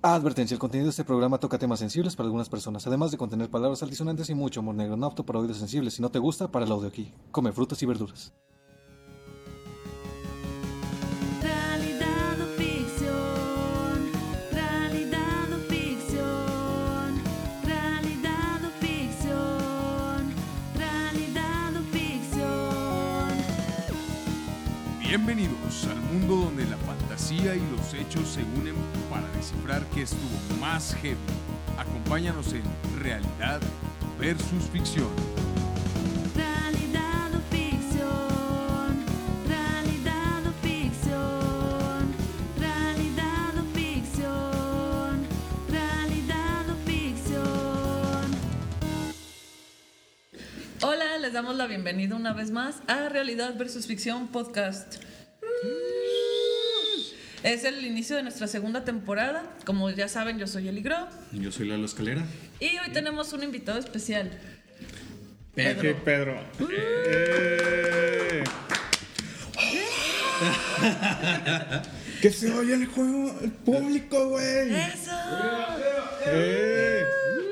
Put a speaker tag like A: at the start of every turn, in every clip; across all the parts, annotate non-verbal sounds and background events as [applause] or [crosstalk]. A: Advertencia, el contenido de este programa toca temas sensibles para algunas personas, además de contener palabras altisonantes y mucho humor negro, no apto para oídos sensibles. Si no te gusta, para el audio aquí. Come frutas y verduras.
B: Realidad o ficción, realidad o ficción, realidad o ficción, realidad o ficción.
C: Bienvenidos al mundo donde la fantasía y los hechos se unen para descifrar qué estuvo más heavy. Acompáñanos en Realidad versus Ficción.
B: Realidad o ficción, realidad o ficción, realidad o ficción, realidad o ficción.
D: Hola, les damos la bienvenida una vez más a Realidad versus Ficción Podcast. Mm. Es el inicio de nuestra segunda temporada. Como ya saben, yo soy Eli Gro
E: Yo soy Lalo Escalera.
D: y hoy tenemos un invitado especial.
E: Pedro.
F: Ok, Pedro. Eh. que se oye el juego, el público, güey.
D: ¡Eso!
F: Eh.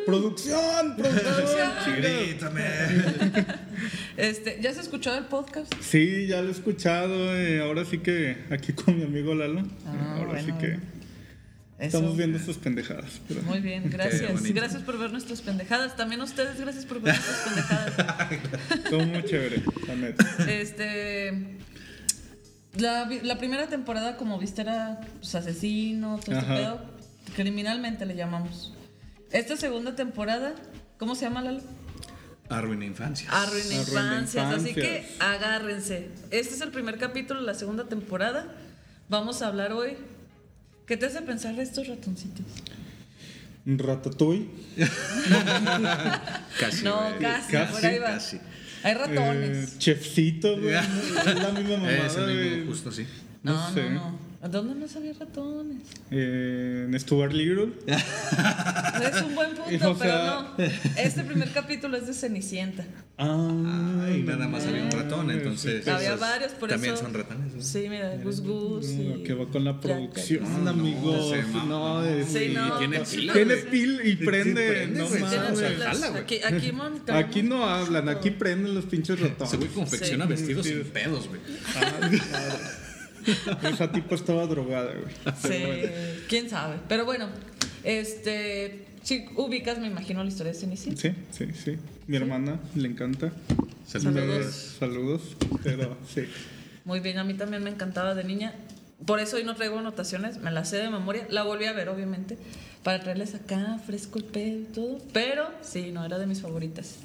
F: Producción, producción.
D: Este, ¿Ya se escuchó el podcast?
F: Sí, ya lo he escuchado. eh, Ahora sí que aquí con mi amigo Lalo.
D: Ah,
F: Ahora sí
D: bueno,
F: que
D: bueno. Eso.
F: estamos viendo sus pendejadas. pero- [laughs]
D: Muy bien,
E: Qué
D: gracias.
E: bonito.
D: Gracias por ver nuestras pendejadas. También a ustedes, gracias por ver nuestras pendejadas.
F: Estuvo muy chévere, la neta.
D: Este. La, vi- la primera temporada, como viste, era pues, asesino, todo este
F: Ajá.
D: pedo. Criminalmente le llamamos. Esta segunda temporada, ¿cómo se llama, Lalo?
E: Arruina Infancia.
D: Arruina Infancias. Así
F: Infancias.
D: que agárrense. Este es el primer capítulo de la segunda temporada. Vamos a hablar hoy. ¿Qué te hace pensar de estos ratoncitos?
F: Ratatouille.
E: Casi.
D: no,
E: güey.
D: casi,
F: casi,
D: por ahí va.
E: casi.
D: Hay
F: Eh,
D: ratones.
F: chefcito,
D: [laughs]
F: güey. Es la misma mamada.
E: Es el mismo,
F: güey.
E: justo así.
D: no,
F: no
D: no,
F: sé.
D: no. ¿Dónde no sabía ratones?
F: Eh, en Stuart Little.
D: Es un buen
F: [laughs]
D: punto,
F: O sea-
D: pero no. Este primer capítulo es de Cenicienta.
E: Ay,
F: Ay,
E: nada más había un ratón, entonces.
D: Había
E: esos
D: varios, por
E: También
D: eso-
E: son ratones. ¿no?
D: Sí, mira, Gus Gus. y-
F: Que va con la
D: Jack-
F: producción,
E: No,
F: amigos.
E: se mamó,
F: No, es-
D: Sí, no.
E: Y tiene
D: Sí,
E: pila.
F: Tiene
E: güey.
F: pil y
E: Sí,
F: prende.
E: prende,
F: No
E: güey,
D: Tienen
E: o sea,
D: reglas.
F: mames.
E: jala, güey.
D: aquí, aquí monitoreamos
F: Aquí no
D: todo.
F: hablan, aquí prenden los pinches
E: Ese güey
F: ratones.
E: confecciona
D: Sí.
E: vestidos
F: Sí.
E: sin pedos, güey.
F: Esa tipo estaba drogada, güey.
D: Sí, quién sabe. Pero bueno, este. Si ubicas, me imagino, la historia de Cenicienta.
F: Sí, sí, sí. Mi hermana le encanta. Eh,
D: Saludos.
F: Saludos. Pero sí.
D: Muy bien, a mí también me encantaba de niña. Por eso hoy no traigo anotaciones, me las sé de memoria. La volví a ver, obviamente, para traerles acá fresco el pedo y todo. Pero sí, no era de mis favoritas.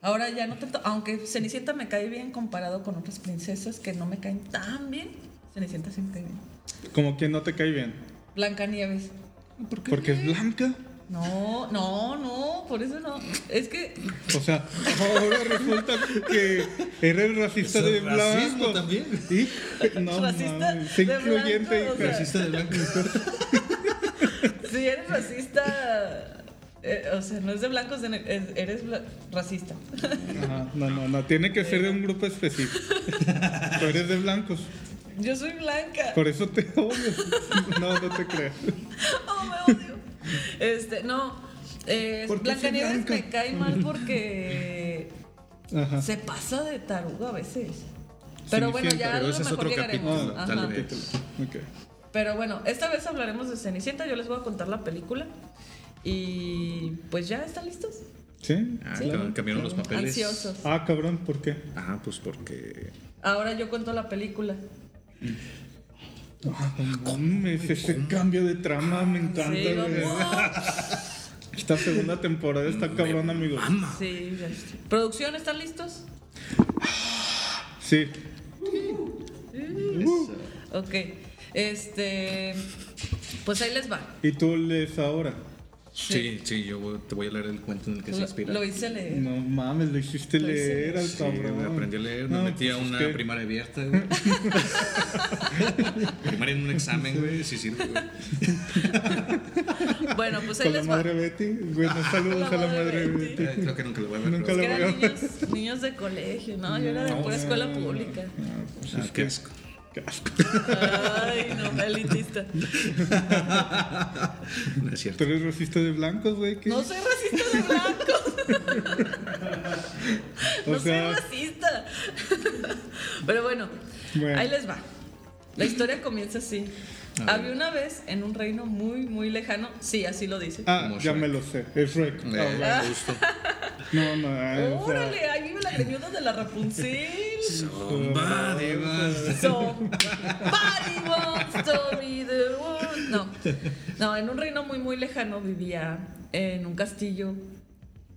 D: Ahora ya no tanto, aunque Cenicienta me cae bien comparado con otras princesas que no me caen tan bien. Cenicienta sí me cae bien.
F: Como que no te cae bien.
D: Blancanieves.
F: Porque es blanca.
D: No, no, no, por eso no. Es que
F: O sea, ahora resulta que eres racista
E: Eso
F: de
E: es racismo
F: blanco.
E: también.
F: Sí, no
D: Racista
F: mames, sé
D: de
F: incluyente
D: blanco,
F: hija.
D: o sea.
E: Racista de blanco.
D: [laughs] si eres racista, eh, o sea, no es de blancos, de ne- es- eres bla- racista.
F: Ajá, no, no, no, tiene que ser de un grupo específico. Tú eres de blancos,
D: Yo soy blanca.
F: por eso te odio. No, no te creas.
D: [laughs] Oh, me odio. Este, no. Eh,
F: ¿Por qué soy
D: Blancanieves
F: blanca?
D: me cae
F: [laughs]
D: mal porque
F: Ajá.
D: se pasa de tarugo a veces. Pero bueno, ya
F: Cenicienta,
D: a
E: pero
D: lo
E: ese es
D: mejor
E: otro
D: llegaremos.
E: capítulo,
D: Ajá.
E: tal vez.
F: Ok.
D: Pero bueno, esta vez hablaremos de Cenicienta. Yo les voy a contar la película. Y pues ya están listos.
F: ¿Sí?
E: Ah,
D: Sí.
E: claro, cambiaron los papeles.
D: Ansiosos.
F: Ah, cabrón, ¿por qué?
E: Ah, pues porque.
D: Ahora yo cuento la película.
F: Ah, no mames, ese cambio de trama me encanta.
D: Sí,
F: güey.
D: vamos.
F: Esta segunda temporada está cabrón, amigos.
D: [laughs] Sí, ya. ¿Producción están listos?
F: Sí.
D: Ok. Este. Pues ahí les va.
F: ¿Y tú lees ahora?
E: Sí, sí, yo voy- te voy a leer el cuento en el que se inspira.
D: Lo, lo hice leer.
F: No mames, lo hiciste
D: Lo hice
F: leer al
E: Sí,
F: cabrón.
E: güey, aprendí a leer, me
F: No,
E: metí a
F: pues es
E: una
F: que-
E: primaria abierta, güey. primaria en un examen, güey, sí sirve, güey.
D: Bueno, pues ahí
F: Con la
D: les va.
F: madre Betty. Bueno,
D: [laughs] La
F: saludos a la madre
D: madre
F: Betty.
E: Eh, Creo que nunca lo voy a ver.
F: Nunca
E: pero-
D: Que
F: lo-
D: eran niños, niños de colegio, ¿no? Yo era de pura escuela pública.
F: Ah, pues
E: Ah,
F: es
E: qué
F: que-
E: asco.
F: Qué asco.
D: Ay, no, elitista.
E: No es
F: Tú
E: cierto.
F: eres racista de blancos, güey. ¿qué?
D: No soy racista de blancos.
F: O
D: no
F: sea-
D: soy racista. [laughs] Pero bueno,
F: Bueno.
D: ahí les va. La historia comienza así. Había una vez en un reino muy, muy lejano. Sí, así lo dice.
F: Ah,
E: Como
F: ya
E: Shrek.
F: me lo sé. Es Shrek.
E: Eh,
F: Ah, bueno.
E: a gusto.
F: No, no. eh, o sea,
D: Órale, ahí vive la greñuda de la
F: [laughs]
D: Rapunzel.
E: Va, Diego.
D: Somebody wants to be the one. No, no, en un reino muy, muy lejano vivía eh, en un castillo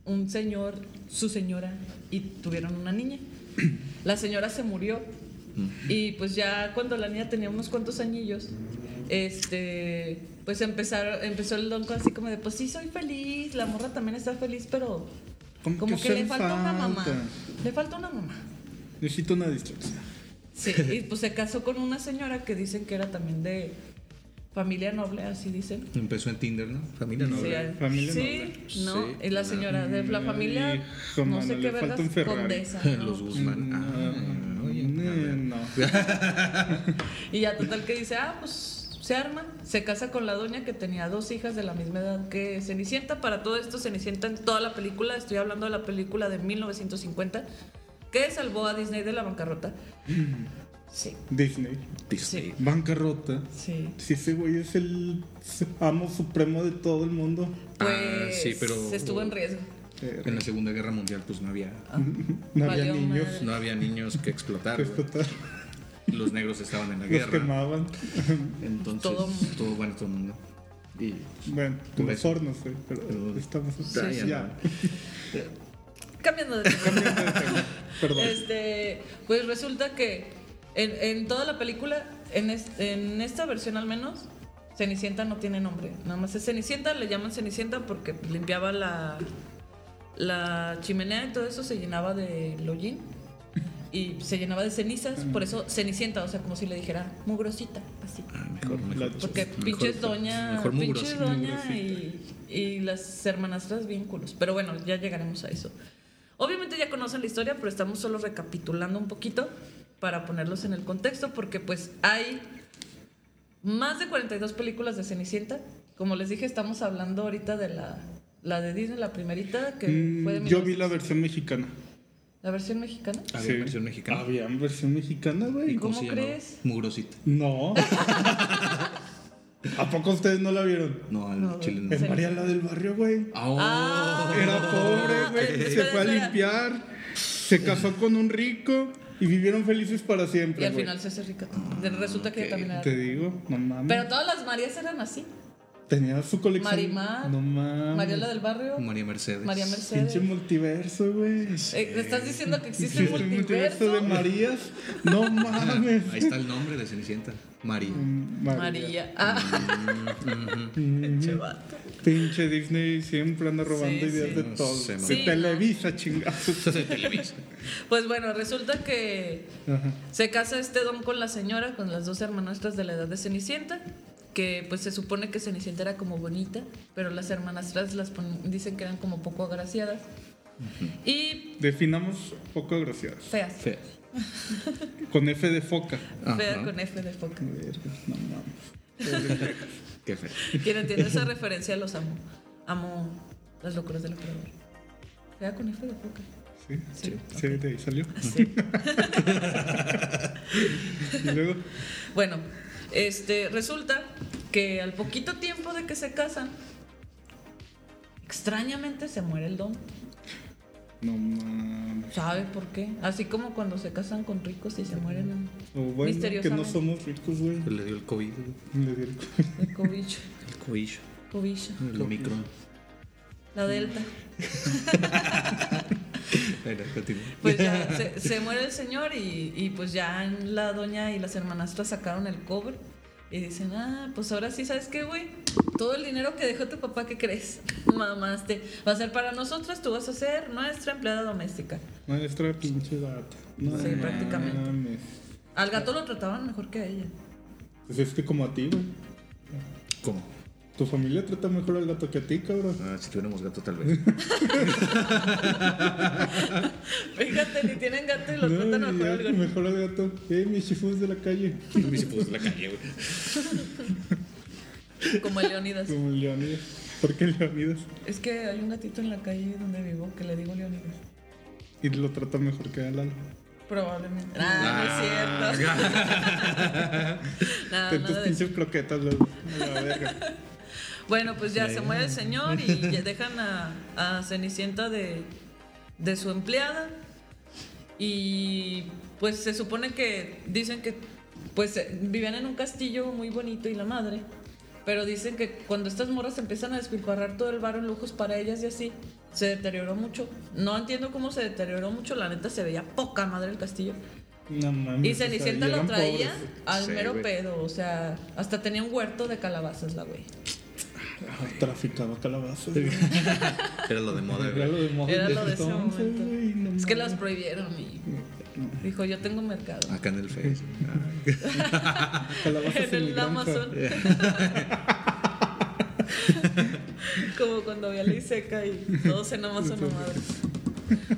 D: un señor, su señora y tuvieron una niña. La señora se murió y pues ya cuando la niña tenía unos cuantos añillos, este, pues empezaron, empezó el don así como de, pues sí soy feliz, la morra también está feliz, pero
F: ¿Cómo
D: como
F: que
D: que le
F: hacer
D: falta una mamá.
F: falta?
D: Le falta una mamá.
F: Necesito una distracción.
D: Sí, y pues se casó con una señora que dicen que era también de familia noble, así dicen.
E: Empezó en Tinder, ¿no? Familia no.
D: Sí,
E: ¿verdad?
D: al-
F: familia
D: sí,
E: noble.
D: ¿no?
E: Sí.
D: Y la señora de la familia,
F: Hijo,
D: no
F: mano,
D: sé
F: le
D: qué
F: falta
D: vergas,
F: un
E: [laughs]
F: Ferrari.
D: condesa. ¿no?
E: Los Guzmán. Ah, oye,
F: Eh, no.
E: [laughs]
D: Y ya total que dice, ah, pues se arma, se casa con la doña que tenía dos hijas de la misma edad que Cenicienta. Para todo esto, Cenicienta en toda la película, estoy hablando de la película de 1950, que salvó a Disney de la bancarrota.
E: Mm.
D: Sí,
F: Disney.
E: Disney.
F: Bancarrota.
D: sí.
F: Si ese güey es el amo supremo de todo el mundo.
E: Ah,
D: Pues
E: sí, pero-
D: estuvo en riesgo.
F: Eh,
E: En la Segunda Guerra Mundial, pues no había,
F: no había
D: Valió
F: niños
D: madre.
E: no había niños que explotar.
F: que
E: güey.
F: explotar.
E: Los negros estaban en la
F: Los
E: guerra.
F: quemaban.
E: Entonces,
D: Todo
E: todo,
D: mundo.
E: bueno, todo el mundo. Y
F: Bueno,
E: Por
F: los
E: eso.
F: hornos, güey. Pero
E: Pero-
F: estamos.
E: Sí, sí.
F: Ya.
D: Cambiando de tema.
F: Perdón.
D: Este, pues resulta que en, en toda la película, en, es- en esta versión al menos, Cenicienta no tiene nombre. Nada más es Cenicienta, le llaman Cenicienta porque limpiaba la, la chimenea y todo eso se llenaba de lollín. Y se llenaba de cenizas, por eso Cenicienta, o sea, como si le dijera mugrosita, así.
E: ah, mejor,
F: La-
E: mejor.
D: Porque
E: mejor-
D: pinches doña,
E: Mejor
D: pinches
E: mugroso.
D: doña y, y las hermanastras vínculos. Pero bueno, ya llegaremos a eso. Obviamente ya conocen la historia, pero estamos solo recapitulando un poquito para ponerlos en el contexto, porque pues hay más de 42 películas de Cenicienta. Como les dije, estamos hablando ahorita de la, la de Disney, la primerita, que fue de
F: Mm, Yo vi
D: 1900.
F: la versión mexicana.
D: ¿La versión mexicana.
E: Había Ah, versión
G: Ah.
E: mexicana.
F: Había versión mexicana, güey.
D: Ah, ¿Cómo
E: se llamaba?
D: crees?
E: Mugrosita.
F: No. [laughs] ¿A poco ustedes no la vieron?
E: No, al
D: No,
E: chile no.
F: Es María la del barrio, güey.
E: Ah, oh,
F: Era pobre, güey. Se
D: espera,
F: fue a
D: espera.
F: limpiar. Se casó con un rico y vivieron felices para siempre.
D: Y al
F: Ah, güey.
D: final se hace rica. Resulta que ella también era-
F: Te digo, no mames.
D: Pero todas las Marías eran así.
F: Tenía su colección.
D: Marimar,
F: Ah, No mames.
D: María la del barrio,
E: María Mercedes.
D: María
F: Pinche
D: Mercedes.
F: multiverso, güey.
D: Eh, ¿le estás diciendo que existe
F: Existe
D: un
F: un
D: multiverso?
F: de Marías. No mames.
E: Ah, Ahí está el nombre de Cenicienta. María.
D: Mm. María. Ah, [laughs]
F: Mm,
D: vato.
F: Pinche Disney siempre anda robando
D: Sí,
F: ideas
D: sí.
F: de
E: No
F: todo.
E: sé,
F: Se
D: mamá.
F: televisa, chingazos.
E: De Televisa.
D: Pues bueno, resulta que
F: Ajá.
D: se casa este don con la señora, con las dos hermanastras de la edad de Cenicienta, que pues se supone que Cenicienta era como bonita, pero las hermanastras las pon- dicen que eran como poco agraciadas. Y
F: Definamos poco graciadas.
D: feas.
E: Fea.
F: Con F de foca.
D: Fea
E: Ajá.
D: con F de foca.
F: Verga,
D: pues,
F: No mames.
E: Qué fea.
D: Quien entiende esa referencia los amo. Amo las locuras del operador. Fea con F de foca.
F: Sí,
D: Sí, Ah,
F: sí, de ahí salió.
D: Sí.
F: [laughs] Y luego,
D: Bueno, este, resulta que al poquito tiempo de que se casan, extrañamente se muere el don.
F: no mames.
D: ¿Sabe por qué? Así como cuando se casan con ricos y se mueren
F: O bueno, que no
D: Misteriosamente.
F: somos ricos, güey.
E: Le dio el COVID. güey.
F: Le di el-
D: de COVID,
E: El COVID.
D: COVID,
E: El Omicron.
D: la delta.
E: Era, continúa.
D: Pues [laughs] ya se, se muere el señor y, y pues ya la doña y las hermanastras sacaron el cobre y dicen, ah, pues ahora sí, ¿sabes qué, güey? Todo el dinero que dejó tu papá, ¿qué crees? [laughs] Mamaste. Va a ser para nosotras, tú vas a ser nuestra empleada doméstica.
F: [laughs] Maestra pinche data. No
D: Sí, prácticamente.
F: mames.
D: Al gato lo trataban mejor que a ella. [laughs]
F: Pues es que como a ti, güey.
E: ¿Cómo?
F: Tu familia trata mejor al gato que a ti, cabrón.
E: Ah, si tuviéramos gato, tal
D: [laughs]
E: vez.
D: Fíjate, ni tienen gato y lo
F: No,
D: tratan mejor
F: ya,
D: al gato.
F: mejor al gato. Eh, mis chifus de la calle.
E: Me hice pues la calle, güey.
D: Como el Leonidas.
F: Como el Leonidas. ¿Por qué Leonidas?
D: Es que hay un gatito en la calle donde vivo que le digo Leonidas.
F: Y lo trata mejor que a Lalo.
D: Probablemente. Ah, no es [laughs] cierto. Nada,
F: Ten tus
D: Ah, nada de eso.
F: pinches croquetas, Lalo. A la verga.
D: Bueno, pues ya se muere el señor y ya dejan a, a Cenicienta de, de su empleada. Y pues se supone que dicen que pues eh, vivían en un castillo muy bonito y la madre. Pero dicen que cuando estas morras empiezan a despilfarrar todo el barro en lujos para ellas y así, se deterioró mucho. No entiendo cómo se deterioró mucho, la neta se veía poca madre el castillo.
F: No mames.
D: Y
F: Mm, o sea,
D: Cenicienta
F: y
D: lo
F: eran
D: traía
F: pobres.
D: al
E: Sí,
D: mero
E: güey.
D: pedo, o sea, hasta tenía un huerto de calabazas la güey.
F: Ah, traficaba calabazas.
D: [laughs]
F: güey.
E: [laughs] Era lo de moda,
F: Era
E: güey.
F: lo de moda
D: Era lo de ese
F: entonces,
D: momento.
F: güey, no
D: Es que
F: mames.
D: las prohibieron y dijo, yo tengo mercado.
F: Ah,
E: Acá en el Face. Ah,
F: Calabazas
D: [laughs] En
F: en mi
D: el
F: granja. [laughs]
D: Amazon. Como cuando vi a Ley Seca y todos en Amazon nomás.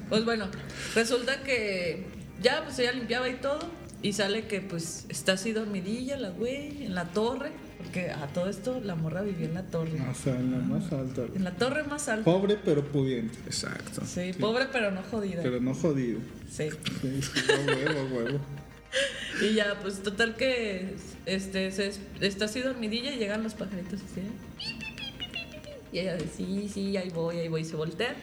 D: Pues bueno, resulta que ya pues ella limpiaba y todo. Y sale que pues está así dormidilla la güey, en la torre. Porque a todo esto la morra vivía en la torre.
F: O sea, en la más alta. güey.
D: En la torre más alta.
F: Pobre pero pudiente.
E: Exacto.
D: Sí, pobre pero no jodida.
F: Pero no jodido.
D: Sí.
F: Sí, sí, a huevo, a huevo.
D: Y ya, pues total que este, se, des- está así dormidilla y llegan los pajaritos así. ¿eh? Y ella dice, sí, sí, ahí voy, ahí voy, y se voltea.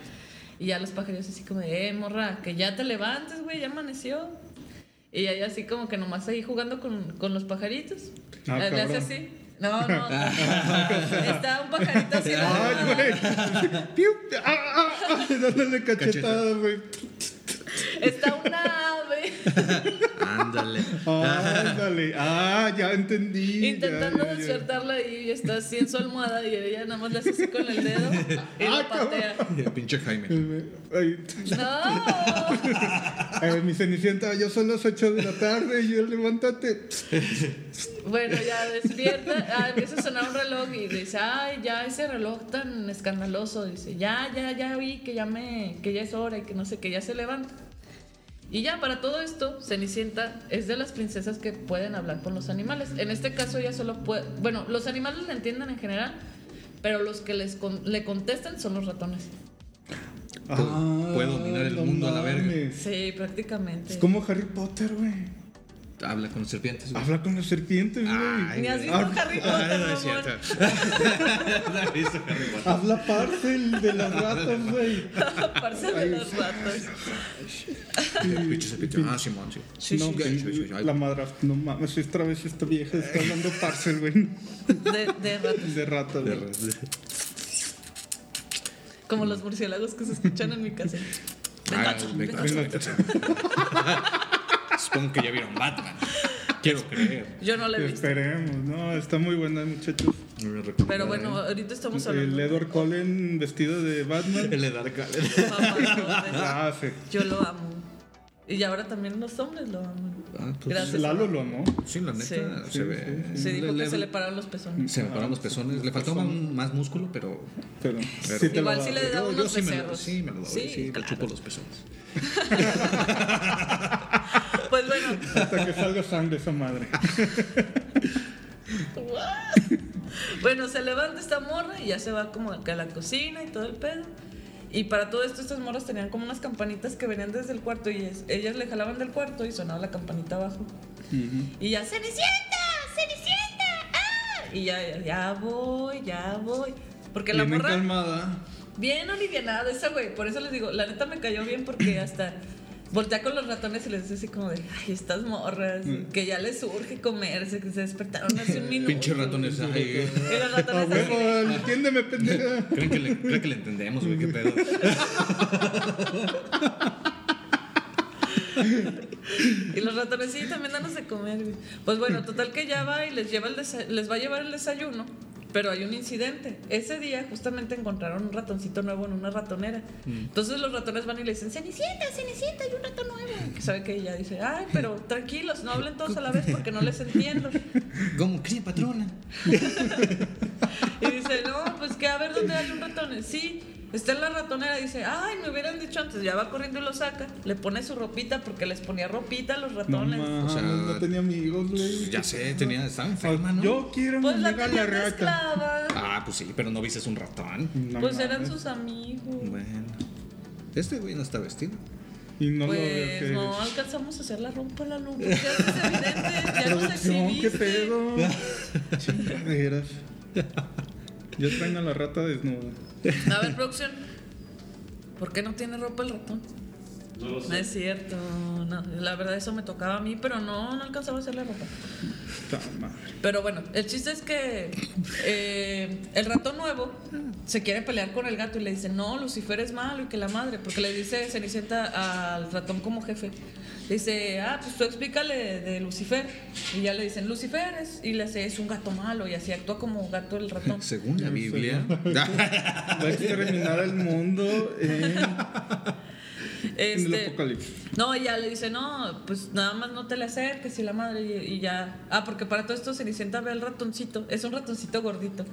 D: Y ya los pajaritos así como, de, eh, morra, que ya te levantes, güey, ya amaneció. Y ella así como que nomás ahí jugando con, con los pajaritos.
F: Ah,
D: Le hace
F: cabrón.
D: así. No, no.
F: [laughs]
D: está un pajarito así.
F: Ay, güey. Piu. Ah, ah, ah. [laughs] Dándole cachetada, güey.
D: Está una ave
E: Ándale.
F: Ándale. Ah, ya entendí. ya,
D: intentando
F: ya, ya.
D: despertarla y está así en su almohada y ella nada más le hace así con el dedo y
F: [laughs] Ah,
D: lo patea.
E: Y a pinche Jaime.
F: Ay,
D: No,
F: ay, mi cenicienta, yo son las 8 de la tarde y yo levántate.
D: bueno, ya despierta, ah, empieza a sonar un reloj y dice, ay, ya ese reloj tan escandaloso, dice, ya, ya, ya vi que ya me, que ya es hora y que no sé, que ya se levanta. Y ya para todo esto, Cenicienta es de las princesas que pueden hablar con los animales. En este caso ella solo puede, bueno, los animales la entienden en general, pero los que les con- le contestan son los ratones.
F: Ah,
E: puedo dominar el
F: no
E: mundo a la verga.
F: mames.
D: Sí, prácticamente. [laughs]
F: Es como Harry Potter, güey.
E: Habla con los serpientes, güey.
F: Habla con las serpientes, güey.
D: Ni has
E: güey.
D: visto Harry Potter,
E: no es
D: mamón.
E: cierto.
D: [laughs]
E: [laughs] No he visto Harry Potter.
F: Habla parcel de las ratas, güey.
D: Parce de los ratos.
E: Pinche serpiente. Ah, Simón, sí. Sí,
F: no,
E: sí,
F: güey,
E: sí, sí, sí. Ay,
F: la madrastra, no mames, otra vez esta vieja está hablando parcel, güey.
D: De, de ratos.
F: De ratas,
E: de
F: güey.
E: res-
D: Como los murciélagos que se escuchan en mi casa.
E: Ah, de- de- de- [laughs] Supongo que ya vieron Batman. Quiero creer.
D: Yo no le he visto.
F: Esperemos, no, está muy buena, muchachos.
E: No me recuerdo.
D: Pero bueno, ahorita estamos hablando.
F: Este, El Edward Cullen vestido de Batman.
E: El Edgar Allan.
F: [laughs]
D: Papá,
F: Ah, sí.
D: Yo lo amo. Y ahora también los hombres lo aman.
E: Ah, pues,
D: Gracias.
F: Lalo lo amó.
E: Sí, la neta
D: Sí.
E: se ve.
D: Se dijo que
E: le-
D: se le pararon los pezones.
E: se me pararon los pezones. Le faltó más, más músculo, pero.
F: Pero
E: Pero-
F: sí te
D: Igual
F: lo
D: sí
F: da.
D: le da
E: yo- yo
D: unos
E: sí me lo,
D: becerros.
E: sí, me lo doy. Sí, me
D: claro.
E: chupo los pezones.
D: Pues bueno.
F: Hasta que salga sangre esa
D: [laughs]
F: madre.
D: What? bueno, se levanta esta morra y ya se va como que a la cocina y todo el pedo. Y para todo esto, estas morras tenían como unas campanitas que venían desde el cuarto y es- ellas le jalaban del cuarto y sonaba la campanita abajo. Y ya, ¡Cenicienta! ¡Cenicienta! ¡Ah! Y ya, ya voy, ya voy. Porque la
F: Bien
D: morra.
F: calmada.
D: Bien alivianada esa, güey. Por eso les digo, la neta me cayó bien porque hasta voltea con los ratones y les dice así como de, ay, estas morras, que ya les urge comerse, que se despertaron hace un minuto.
E: Pinche ratones. Ay, güey.
D: Y los
F: [laughs] A
D: ratones así,
F: Ah, huevo,
E: [laughs]
F: entiéndeme, pendeja.
E: creen que le, creen que le entendemos, güey. Qué pedo.
D: Y los ratones sí, también danos de comer, güey. Pues bueno, total que ya va y les, lleva el desa- les va a llevar el desayuno. Pero hay un incidente. Ese día justamente encontraron un ratoncito nuevo en una ratonera.
F: Mm.
D: Entonces los ratones van y le dicen, Cenicienta, Cenicienta, hay un ratón nuevo. Y sabe que ella dice, ay, pero tranquilos, no hablen todos a la vez porque no les entiendo.
G: ¿Cómo crees, patrona?
D: Y dice, no, pues que a ver dónde hay un ratón. Sí, está en la ratonera. Dice, ay, me hubieran dicho antes. Ya va corriendo y lo saca. Le pone su ropita porque les ponía ropita a los
F: No,
D: ratones.
F: mames,
E: sea, pues,
F: no tenía amigos, güey.
E: Ya sé, tenía, estaba
F: Ah,
E: enferma, ¿no?
F: Yo quiero
D: pues
F: mi
D: la
F: amiga la
D: tenían de
F: reata.
D: esclava.
E: Ah, pues sí, pero no viste un ratón.
F: No
D: Pues
F: mames.
D: eran sus amigos.
E: Bueno. Este güey no está vestido.
F: Y no lo veo
D: Pues
F: que-
D: no alcanzamos a hacer la rompa la luz. Ya es evidente, ya nos
F: Producción, qué
E: [laughs]
D: exhibiste. [laughs]
F: pedo. Chingaderas. Ya traen a la rata desnuda.
D: A ver, producción. ¿Por qué no tiene ropa el ratón? No lo sé. No es cierto. No, la verdad, eso me tocaba a mí, pero no, no alcanzaba a hacer la ropa.
F: Ta madre.
D: Pero bueno, el chiste es que eh, el ratón nuevo se quiere pelear con el gato y le dice, no, Lucifer es malo y que la madre, porque le dice Cenicienta al ratón como jefe. Le dice, ah, pues tú explícale de Lucifer. Y ya le dicen, Lucifer es, y le hace, es un gato malo y así actúa como gato el
G: [laughs]
D: ratón.
E: Según la
F: No sé,
D: [laughs]
E: Biblia. [laughs]
F: Va a exterminar al mundo eh. en, en el
D: Este,
F: apocalipsis.
D: no, y ya le dice, no, pues nada más no te le acerques y la madre y, y ya. Ah, porque para todo esto Cenicienta ve al ratoncito, es un ratoncito gordito.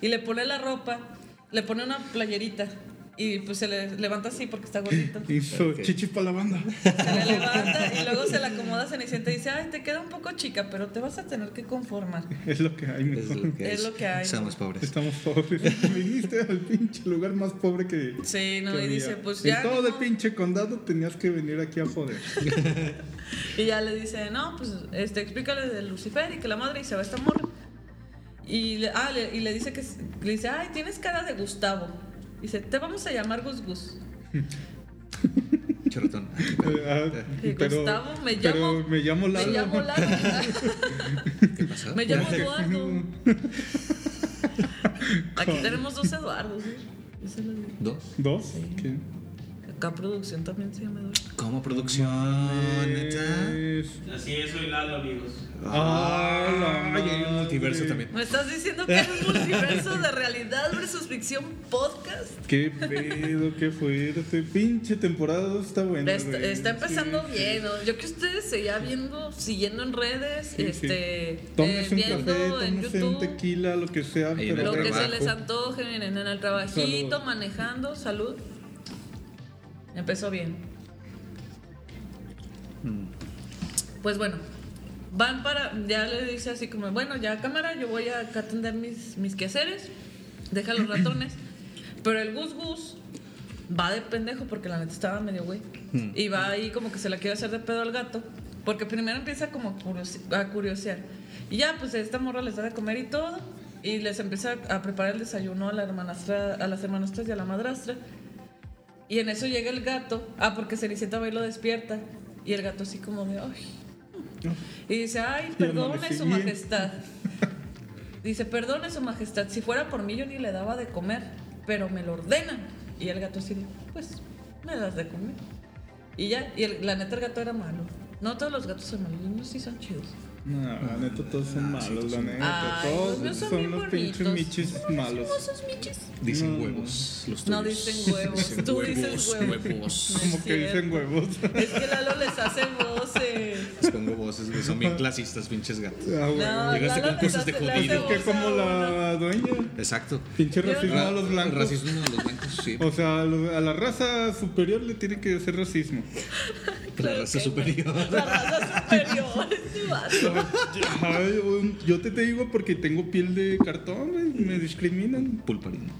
D: Y le pone la ropa, le pone una playerita y pues se le levanta así porque está
F: [laughs]
D: gordito.
F: Hizo chichis para la banda.
D: Se le levanta y luego se la acomoda a Cenicienta y dice, ay, te queda un poco chica, pero te vas a tener que conformar.
F: Es lo que hay,
E: es
F: mejor.
E: lo que,
D: Es lo que hay.
E: Somos pobres.
F: Estamos pobres. Viniste al pinche lugar más pobre que.
D: Sí, no,
F: que
D: y
F: había.
D: dice, pues
F: En
D: ya.
F: todo
D: ni
F: el
D: modo".
F: pinche condado tenías que venir aquí
E: [laughs]
F: a joder.
D: Y ya le dice, no, pues este, explícale de Lucifer y que la madre y se va esta morra. Y le, ah, le- y le dice que es- le dice, ay, tienes cara de Gustavo. Dice, te vamos a llamar Gus Gus.
E: Chorotón.
F: Ah,
D: Sí,
F: pero,
D: Gustavo, me
F: pero
D: llamo-
F: me llamo
D: Me
F: Lalo. [laughs]
D: llamo Lalo.
E: ¿Qué pasó?
D: Me llamo Eduardo. Aquí tenemos dos Eduardos. ¿eh? Esa es la de-
E: Dos.
F: ¿Dos? ¿Qué?
D: Acá producción también se llama Eduardo.
E: ¿Cómo producción? neta?
F: Es-
H: Así es, soy Lalo, amigos.
F: Ah, la
E: Ay, hay un
F: madre.
E: multiverso también.
D: ¿Me estás diciendo que es un multiverso de realidad versus ficción podcast?
F: Qué pedo, qué fuerte. Pinche temporada dos está buena.
D: Está,
F: güey.
D: está empezando
F: Sí.
D: bien, ¿no? Yo que ustedes seguía viendo, siguiendo en redes,
F: Sí, sí.
D: este, eh,
F: Tómese un
D: viendo
F: café,
D: en
F: tómese un
D: YouTube.
F: tequila, lo que sea.
E: Ahí en
F: pero
D: Lo que se
E: Trabajo.
D: les antoje, miren, en el trabajito,
F: Salud.
D: manejando, salud. Empezó bien. Pues bueno, van para, ya le dice así como, bueno, ya cámara, yo voy a acá atender mis, mis quehaceres, deja los ratones. Pero el Gus Gus va de pendejo porque la neta estaba medio güey. Y va ahí como que se la quiere hacer de pedo al gato. Porque primero empieza como a curiosi- a curiosear. Y ya, pues esta morra les da de comer y todo. Y les empieza a preparar el desayuno a, la hermanastra, a las hermanastras y a la madrastra. Y en eso llega el gato. Ah, porque Cenicienta va y lo despierta. Y el gato así como de, ay. Y dice, ay, perdone
F: amanecí
D: su
F: bien".
D: majestad. Dice, perdone su majestad, si fuera por mí yo ni le daba de comer, pero me lo ordenan. Y el gato así, de, pues, me das de comer. Y ya, y el- la neta el gato era malo. No todos los gatos son malos, unos sí son chidos.
F: No, la neta, todos son malos, la neta.
D: Ay,
F: todos
D: los míos son
F: son
D: bien
F: los pinches
D: bonitos. pues,
F: michis malos.
E: Dicen
F: Mm. No.
E: huevos. Los
D: No
E: tuyos. [laughs]
D: dicen huevos, tú dices huevos.
E: huevos.
D: No es
F: Como que dicen
D: cierto.
F: huevos. [laughs] Ah,
D: Es que Lalo les hace voces.
E: Les pongo voces, güey, son bien clasistas, pinches gatos.
F: Ah, güey.
D: No,
E: Llegaste
D: Lalo
E: con
D: les
E: cosas de
D: hace, le
E: jodido.
D: hace
F: Es que
D: voz
F: como
D: a uno.
F: la dueña.
E: Exacto.
F: Pinche
D: Yo-
F: racismo a los blancos.
E: Racismo a los blancos, sí.
F: O sea, a lo- a la raza superior le tiene que
D: [laughs]
F: hacer racismo.
E: La raza superior.
D: La raza
E: [laughs]
D: superior, este vato.
F: Ay, un- yo te, te digo porque tengo piel de cartón, güey, me discriminan.
E: Pulparino.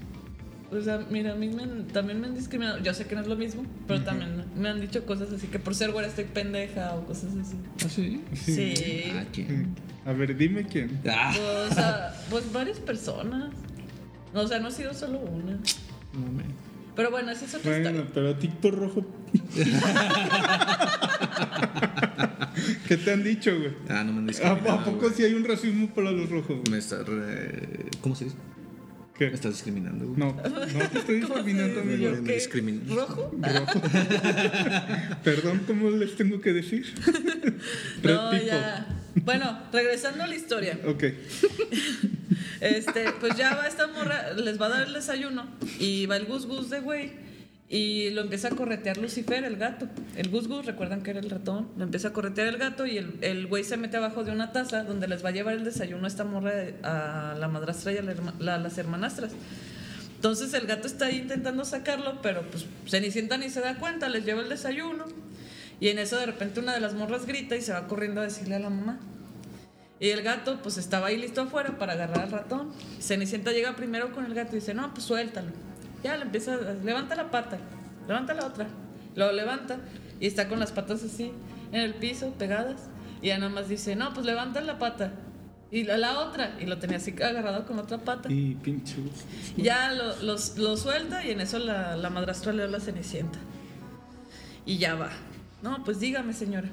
D: O sea, mira, a mí me han- también me han discriminado. Yo sé que no es lo mismo, pero también me han dicho cosas así que por ser güera estoy pendeja o cosas así.
E: ¿Ah, sí?
D: Sí.
E: Ah, ¿quién?
F: A ver, dime quién.
E: Ah.
D: O sea, pues varias personas. O sea, no ha sido solo una. Pero bueno, esa es otra
F: Bueno,
D: historia.
F: pero a ti por rojo. ¿Qué te han dicho, güey?
E: Ah, no me han
F: ¿A,
E: discriminado.
F: a poco
E: güey.
F: sí hay un racismo para los rojos? güey?
E: Me está re- ¿Cómo se dice?
F: ¿Qué?
E: Me estás discriminando. güey.
F: No, no te estoy
D: ¿Cómo se
F: discriminando,
D: dice?
F: amigo.
E: me
D: ¿Qué?
E: discriminan.
D: ¿Rojo?
F: Perdón, ¿cómo les tengo que decir?
D: [laughs]
F: Red
D: No,
F: people.
D: ya. Bueno, regresando a la historia.
F: Ok.
D: Este, pues ya va esta morra, les va a dar el desayuno y va el gus gus de güey. Y lo empieza a corretear Lucifer, el gato. El gus gus, recuerdan que era el ratón. Lo empieza a corretear el gato y el- el güey se mete abajo de una taza donde les va a llevar el desayuno a esta morra de- a la madrastra y a la herma- la- las hermanastras. Entonces el gato está ahí intentando sacarlo, pero pues Cenicienta ni se da cuenta, les lleva el desayuno. Y en eso de repente una de las morras grita y se va corriendo a decirle a la mamá. Y el gato pues estaba ahí listo afuera para agarrar al ratón. Cenicienta llega primero con el gato y dice, no, pues suéltalo. Ya le empieza, a- levanta la pata, levanta la otra. Lo levanta y está con las patas así en el piso, pegadas. Y ya nada más dice, no, pues levanta la pata. Y la, la otra, y lo tenía así agarrado con la otra pata.
F: Y pinche Gus.
D: Ya lo, los- lo suelta y en eso la, la madrastra le da la cenicienta. Y ya va. No, pues dígame, señora.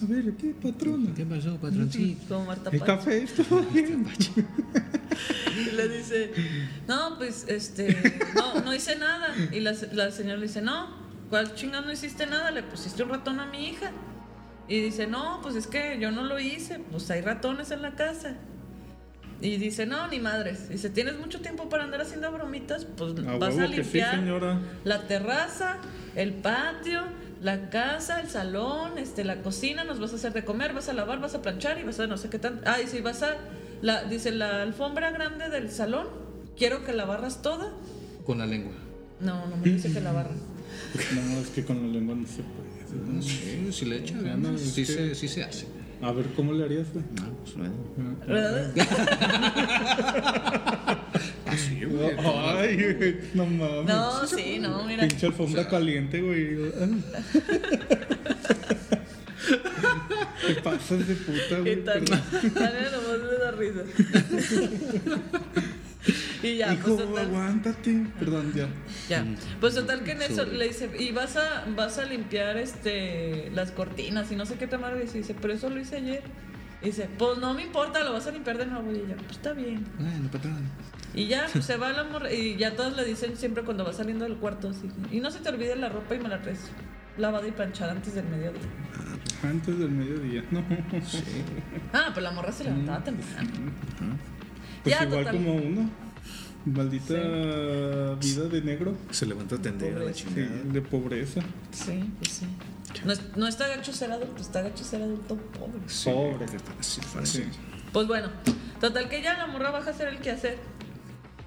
F: A ver, ¿qué patrona?
G: ¿Qué pasó, patroncito?
D: Como Marta
F: El
D: Paz.
F: café está
D: [laughs]
F: bien.
D: Y le dice, no, pues este, no, no hice nada. Y la, la señora le dice, no, ¿cuál chingada no hiciste nada? Le pusiste un ratón a mi hija. Y dice, no, pues es que yo no lo hice, pues hay ratones en la casa. Y dice, no, ni madres. Dice, ¿tienes mucho tiempo para andar haciendo bromitas? Pues
F: A
D: vas a
F: huevo que sí,
D: limpiar.
F: señora.
D: la terraza, el patio, la casa, el salón, este, la cocina, nos vas a hacer de comer, vas a lavar, vas a planchar y vas a no sé qué tanto. Ah, y si vas a, la, dice, la alfombra grande del salón, quiero que la barras toda.
E: Con la lengua.
D: No, no me dice que la barra.
F: No, es que con la lengua no se puede.
E: No sé, si le echa ganas,
F: no, es
E: sí,
F: que-
E: se, sí se hace.
F: A ver, ¿cómo le harías, güey?
G: Ah, pues bueno.
D: ¿Verdad?
F: Ah,
E: Sí, güey.
F: Ay, güey, no mames.
D: No, sí, no, mira.
F: Pinche alfombra caliente, güey. Ah. Te pasas de puta,
D: ¿Qué
F: güey.
D: tal?
F: perdón.
D: Tania nomás me da risa. y ya,
F: Hijo,
D: pues total.
F: aguántate. Perdón, ya.
D: Ya.
F: Mm.
D: Pues total que en eso le dice, y vas a, vas a limpiar este las cortinas y no sé qué te madre. Y dice, pero eso lo hice ayer. Y dice, pues no me importa, lo vas a limpiar de nuevo. Y ya, pues está bien.
G: Bueno, patrón.
D: Y
F: [laughs]
D: ya pues, se va la morra. Y ya todos le dicen siempre cuando va saliendo del cuarto. así, y no se te olvide la ropa y me la traes lavada y planchada antes del mediodía.
F: Antes del mediodía. No.
D: Ah, pues la morra se levantaba temprano.
F: Mm. Pues
D: Ya,
F: igual
D: total.
F: como uno. Maldita vida de negro.
E: Se levanta a tender a la
F: Sí,
E: chingada.
F: de pobreza.
D: Sí, pues sí. No, es- no está gacho ser adulto, está gacho ser adulto pobre.
E: Sí,
F: Pobre.
E: Así
F: Sí.
E: fácil.
D: Pues bueno, total que ya la morra baja a hacer el quehacer.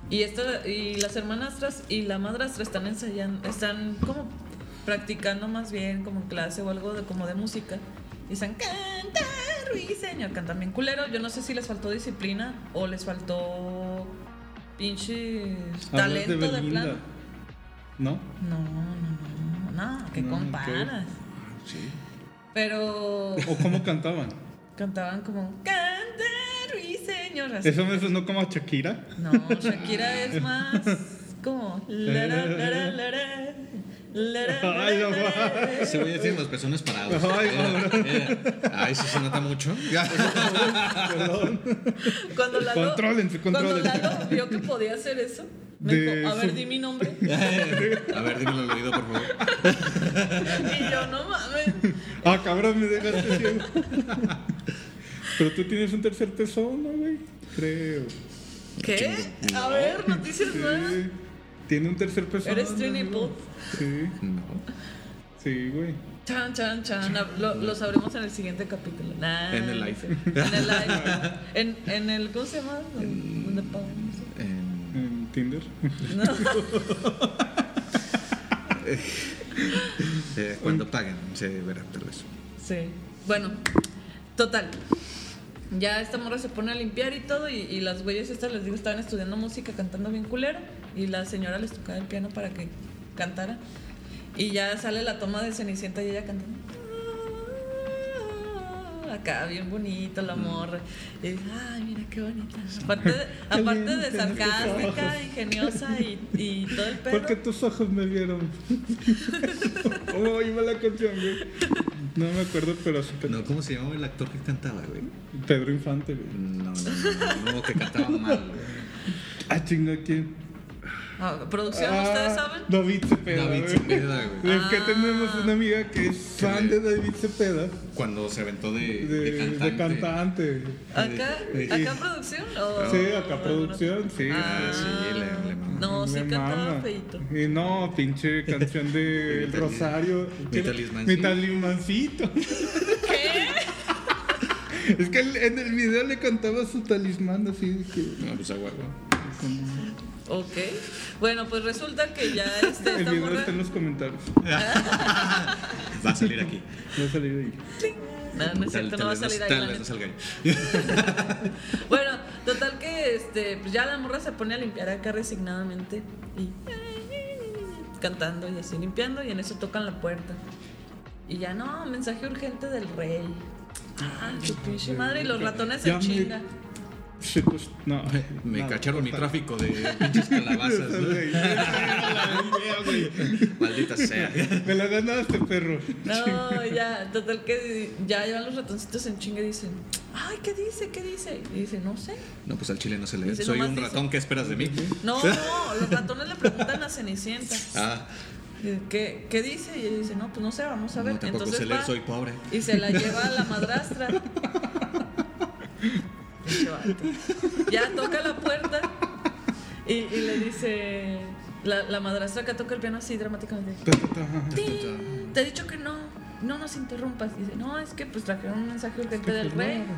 D: Y, esta, y las hermanastras y la madrastra están ensayando, están como practicando más bien, como en clase o algo de, como de música. Y están, canta, ruiseñor, cantan bien culero. Yo no sé si les faltó disciplina o les faltó pinche
F: Hablas
D: talento de,
F: Belinda.
D: plano.
F: ¿No?
D: No, no, no, no, que
F: No,
D: comparas. Pero
F: ¿O cómo cantaban?
D: cantaban como, canta, [laughs] ruiseñor. así.
F: Eso me sonó como a Shakira.
D: No, Shakira es más como. lara, lara, lara, lara,
F: [laughs] Ay, no
D: lara, lara.
E: Se voy a decir las personas paradas. Eh,
F: Ay,
E: Ay, sí se nota mucho.
D: Cuando Lalo,
F: Contrólense,
D: cuando
F: contrólense.
D: Lalo vio que podía hacer eso, me
F: De
D: dijo: A ver,
F: su-
D: di mi nombre.
E: A ver, dímelo al oído, por favor.
D: Y yo, no mames.
F: Ah, cabrón, me dejaste ciego. [laughs] Pero tú tienes un tercer tesoro, ¿no, güey? Creo.
D: ¿Qué? A ver, noticias nuevas.
F: Sí. Tiene un tercer tesoro.
D: Eres Trini Pool.
F: Sí. Sí, güey.
D: Chan, chan, chan. Lo, lo sabremos en el siguiente capítulo. Nah,
E: En el
D: no
E: live.
D: sé. En el live. En, en el. ¿Cómo se llama? ¿Dónde pagamos?
E: En-
F: En Tinder.
E: eh, cuando paguen, se verá tal vez.
D: Sí. Bueno, total. Ya esta morra se pone a limpiar y todo, y, y las güeyes estas les digo, estaban estudiando música, cantando bien culero, y la señora les tocaba el piano para que cantara. Y ya sale la toma de Cenicienta y ella cantando. Acá, bien bonito la morra. Y dice, ay, mira qué bonita. Aparte de, aparte de sarcástica, ingeniosa y, y todo el pedo.
F: Porque tus ojos
D: [laughs]
F: me vieron. oh, iba la canción, güey. No me acuerdo, pero sí
E: No, ¿cómo se llamaba el actor que cantaba, güey?
F: Pedro Infante, güey.
E: No, no, no, no, que cantaba mal, güey.
F: Ah, chinga, ¿quién?
D: Ah, Producción, ¿ustedes saben?
F: David Cepeda.
E: David
F: güey.
E: Cepeda, güey. Ah,
F: Es que tenemos una amiga que es fan de David Cepeda,
E: Cuando se aventó
F: de,
E: de, de cantante.
F: de cantante.
D: ¿Acá?
E: Sí.
D: ¿Acá producción? ¿O-
F: Sí, acá
D: o
F: producción, sí.
D: alguna-
E: Ah, sí, le- le mamó.
D: No, sí
F: Me
D: cantaba
F: mama.
D: feito.
F: Y no, pinche canción de
E: [laughs]
F: El
E: Mi talism-
F: Rosario. ¿Qué?
E: talismancito.
F: Mi talismancito. [laughs]
D: ¿Qué?
F: Es que el- en el video le cantaba su talismán así. de que-
E: No, pues agua, güey.
D: Ok. Bueno, pues resulta que
F: [laughs]
D: ya este,
F: El
D: esta
F: video
D: morra.
F: está en los comentarios.
E: Va a salir aquí.
F: Va a salir ahí.
D: Ah, No, no es
E: Tal-
D: cierto,
E: tal
D: no va a
E: vez no-
D: salir ahí.
E: tal
D: la
E: vez no
D: neta.
E: salga ahí.
D: Bueno, total que este, pues ya la morra se pone a limpiar acá resignadamente y cantando y así limpiando y en eso tocan la puerta. Y ya no, mensaje urgente del rey. Ah, su pinche madre y los ratones
F: Ya
D: en
F: me-
D: chinga.
F: Sí, pues, no.
E: Me
F: nada.
E: cacharon mi tráfico de pinches
F: [laughs]
E: calabazas.
F: Güey,
E: ¿no? Maldita sea.
F: [laughs] Me la ganaste, perro.
E: [laughs]
D: No, ya, total que ya llevan los ratoncitos en chinga y dicen, ay, ¿qué dice? ¿Qué dice? Y dice, no sé.
E: No, pues al chile no se le ve.
D: Dice,
E: Soy
D: nomás
E: un
D: dice-
E: ratón, ¿qué esperas de mí?
D: No,
E: [laughs]
D: no, los ratones le preguntan a Cenicienta.
E: Ah,
D: ¿Qué, qué dice? Y ella dice, no, pues no sé, vamos a ver.
E: no, tampoco
D: Entonces
E: sé leer,
D: va
E: soy pobre.
D: y se la lleva a la madrastra.
E: [laughs]
D: Pinche vato. ya toca la puerta y, y le dice la, la madrastra que toca el piano así dramáticamente. "Tin, Te he dicho que no, no nos interrumpas. Y dice, no, es que pues trajeron un mensaje urgente del
E: pues,
D: rey. [laughs]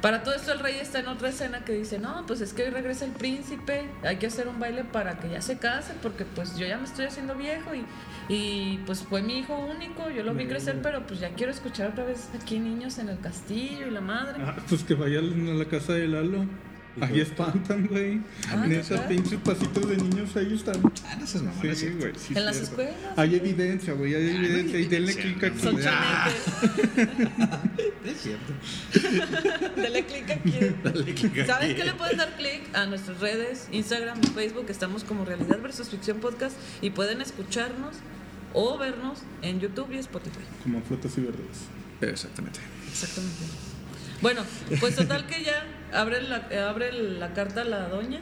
D: Para todo esto el rey está en otra escena que dice, no, pues es que hoy regresa el príncipe, hay que hacer un baile para que ya se case, porque pues yo ya me estoy haciendo viejo y, y, pues fue mi hijo único, yo lo vi crecer, pero pues ya quiero escuchar otra vez aquí niños en el castillo y la madre.
F: Ah, pues que vayan a la casa de Lalo. Ahí espantan, güey.
D: Ah,
F: en
D: ¿no
F: esos
D: está?
F: pinches pasitos de niños ahí están.
E: Ah, no seas mamá,
F: Sí, güey. sí,
D: en las
F: cierto.
D: escuelas. Ah,
F: Hay evidencia, güey. Hay evidencia. Y denle clic
E: [laughs]
F: aquí.
D: Son
F: Ah,
D: chaneques.
E: Es
D: [laughs]
E: cierto.
D: Dale clic
E: [laughs]
D: aquí.
E: [laughs] Dale clic
D: ¿Saben
E: aquí.
D: qué le pueden dar clic a nuestras redes, Instagram, Facebook? Estamos como Realidad versus Ficción Podcast y pueden escucharnos o vernos en YouTube y Spotify.
F: Como frutas y verduras.
E: Exactamente.
D: Exactamente. Bueno, pues total que ya abre la, eh, abre la carta la doña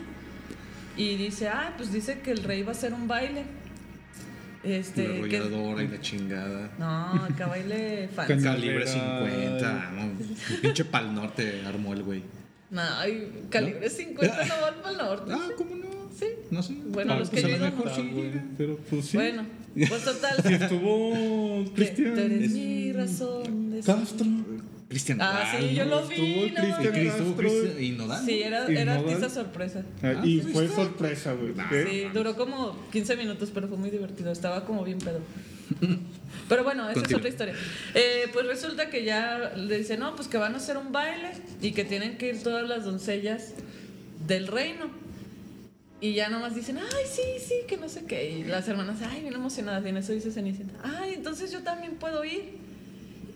D: y dice, ah, pues dice que el rey va a hacer un baile.
E: La
D: Este, que-
E: arrolladora y la chingada.
D: no, acá baile
F: Can-
D: fancy.
E: Calibre 50.
F: Cañonera.
E: no,
F: [laughs]
E: Pinche pal norte armó el güey.
D: No, ay, calibre 50 no va al norte.
E: Ah, ¿cómo no?
D: Sí.
E: No sé.
D: Bueno,
E: Ah,
D: los
E: pues
D: que
E: a lo
D: llegan
E: mejor
D: por
E: sí
F: Ah, güey,
E: llega.
F: Pero pues sí.
D: Bueno, pues total.
F: Y estuvo
D: que Tú eres
F: Cristian
D: mi razón de ser.
F: Castro.
E: Cristian
D: Ah,
E: Nodal,
D: sí, yo
E: ¿no?
D: lo vi.
F: Estuvo
D: No,
E: Y
F: Cristian.
D: mames.
E: Cristo,
F: Castro.
E: Cristo y Nodal.
D: sí, era,
F: ¿Y
D: era
F: Nodal?
D: artista sorpresa.
F: Ah, y
D: pues,
F: fue sorpresa, güey. ¿eh?
D: Sí, duró como 15 minutos, pero fue muy divertido. Estaba como bien pedo. Pero bueno, esa
E: Continúa.
D: es otra historia. Eh, pues resulta que ya le dice, no, pues que van a hacer un baile y que tienen que ir todas las doncellas del reino. Y ya nomás dicen, ay, sí, sí, que no sé qué. Y las hermanas, ay, bien emocionadas. Y en eso dice Cenicienta, ay, entonces yo también puedo ir.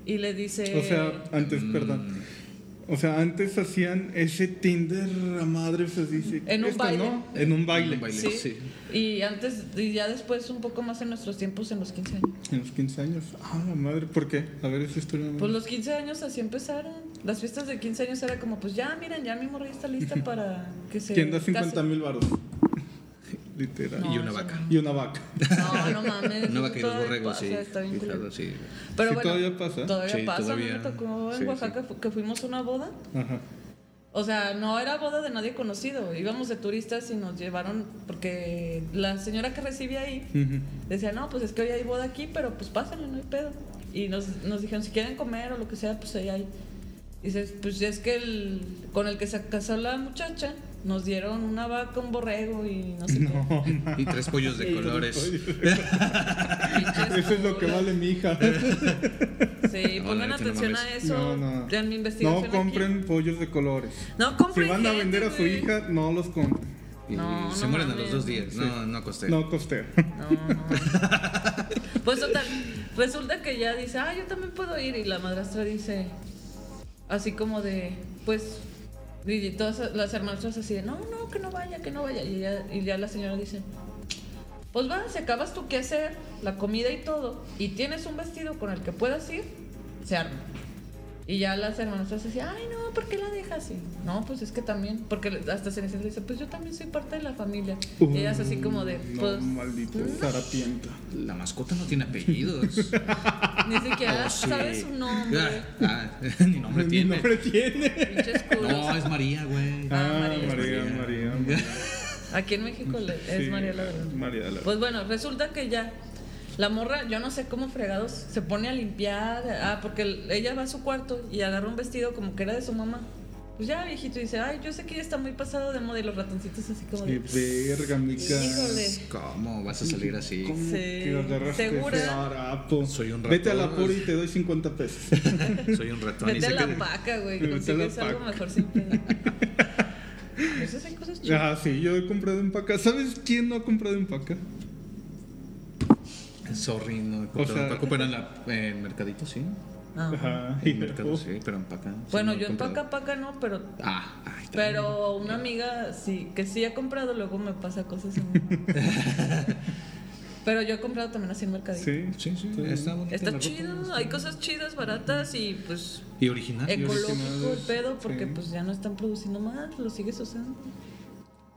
D: Y le dice...
F: O sea, antes,
D: Mm.
F: perdón. O sea, antes hacían ese Tinder a madres, así. sí.
D: En un
F: Esta,
D: baile.
F: ¿no? En un baile.
E: baile.
D: Sí.
E: sí.
D: Y antes, y ya después, un poco más en nuestros tiempos, en los 15 años.
F: En los 15 años. Ah, la madre, ¿por qué? A ver, esa historia. ¿no?
D: Pues los 15 años así empezaron. Las fiestas de 15 años era como, pues ya, miren, ya mi morra ya está
F: [laughs]
D: lista para que se.
F: ¿Quién da
D: case".
F: 50 mil
D: [laughs]
F: baros? Literal.
D: eh, No,
E: Y una
D: eso
E: vaca. [laughs]
F: Y una vaca.
D: No, no mames.
E: No va a caer los
D: todavía
E: borregos,
D: pasa,
E: sí.
D: está bien culero.
E: Fijado, sí.
D: Pero
F: Sí,
D: bueno,
F: todavía pasa.
D: Todavía
E: Sí,
D: pasa. A mí
E: todavía.
D: me tocó en
E: Sí,
D: Oaxaca fu- que fuimos a una boda.
F: Ajá.
D: O sea, no era boda de nadie conocido. Íbamos de turistas y nos llevaron, porque la señora que recibía ahí
F: Ujú.
D: Decía, no, pues es que hoy hay boda aquí, pero pues pásenle, no hay pedo. Y nos, nos dijeron, si quieren comer o lo que sea, pues ahí hay. Y dices, pues es que el, con el que se casó la muchacha, nos dieron una vaca, un borrego y no sé
F: [laughs] No, ma.
E: Y tres pollos
F: [laughs]
E: de
D: Y-
E: colores.
D: qué.
F: Eso es lo que vale mi hija.
D: Sí,
E: No,
D: pongan
E: la neta, no
D: atención a
E: mames.
D: [laughs] eso.
F: No, no.
D: Vean mi
F: No
D: investigación. aquí.
F: compren pollos de colores.
D: No compren.
F: Si van a
D: gente,
F: vender a su
D: güey.
F: hija, no los compren.
E: Y
D: No,
E: se
D: no
E: mueren a
D: mames.
E: los dos días. No, no costé.
F: No costea.
D: No, no. [laughs] Pues total, resulta que ya dice, ah, yo también puedo ir. Y la madrastra dice, así como de, pues, y todas las hermanas así de, no, no, que no vaya, que no vaya. Y ya, y ya la señora dice, pues va, si acabas tu quehacer, la comida y todo, y tienes un vestido con el que puedas ir, se arma. Y ya las hermanastras decían, ay, no, ¿por qué la dejas? Y, no, pues es que también, porque hasta Cenicienta le dice, pues yo también soy parte de la familia. y ella es así como de, pues,
F: [laughs] Mm, No, maldita zarapienta.
G: La mascota no tiene
D: [laughs]
G: apellidos.
E: Oh,
D: ni siquiera
G: Oh, sí.
D: Ah, sabes su nombre.
G: Ah,
E: [laughs]
G: ah, ni nombre
F: Mi
G: tiene.
F: nombre tiene.
D: [laughs] Pinches culos.
G: No, es María, güey.
D: Ah,
F: Ah,
D: María.
F: María,
E: [laughs]
F: María. María.
D: Aquí en México le- es
F: Sí,
D: María la Grande.
F: María la
D: Pues bueno, resulta que ya la morra, yo no sé cómo fregados, se pone a limpiar. Ah, porque el- ella va a su cuarto y agarra un vestido como que era de su mamá. Pues ya viejito y dice, ay, yo sé que ya está muy pasado de moda y los ratoncitos así como
F: Qué
D: de...
F: verga, mica.
D: Híjole.
G: ¿Cómo vas a salir así?
E: [laughs]
F: ¿Cómo
D: Sí.
F: que agarraste
D: ¿Segura?
F: ese harapo?
E: Soy un
F: Vete a la
E: ratón.
F: pori y te doy 50 pesos.
E: Soy un ratón. y
D: Vete a
E: sé
D: la
E: que-
D: paca, güey,
F: [laughs] Vete a la
D: consigues algo
F: paca.
D: mejor sin
F: [laughs]
D: pedo. Esas hay cosas chidas.
F: Ah, sí, yo he comprado en paca. ¿Sabes quién no ha comprado en paca?
E: Sorry, no.
F: O sea-
E: Paco, pero en, la, en Mercadito, sí.
D: Ah.
F: Ajá.
E: En Mercado, sí, pero en Paca. sí,
D: Bueno,
E: no he
D: yo en
E: comprado.
D: paca paca no, pero
E: Ah, ahí está.
D: Pero una amiga sí, que sí ha comprado, luego me pasa cosas. a mí.
F: [laughs]
D: Pero yo he comprado también así en mercadito.
F: Sí.
E: Sí, sí,
F: Está bien.
E: está bonito.
D: Está chido, hay cosas chidas, baratas y pues
E: Y original.
D: ecológico el
F: Ah, originales,
D: pedo porque
F: sí.
D: pues ya no están produciendo más, lo sigues usando.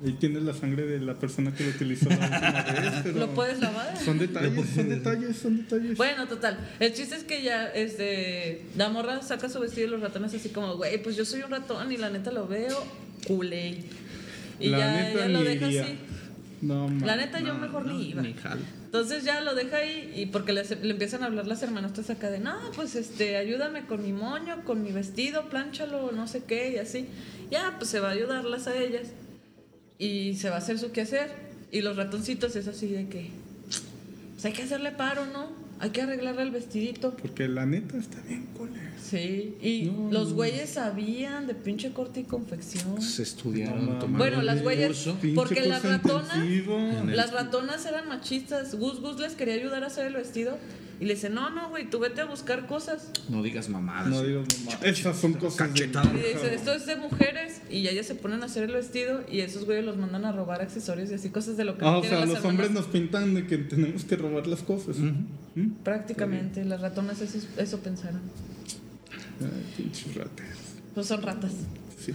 F: Ahí tienes la sangre de la persona que lo utilizó la última
D: [laughs]
F: vez. pero
D: Lo puedes lavar.
F: Son detalles, son detalles, son
D: [laughs]
F: detalles.
D: Bueno, total. El chiste es que ya, este, la morra saca su vestido y los ratones así como, güey, pues yo soy un ratón y la neta lo veo, culé. Y
F: La
D: ya,
F: neta
D: ya lo
F: ni
D: deja
F: iría.
D: así.
F: No, mames.
D: La neta yo mejor ni iba.
E: Ni jalo.
D: Entonces ya lo deja ahí y porque le, hace- le empiezan a hablar las hermanastras acá de, no, pues este, ayúdame con mi moño, con mi vestido, plánchalo, no sé qué, y así. Ya, pues se va a ayudarlas a ellas y se va a hacer su quehacer. Y los ratoncitos es así de que, pues hay que hacerle paro, ¿no? Hay que arreglarle el vestidito.
F: Porque la neta está bien culera.
D: Sí, y
F: No,
D: los
F: no.
D: güeyes sabían de pinche corte y confección.
G: Se
F: No,
G: estudiaron,
F: mames.
G: tomaron.
D: Bueno, las
G: un
D: güeyes-
G: curso.
F: Pinche
D: Porque la
F: curso
D: ratona-
F: intensivo.
D: Las ratonas eran machistas. Gus Gus les quería ayudar a hacer el vestido. Y le dice, no, no, güey, tú vete a buscar cosas.
G: No digas mamadas.
F: Ah, No digo mamá. Esas son cosas. de-
G: Cachetada.
D: Y dice, esto es de mujeres. Y ya ellas se ponen a hacer el vestido. Y esos güeyes los mandan a robar accesorios y así cosas de lo que
F: Ah,
D: no
F: o
D: tienen
F: sea,
D: las
F: los hombres
D: hermanas.
F: nos pintan de que tenemos que robar las cosas. ¿Mm?
D: Prácticamente, las ratonas eso, eso pensaron.
F: Ay, pinches ratas.
D: Pues son ratas.
F: Sí.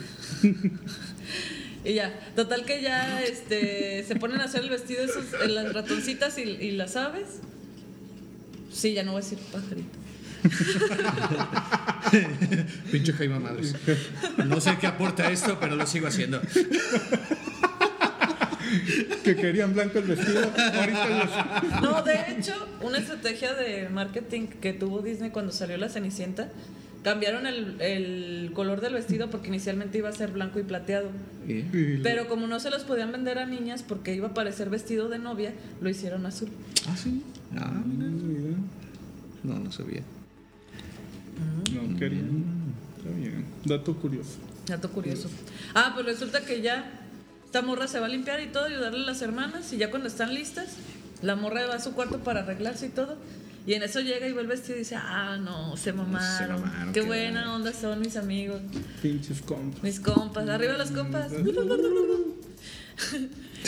D: Y ya, total que ya este, se ponen a hacer el vestido esos, eh, las ratoncitas y, y las aves. Sí, ya no voy a decir pajarito.
E: Pinche Jaime Madres. No sé qué aporta esto, pero lo sigo haciendo.
F: Que querían blanco el vestido. Ahorita
D: No, de hecho, una estrategia de marketing que tuvo Disney cuando salió la Cenicienta, cambiaron el, el color del vestido porque inicialmente iba a ser blanco y plateado.
F: los- y la-
D: Pero como no se los podían vender a niñas porque iba a parecer vestido de novia, lo hicieron azul.
G: Ah, sí. Ah, mira.
F: Mira,
G: No, no sabía.
F: No querían. Está bien. Dato curioso.
D: Dato curioso. Ah, pues resulta que ya esta morra se va a limpiar y todo, ayudarle a las hermanas. Y ya cuando están listas, la morra va a su cuarto para arreglarse y todo. Y en eso llega y ve el vestido y dice, ah, no, se mamaron.
G: mamaron,
D: qué
G: qué
D: buena
G: bueno".
D: onda son mis amigos,
F: Pinches compas.
D: mis compas. Arriba los
F: [laughs]
D: compas.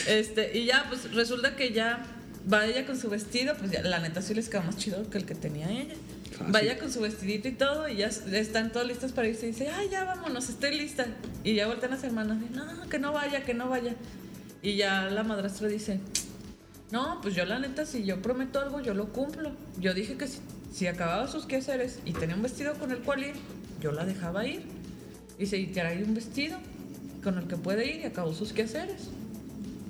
D: este, y ya, pues resulta que ya va ella con su vestido, pues ya, la neta sí les queda más chido que el que tenía ella.
G: Fácil.
D: Vaya con su vestidito y todo, y ya están todas listas para irse. Y dice, ay, ya vámonos, estoy lista. Y ya voltean las hermanas, y, no, que no vaya, que no vaya. Y ya la madrastra dice, no, pues yo la neta, si yo prometo algo, yo lo cumplo. Yo dije que si, si acababa sus quehaceres y tenía un vestido con el cual ir, yo la dejaba ir. Y se y trae un vestido con el que puede ir y acabó sus quehaceres.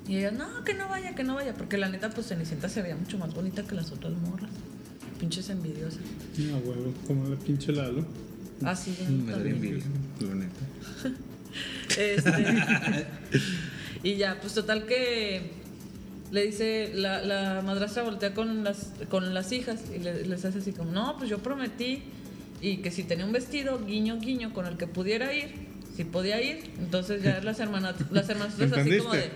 D: Y ella, no, que no vaya, que no vaya, porque la neta, pues Cenicienta se veía mucho más bonita que las otras morras. Pinches envidiosas.
F: No, huevo, como la pinche Lalo.
G: [laughs]
D: Así de
G: Me daría
D: también.
G: envidia, la neta. [laughs]
D: Este, y ya, pues total que le dice, la, la madrastra voltea con las, con las hijas y le- les hace así como, no, pues yo prometí y que si tenía un vestido, guiño, guiño, con el que pudiera ir, si podía ir, entonces
G: [laughs]
D: ya las hermanas, las hermanas así como de...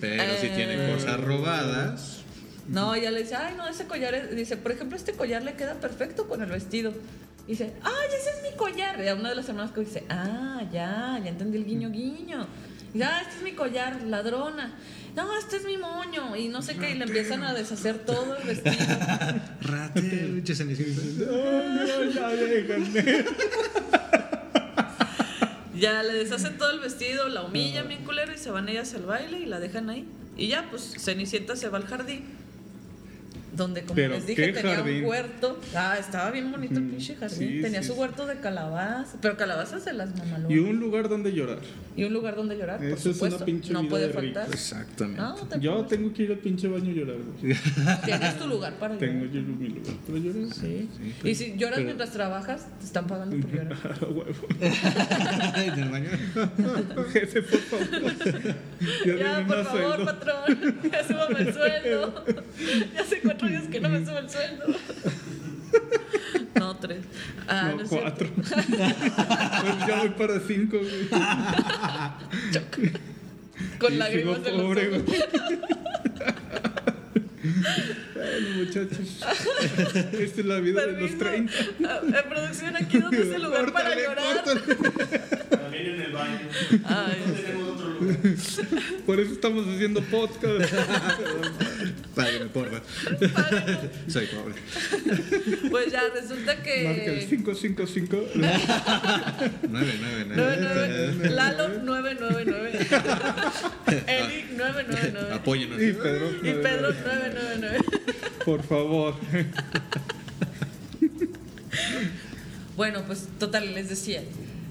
E: Pero si tiene
G: Eh.
E: cosas robadas.
D: No, ella le dice, ay, no, ese collar, es-". dice, por ejemplo, este collar le queda perfecto con el vestido. Y dice, ay, ese es mi collar. Y a una de las hermanas que dice, ah, ya, ya entendí el guiño, guiño. Y dice, ah, este es mi collar, ladrona. No, este es mi moño. Y no sé qué, y le empiezan a deshacer todo el vestido.
E: Ratero, pinche Cenicienta.
F: No, no, ya déjenme.
D: Ya le deshacen todo el vestido, la humillan bien culero y se van ellas al baile y la dejan ahí. Y ya, pues Cenicienta se va al jardín. Donde, como
F: ¿Pero
D: les dije,
F: qué
D: tenía
F: jardín?
D: un huerto. Ah, estaba bien bonito el pinche jardín.
F: sí,
D: tenía
F: sí,
D: su
F: sí.
D: huerto de calabaza, pero calabazas de las mamalonas.
F: Y un lugar donde llorar.
D: Y un lugar donde llorar, por
F: Eso es una
D: supuesto.
F: pinche
D: no
F: vida
D: puede
F: de
D: faltar.
G: Exactamente.
D: No, te
F: Yo
D: preocupes.
F: tengo que ir al pinche baño a llorar. güey.
D: Tienes tu lugar para
F: Tengo pues,
D: llorar.
F: yo mi lugar para llorar.
D: Sí. y si lloras mientras trabajas, te están pagando por
F: [laughs]
D: llorar.
F: Ah, huevo.
E: Ah.
G: [laughs] En el baño.
F: Jefe,
D: [laughs]
F: por favor. Ya,
D: Ya,
F: denme
D: por
F: más
D: favor,
F: sueldo.
D: patrón, [laughs] ya súbame
F: [laughs]
D: el sueldo. Ya hace cuatro días que no me sube el sueldo. No, tres. Ah,
F: No,
D: no, es cierto.
F: cuatro. [laughs] Pues ya voy para cinco, güey.
D: Con
F: Y sigo
D: lágrimas de los
F: pobre,
D: ojos.
F: güey. Bueno, muchachos. Esta es la vida de los
D: Permiso.
F: 30.
D: Ah, En producción, aquí donde es el lugar para
F: Córtale,
D: llorar.
F: córtale.
H: También en el baño.
D: Ay,
H: Tenemos otro lugar.
F: Por eso estamos haciendo podcast.
G: Págame, porfa.
D: padre.
G: Soy pobre.
D: Pues ya, resulta
F: Marca el
D: que.
F: 555.
G: Nueve, nueve, nueve.
D: 999.
F: [laughs]
D: Lalo [laughs] 999. Eric
E: [laughs]
D: 999.
G: Apóyenos.
F: Y Pedro.
D: Y Pedro 999.
F: Por favor.
D: Bueno, pues total, les decía.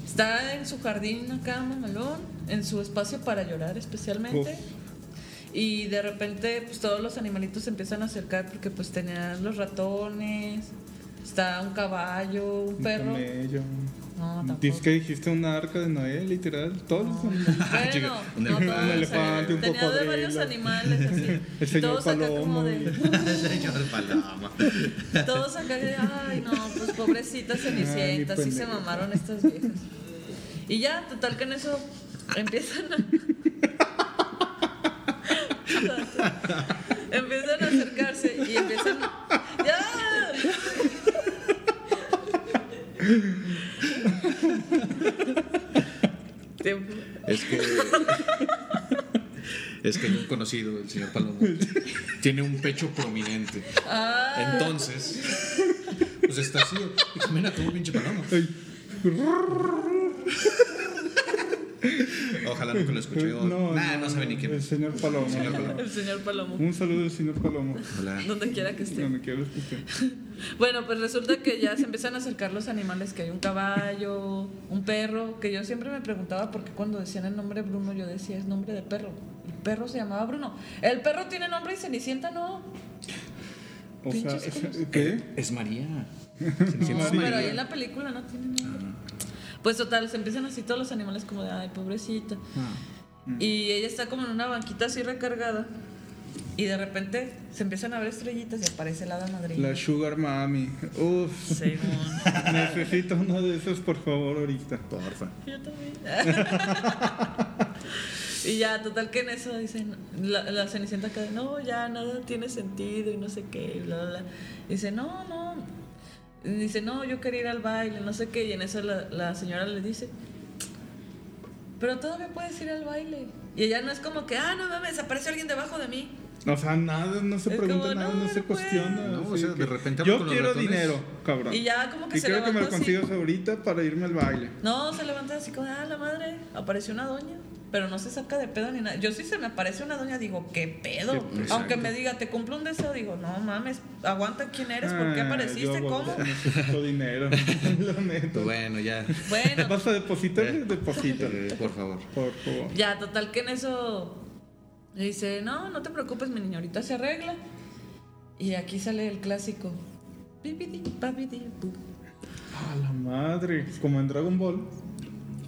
D: Está en su jardín acá, mamalón, en su espacio para llorar especialmente.
F: Uf.
D: Y de repente, pues todos los animalitos se empiezan a acercar porque pues tenían los ratones, está un caballo, un perro.
F: Camello.
D: No, tampoco.
F: Dices que dijiste una arca de Noé, literal. Todos los animales.
D: [laughs] Bueno,
G: Chica, un
D: no,
G: elefante.
D: todos,
F: Un elefante, un
D: tenía de
F: cocodrilo.
D: varios animales así.
F: El señor
D: todos acá como [laughs]
F: Palomo.
D: de,
G: Señor Paloma.
D: todos acá de, ay no, pues pobrecita Cenicienta,
F: Ay,
D: así se
F: pendejo.
D: mamaron estas viejas. Y ya, total que en eso empiezan a [laughs] empiezan a acercarse y empiezan ya Tiempo. [laughs]
G: Es que. Es que hay un conocido, el señor Paloma. Tiene un pecho prominente.
D: Ah.
G: Entonces. Pues está así. Y mira como un pinche paloma. Ojalá nunca lo escuché. o- nah, no, sabe ni quién
F: El
G: es.
F: señor Palomo.
G: Señor Palomo.
D: el señor Palomo
F: Un saludo del señor Palomo.
G: Hola.
D: donde quiera que esté
F: No me quiero escuchar.
D: Bueno, pues resulta que ya se empiezan a acercar los animales, que hay un caballo, un perro, que yo siempre me preguntaba por qué cuando decían el nombre Bruno yo decía es nombre de perro. El perro se llamaba Bruno. El perro tiene nombre y Cenicienta no.
F: O sea,
D: Pinches
F: es- ¿qué?
G: Es María.
D: No, pero ahí en la película no tiene nombre. Pues total, se empiezan así todos los animales como de, ay, pobrecita. Y ella está como en una banquita así recargada. Y de repente se empiezan a ver estrellitas y aparece la hada madrina.
F: La Sugar Mami. Uf.
D: Según.
F: Necesito uno de esos, por favor, ahorita.
G: Porfa.
D: [laughs] Yo también. y ya, total que en eso dicen, la, la Cenicienta acá, de, no, ya nada tiene sentido y no sé qué, y bla, bla, bla. Dice, no, no. Dice, no, yo quería ir al baile, no sé qué. Y en eso la, la señora le dice, pero todavía puedes ir al baile. Y ella no es como que, ah, no mames, apareció alguien debajo de mí.
F: O sea, nada, no se
D: Es
F: pregunta
D: como,
F: nada, no,
D: no,
F: se
D: no
F: cuestiona.
G: puedo. No,
F: así
G: o sea,
F: que,
G: de repente hablo
F: Yo
G: con los
F: quiero
G: ratones".
F: dinero, cabrón.
D: Y ya como que
F: Y
D: se
F: quiero que me lo
D: levanta así.
F: consigas ahorita para irme al baile.
D: No, se levanta así como, ah, la madre, apareció una doña. Pero no se saca de pedo ni nada. Yo sí se me aparece una doña, digo, ¿qué pedo?
F: Qué pedo.
D: Aunque me diga, te cumplo un deseo, digo, no mames, aguanta quién eres, por qué
F: Ah,
D: apareciste,
F: yo,
D: cómo.
F: Necesito dinero. [laughs] la neta.
G: Bueno, ya.
F: [laughs]
D: Bueno,
F: ¿Vas a depositar?
G: Eh.
F: Deposita.
G: Eh, por favor.
F: Por favor.
D: ya, total que en eso le dice, no, no te preocupes, mi niña, ahorita se arregla. Y aquí sale el clásico. "Bibidi, babidi, bu".
F: A la madre. Como en Dragon Ball.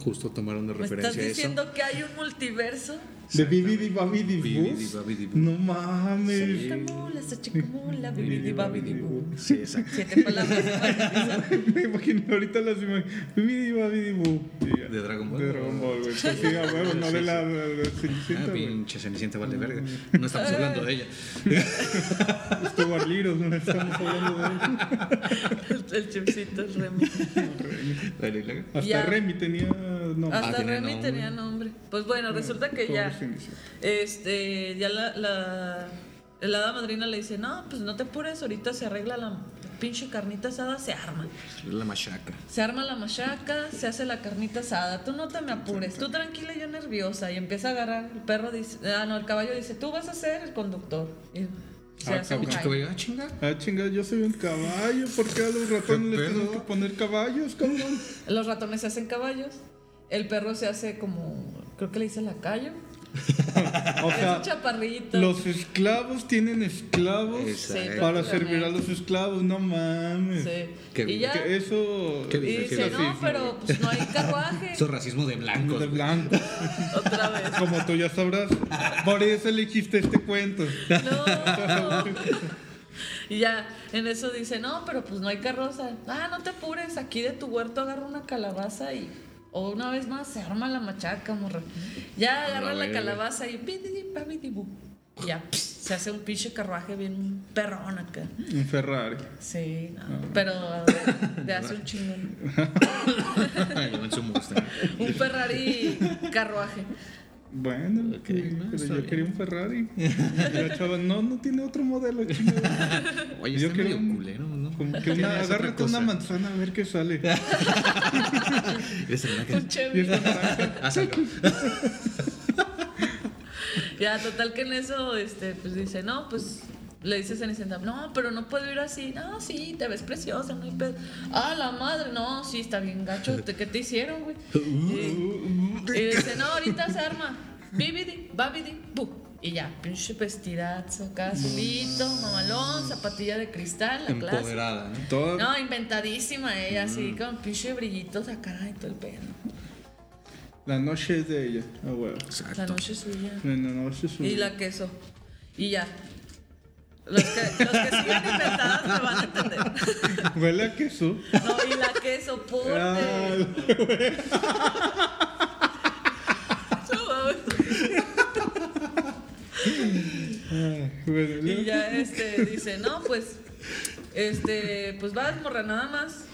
G: Justo tomaron de
D: ¿Me
G: referencia
D: estás
G: eso.
D: diciendo que hay un multiverso?
F: De Bibidi Babidi
G: Bibidi
F: Bus.
G: babidi bu.
F: No mames.
D: Chicamula, chicamula, bibidi, babidi, bu.
G: Sí, exacto.
D: Siete palabras.
F: [laughs] Me imagino ahorita las imágenes. Bibidi Babidi Bu. Y ya.
G: De Dragon Ball.
F: De Dragon Ball, güey. Pues sí, a huevo, no de la de la Cenicienta,
G: Ah,
F: güey.
G: pinche Cenicienta vale verga. No estamos hablando de ella.
F: Estuvo al Liro, no estamos hablando de él.
G: [laughs]
D: El- [laughs] El chipsito es Remy.
G: Vale, verga.
F: Hasta
D: Ya. Ah.
F: Remy tenía. No,
D: Hasta
G: tenía
D: Remy
G: nombre.
D: tenía nombre. Pues bueno, resulta que
F: pobre
D: ya.
F: Cenicienta.
D: Este, ya la, la, la hada madrina le dice, no, pues no te apures, ahorita se arregla la, pinche carnita asada se arma.
G: La machaca.
D: Se arma la machaca, se hace la carnita asada. Tú no te me apures, tú tranquila y yo nerviosa. Y empieza a agarrar. El perro dice, ah, no, el caballo dice, tú vas a ser el conductor. Y se
F: Ah,
D: hace un
F: cabrón.
D: high.
G: Caballo, ah, chinga.
F: Ah, chingada, yo soy un caballo. ¿Por qué a los ratones
G: ¿Qué
F: les tengo
G: pedo?
F: que poner caballos,
G: [laughs]
F: cabrón?
D: Los ratones se hacen caballos. El perro se hace como, creo que le dice lacayo.
F: O
D: es
F: sea,
D: un chaparrillito.
F: los esclavos tienen esclavos
G: Exacto.
F: para servir a los esclavos. No mames.
D: Sí.
G: Qué
D: y
G: bien.
D: ya.
F: Que Eso
G: Qué
D: Y
G: bien.
D: dice,
F: racismo,
D: no, pero pues no hay carruaje.
G: Eso es racismo de blancos.
F: de
G: güey.
F: blanco,
D: Otra vez.
F: como tú ya sabrás. Por eso elegiste este cuento. [laughs]
D: No. Y ya, en eso dice, no, pero pues no hay carroza. Ah, no te apures, aquí de tu huerto agarra una calabaza y... O una vez más se arma la machaca, morra. Ya agarra la
G: verga.
D: calabaza y... pididi, pabidi, bu. Y ya, pss, se hace un pinche carruaje bien perrón acá.
F: Un Ferrari.
D: Sí, no, pero a ver, de hace un chingón.
G: [laughs] Llévense un Mustang.
D: Un Ferrari carruaje.
F: Bueno,
G: Ok,
F: sí,
G: no,
F: pero
G: está
F: yo
G: bien.
F: quería un Ferrari. Y la chava, no, no tiene otro modelo, chingada.
G: Oye,
F: Yo
G: está
F: quería
G: medio
F: un-
G: culero, ¿no?
F: Como que una,
G: Tenías otra
F: agárrate una
G: cosa.
F: manzana a ver qué
G: [laughs]
F: sale.
G: Eres el blanco.
D: Un
F: Y
D: Chevy.
F: esta naranja,
G: [laughs] Ah, salió.
D: [laughs] Ya, total que en eso, este, pues dice, no, pues le dice Cenicienta, no, pero no puedo ir así. No, sí, te ves preciosa, no hay pedo. Ah, la madre, no, sí, está bien gacho. ¿te- ¿Qué te hicieron, güey? Y, y dice, no, ahorita se arma. Bibidi, babidi, bu. Y ya, pinche vestidazo, acá, solito, mamalón, zapatilla de cristal, la clase.
G: Empoderada, ¿no?
F: toda-
D: No, inventadísima ella, así, con pinche brillitos acá y todo el pedo.
F: La noche es de ella. Ah, bueno.
D: La
G: Exacto.
D: noche suya.
F: La noche es
D: Y
F: [laughs] suya.
D: la queso. Y ya. Los que, los que siguen inventadas me van a entender.
F: Huele a queso.
D: No, y la queso,
F: Ah,
D: porte. No mames.
F: bueno,
D: Y
F: luego-
D: ya este dice, no, pues, este, pues vas, morra, nada más.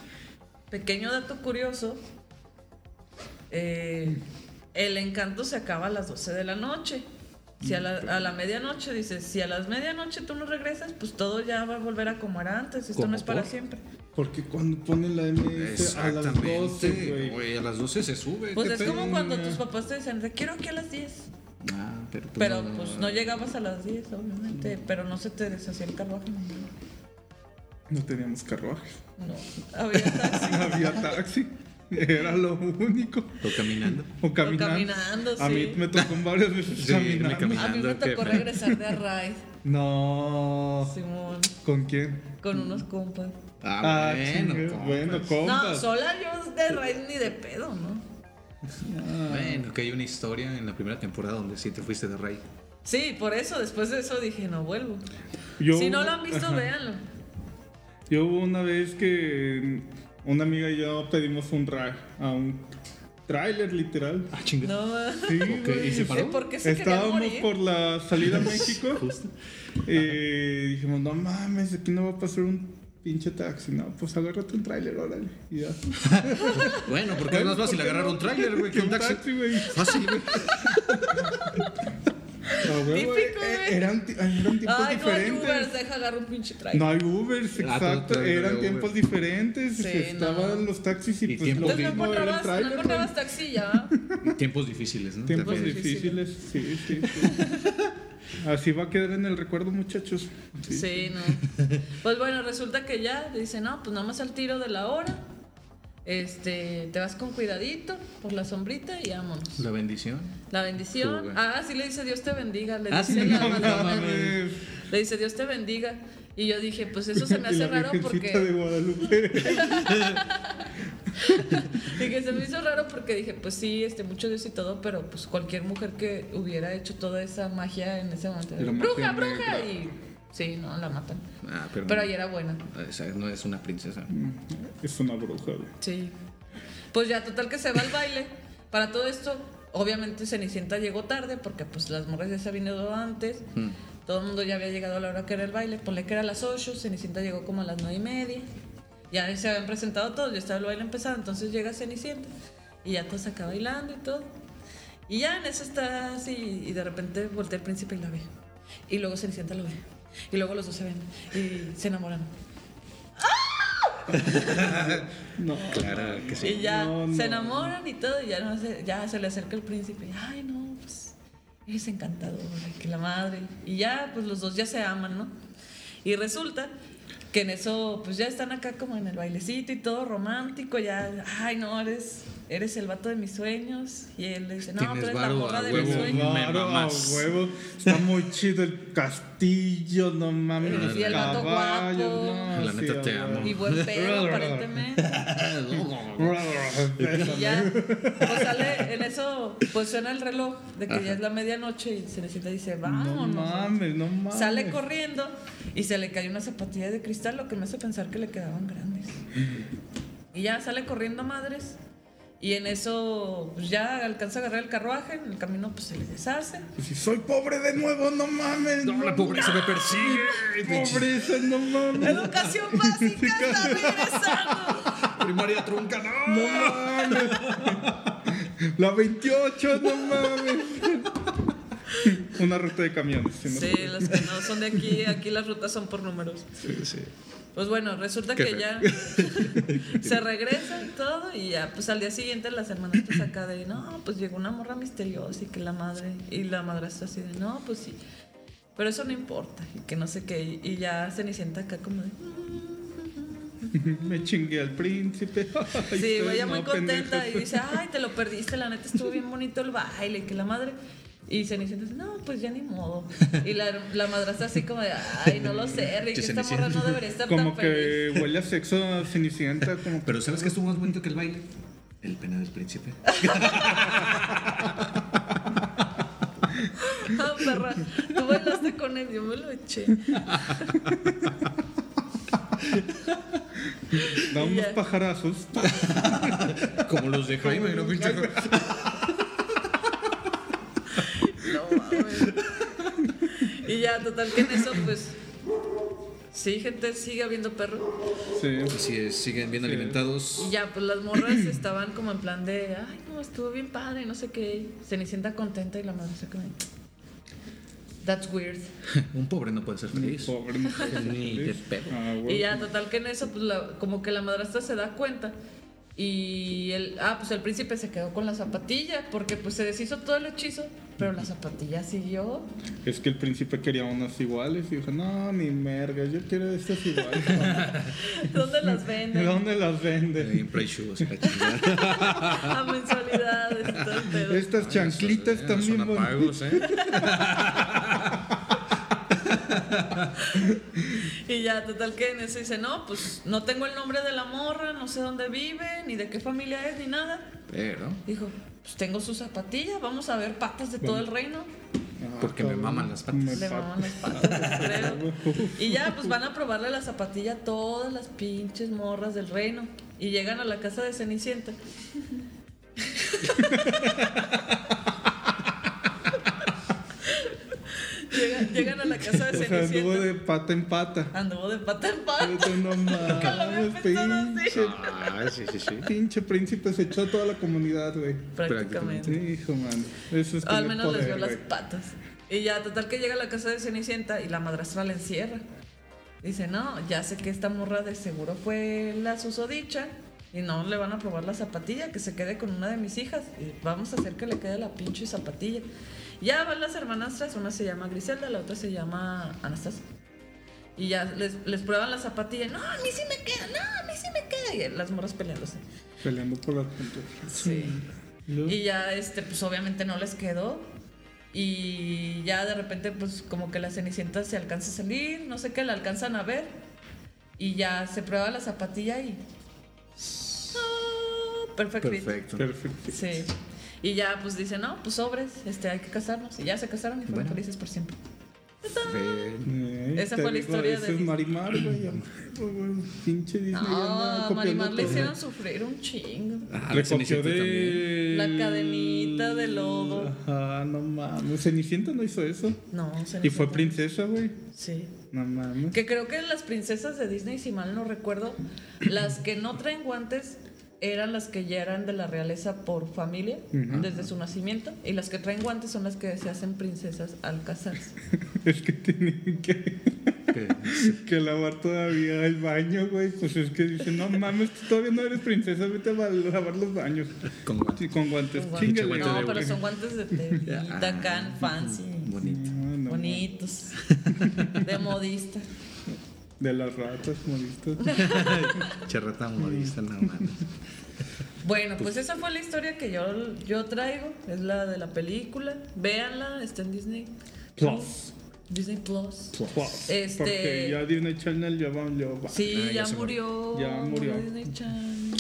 D: Pequeño dato curioso. eh, el encanto se acaba a las 12 de la noche. Si a la, a la medianoche dices, si a las medianoche tú no regresas, pues todo ya va a volver a como era antes. Esto
G: ¿Cómo
D: no es para
G: por?
D: siempre.
F: Porque cuando ponen la MS a las 12,
G: Exactamente.
F: güey.
G: Güey, a las 12 se sube.
D: Pues
G: ¿qué
D: es
G: pedo?
D: como cuando tus papás te dicen, te quiero aquí a las 10.
G: Ah, pero pues,
D: Pero pues no llegabas a las 10, obviamente.
F: Mm.
D: Pero no se te deshacía el carruaje. No,
F: No teníamos carruaje.
D: No, había taxi.
F: [laughs] Había taxi. Era lo único.
G: O caminando.
F: O caminando.
D: caminando,
F: A mí
D: sí.
F: me tocó varias veces
G: Sí, irme
F: caminando.
G: caminando.
D: A mí me
G: Ando, qué
D: tocó
G: feo.
D: regresar de Array,
F: [laughs] No.
D: Simón,
F: ¿Con quién?
D: con unos compas.
G: Ah,
F: chinga,
G: bueno. compas.
F: bueno,
D: No,
F: compas.
D: sola yo de Array ni de pedo, ¿no?
G: Bueno, que hay una historia en la primera temporada donde sí te fuiste de rey.
D: Sí, por eso, después de eso dije, no vuelvo.
F: Yo-
D: Si no lo han visto,
F: Ajá.
D: véanlo.
F: Yo hubo una vez que una amiga y yo pedimos un ra a un tráiler literal.
G: Ah, chinga.
D: No,
F: Sí,
G: Ok,
F: güey.
G: ¿y se
D: ¿eh?
G: paró?
D: ¿por qué se querían
F: Estábamos
D: morir?
F: por la salida a México.
G: [laughs]
F: Eh, dijimos, no mames, aquí no va a pasar un pinche taxi. No, pues agárrate un tráiler, órale. Y ya.
G: Bueno, porque es más fácil agarrar un tráiler, güey, que un taxi.
F: güey.
G: Fácil, güey.
F: No, güey, güey.
D: Típico,
F: Eh,
D: güey.
F: Eran, ti- eran tiempos
D: Ay, no hay
F: diferentes.
D: Uber, deja agarrar un pinche trailer.
F: no hay Ubers,
G: Ah,
F: exacto.
G: todo todavía
F: eran
G: había
F: tiempos
G: Ubers.
F: diferentes.
D: Sí,
F: estaban
D: no.
F: los taxis y,
G: Y
F: pues
G: tiempos
F: lo
D: Entonces no
F: mismo era el
D: encontrabas, no
F: tráiler. güey.
D: encontrabas taxi ya.
G: Tiempos difíciles, ¿no?
F: Tiempos
G: También.
F: difíciles, sí,
D: [laughs]
F: sí, sí. Así va a quedar en el recuerdo, muchachos. Sí.
D: Sí,
F: [laughs]
D: no. Pues bueno, resulta que ya dice, no, pues nada más al tiro de la hora. Este, te vas con cuidadito por la sombrita y vámonos.
G: La bendición.
D: La bendición.
G: Fuga.
D: Ah, sí le dice Dios te bendiga. Le
G: Ah,
D: dice
G: sí,
D: la
G: no
D: Madonna.
F: [laughs]
G: mames.
D: Le dice Dios te bendiga. Y yo dije, pues eso se me
F: Y
D: hace
F: la
D: raro
F: Virgencita
D: porque.
F: de Guadalupe. [laughs]
D: Dije, se me hizo raro porque dije, pues sí, este, mucho Dios y todo, pero pues cualquier mujer que hubiera hecho toda esa magia en ese momento.
F: Era magia
D: Bruja, bruja.
F: negra.
D: Y sí, no, la matan.
G: Ah, pero.
D: Pero ahí era buena.
G: Esa no es una princesa.
F: es una bruja, güey.
D: Sí. Pues ya, total que se va al baile. Para todo esto, obviamente Cenicienta llegó tarde porque pues las morras ya se habían ido antes. Todo el mundo ya había llegado a la hora que era el baile. Ponle que era a las 8, Cenicienta llegó como a las 9 y media. Ya se habían presentado todos, ya estaba el baile empezado. Entonces llega Cenicienta y ya todos acá bailando y todo. Y ya en eso está así y de repente voltea el príncipe y la ve. Y luego Cenicienta lo ve. Y luego los dos se ven y se enamoran.
F: No.
G: Clara, que sí.
D: Y ya
F: No, no.
D: se enamoran y todo, y ya, no se, ya se le acerca el príncipe. y, Ay, no, pues eres encantadora, que la madre. Y ya, pues los dos ya se aman, ¿no? Y resulta que en eso, pues ya están acá como en el bailecito y todo romántico, ya, ay, no, eres, eres el vato de mis sueños. Y él le dice, no, tú
G: Tienes
D: eres la
G: varo a
D: morra de
G: huevo,
D: mis sueños.
G: Me
F: Claro, a
G: mamás.
F: huevo. Está muy chido el castillo, no mames.
D: Y
F: los
D: el gato
F: caballos,
D: guapo.
F: no,
G: La neta,
F: sí,
G: te
F: a
G: amo.
D: Y
G: [laughs]
D: buen
F: [laughs]
D: pedo, aparentemente.
F: huevo.
D: Y ya, pues sale en eso, pues suena el reloj de que ya es la medianoche y se le sienta y dice,
F: No
D: vámonos.
F: mames, no mames.
D: Sale corriendo y se le cayó una zapatilla de cristal, lo que me hace pensar que le quedaban grandes. Y ya sale corriendo a madres. Y en eso pues, ya alcanza a agarrar el carruaje, en el camino pues se le deshace.
F: Si soy pobre de nuevo, no mames.
G: No, la pobreza me persigue.
F: Pobreza, no mames.
D: Educación básica está regresando.
G: Primaria trunca, no.
F: No mames. La 28, no mames. Una ruta de camiones. si no
D: Sí,
F: sé.
D: las que no son de aquí, aquí las rutas son por números. Pues bueno, resulta que ya se regresa y todo y ya, pues al día siguiente las hermanas pues acá de, no, pues llegó una morra misteriosa y que la madre, y la madrastra así de, no, pues sí, pero eso no importa y que no sé qué, y, y ya Cenicienta acá como de... "Mm,
F: Me chingué al príncipe. [laughs] Ay,
D: Sí,
F: ustedes
D: güey, ya
F: no,
D: muy contenta y
F: pendejos.
D: dice, ay, te lo perdiste, la neta estuvo bien bonito el baile, y que la madre... Y Cenicienta dice, no, pues ya ni modo. Y la, la madrastra así como de, ay, no lo sé, Rick,
G: Che,
D: esta morra
G: Cenicienta.
D: no debería estar
F: Como
D: tan feliz.
F: que huele a sexo a cenicienta. Como que-
G: [laughs] Pero ¿sabes qué estuvo más bonito que el baile? El pena del príncipe.
D: [laughs] Ah, perra, tú bailaste con él, yo me lo eché.
F: da unos
D: ya.
F: pajarazos.
G: Como los de Jaime, ¿no? pinche?
D: No mames. Y ya, total que en eso, pues. Sí, gente, sigue habiendo perro.
F: Sí.
G: Así es, siguen bien
D: Y
G: alimentados.
D: ya, pues las morras [clears throat] estaban como en plan de, ay, no, estuvo bien padre, no sé qué. Cenicienta contenta y la madre se come. That's weird.
G: Un pobre no puede ser feliz.
F: Pobre mujer.
G: Ni de pedo.
F: Ah, güey.
D: Y ya, total que en eso, pues la- como que la madrastra se da cuenta. Y el, ah, pues el príncipe se quedó con la zapatilla, porque pues se deshizo todo el hechizo, pero la zapatilla siguió. [laughs]
F: Es que el príncipe quería unas iguales y dijo, no, ni merga, yo quiero estas
D: [laughs]
F: iguales.
D: ¿Dónde las
F: ¿De
D: venden?
F: dónde las vende?
G: Bien prechudos,
D: [laughs]
G: la chingada.
D: A mensualidades y todo el pedo.
F: Estas chanclitas
G: Son-
F: también
G: Son
F: bonitas.
G: apagos, ¿eh?
D: Y ya, total que en eso dice, no, pues no tengo el nombre de la morra, no sé dónde vive, ni de qué familia es, ni nada.
G: Pero.
D: Dijo, pues tengo su zapatilla, vamos a ver patas de todo el reino.
G: Porque me maman las patas.
F: Ah, Me
D: Le
F: pa-
D: maman las patas, creo. Y ya, pues van a probarle la zapatilla a todas las pinches morras del reino. Y llegan a la casa de Cenicienta. [laughs] llegan, llegan a la casa de
F: O sea,
D: Cenicienta.
F: anduvo de pata en
D: [laughs]
F: pata.
D: Anduvo de pata en pata.
F: Vete, No
D: lo había
F: mames,
D: pensado así.
F: pinche,
G: Ah, sí, sí, sí.
F: pinche príncipe se echó a toda la comunidad, güey.
D: Prácticamente.
F: Hijo, man. Eso es
D: O al
F: tener
D: menos les
F: poder,
D: vio las
F: güey.
D: patas. Y ya, total que llega a la casa de Cenicienta y la madrastra la encierra. Dice, no, ya sé que esta morra de seguro fue la susodicha y no le van a probar la zapatilla, que se quede con una de mis hijas. Y vamos a hacer que le quede la pinche zapatilla. Ya van las hermanastras, una se llama Griselda, la otra se llama Anastasia. Y ya les, les prueban la zapatilla. No, a mí sí me queda, no, a mí sí me queda. Y las morras peleándose.
F: Peleando por las puntas.
D: Sí.
F: Luego,
D: Y ya, este, pues obviamente no les quedó. Y ya de repente, pues como que la cenicienta se alcanza a salir, no sé qué, la alcanzan a ver. Y ya se prueba la zapatilla y. Ah, perfect fit.
G: Perfecto.
F: Perfecto.
D: Sí. Y ya, pues dice, no, pues sobres, este, hay que casarnos. Y ya se casaron y fueron
G: Bueno.
D: felices por siempre.
G: Ven.
F: Eh,
D: Esa
F: te
D: fue la
F: digo,
D: historia
F: ese
D: de
F: es
D: Disney.
F: Marimar, güey. amor, güey, Pinche Disney. anda
D: No,
F: copiando
D: Ah, Marimar le
F: todo.
D: hicieron sufrir un chingo.
G: Ah,
F: Le
G: la Cenicienta
F: copió
G: también.
F: de...
D: La cadenita de lodo.
F: Ajá, no mames. Cenicienta no hizo eso.
D: No, Cenicienta.
F: Y fue princesa, güey.
D: Sí.
F: No [laughs] mames.
D: Que creo que las princesas de Disney, si mal no recuerdo, las que no traen guantes eran las que ya eran de la realeza por familia desde su nacimiento y las que traen guantes son las que se hacen princesas al casarse.
F: Es que tienen que...
G: que-
F: [laughs] Que lavar todavía el baño, güey. Pues es que dice, no mames, tú todavía no eres princesa, vete a lavar los baños.
G: Con
F: Sí, con guantes.
D: Guantes.
F: Chingue,
G: guante
D: No,
G: de
D: pero
G: hule.
D: son guantes de telita, can, fancy.
G: Bonito.
F: No, no,
D: Bonitos. De modista.
F: De las ratas,
D: [laughs]
F: moristas.
G: Charreta modista, no mames.
D: Bueno, pues esa fue la historia que yo, yo traigo. Es la de la película. Véanla, está en Disney.
F: Plus.
D: Disney Plus.
F: Plus.
D: Este-
F: Porque ya Disney Channel ya va, ya va.
D: Sí,
G: Ah, ya Ah.
D: ya,
G: se
D: murió.
F: Ya murió.
D: Disney Channel.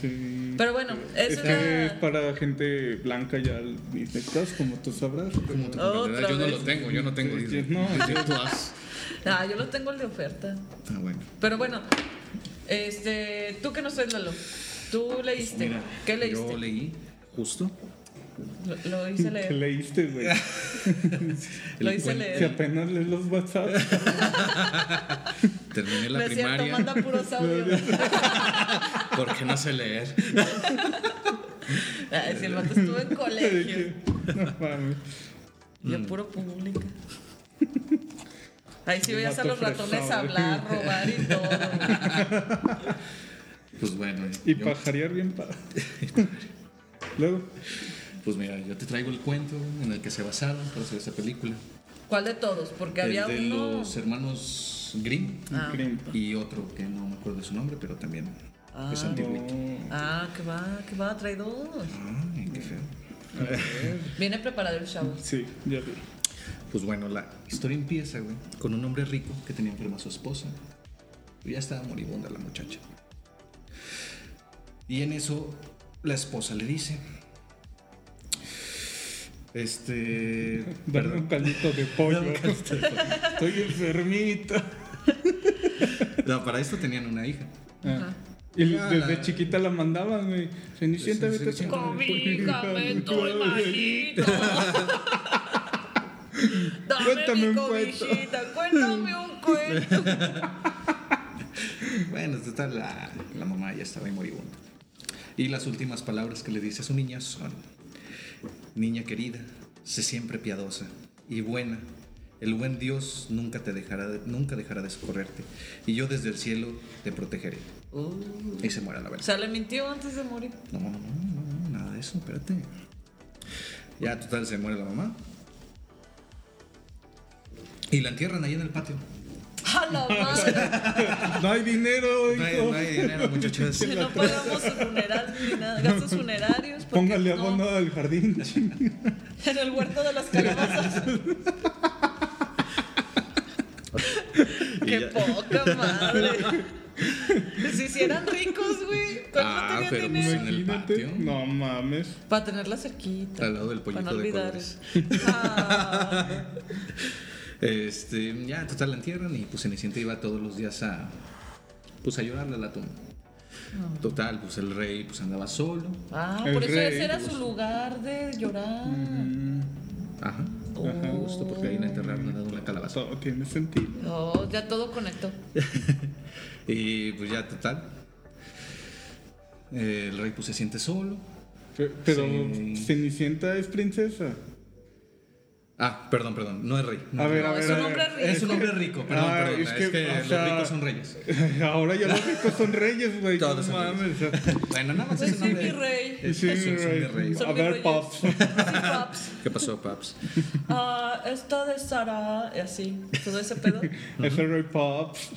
F: Sí.
D: Pero bueno,
F: Es
D: esa
F: que
D: es
F: es
D: la-
F: para gente blanca ya el Disney Plus, como tú sabrás. Como tú.
D: Otra
G: yo no
D: vez.
G: lo tengo, yo no tengo
F: Sí,
G: Disney.
F: no,
G: Disney
F: yo-
G: Plus.
D: Ah, yo lo tengo el de oferta.
G: Ah, bueno.
D: Pero bueno, este, ¿tú qué nos traes, Lalo? ¿Tú leíste?
G: Mira,
D: ¿Qué leíste?
G: Yo leí justo
D: Lo, lo hice leer.
F: ¿Qué
G: [laughs]
F: leíste,
D: [laughs]
F: güey?
D: Lo
G: el
D: hice
G: cuen-
F: Si
D: leer.
F: apenas lees los WhatsApp.
G: Terminé
D: No
G: la
D: es cierto,
G: primaria
D: manda
G: [laughs]
D: puros audios.
G: porque no sé leer.
D: [laughs] Ay, si el vato estuvo en
F: [laughs]
D: colegio.
F: No mames.
G: Mm.
D: Yo puro pública. Ahí sí
F: El
D: veías a
F: vato
D: los ratones
F: fresado.
D: hablar, robar y todo.
G: Pues bueno.
F: Y
G: yo-
F: pajarear bien para. [laughs] Luego,
G: Pues mira, yo te traigo el cuento en el que se basaron para hacer esta película.
D: ¿Cuál de todos? Porque
G: El
D: había
G: de
D: uno.
G: los hermanos Grimm
D: Ah.
F: Grimm.
G: y otro que no me acuerdo su nombre, pero también es antiguito.
F: No.
D: Ah, que va, que va, trae dos.
G: Ay, Ah, qué feo.
D: Viene preparado el chavo.
F: Sí, ya vi.
G: Pues bueno, la historia empieza, güey, con un hombre rico que tenía enferma a su esposa. Y ya estaba moribunda la muchacha. Y en eso la esposa le dice, este,
F: Darme un caldito de
G: [laughs]
F: pollo. Estoy enfermito.
G: no, para esto tenían una hija.
F: Ah. Y
G: Ah,
F: desde
G: la-
F: chiquita la mandaban, güey. Cenicienta,
G: Sí,
F: vete
G: Cenicienta.
D: Cobíjame, estoy malito. Dame
F: Cuéntame
D: mi
F: un cuento.
D: cobijita, cuéntame un cuento.
G: Bueno, total, la, la mamá ya estaba ahí moribunda. Y las últimas palabras que le dice a su niña son, niña querida, sé siempre piadosa y buena. El buen Dios nunca te dejará, de- nunca dejará de socorrerte. Y yo desde el cielo te protegeré. Y se muera la
D: O
G: verdad.
D: sea, le mintió antes de morir.
G: No, no, no, no, nada de eso, espérate. Ya, total, se muere la mamá. Y la entierran ahí en el patio.
D: A la madre,
F: No hay dinero,
G: No hay,
F: hijo.
G: no hay dinero, muchachos.
D: que no pagamos su funeral ni nada, gastos funerarios. porque
F: Póngale
D: no.
F: abono al jardín.
D: En el huerto de las calabazas. Qué poca madre. Si hicieran ricos, güey. ¿Cuánto
G: Ah,
D: tenían
G: pero pues,
D: dinero?
G: en el
F: Imagínate.
G: patio.
F: No mames.
D: Para tenerla cerquita.
G: Al lado del pollito
D: para no
G: de
D: olvidar.
G: colores.
D: Ah,
G: Este, ya, total, la entierran y pues Cenicienta iba todos los días a, pues a llorarle a la tumba. Total, pues el rey pues andaba solo.
D: [laughs] ah,
F: El
D: por eso
F: rey,
D: ese era
F: pues.
D: su lugar de llorar.
G: Ajá.
D: Oh.
G: Justo porque ahí la enterraron al lado de una calabaza.
F: Todo tiene sentido.
D: Oh, ya todo conectó.
G: Y pues ya, total. eh, el rey pues se siente solo.
F: Pe- Pero
G: Sí.
F: Cenicienta es princesa. [laughs]
G: Ah, perdón, perdón, no es rey. no
F: A
G: es
F: ver, a
G: rey.
D: No, es
F: ver. a
D: un
F: ver.
D: hombre rico.
G: Es un hombre rico, perdón,
F: Ah,
G: perdón.
F: es
G: Es
F: que,
G: que,
F: o
G: los
F: sea-
G: ricos
F: [laughs]
G: son reyes.
F: Ahora ya los ricos son reyes, güey. No
G: Todos son
F: mames.
G: [laughs]
F: o sea,
G: Bueno, nada más
D: Pues
G: es un
D: sí,
G: hombre.
D: mi rey.
G: Es-
F: Sí,
G: es un
F: rey.
G: rey.
D: Son
F: A
D: mis
F: ver,
D: reyes.
F: Pops. [laughs]
D: Sí, paps.
G: ¿Qué pasó, Paps?
D: Ah, esta de Sara. y Así. Todo ese
G: [laughs]
D: pedo.
F: Es el rey Pops.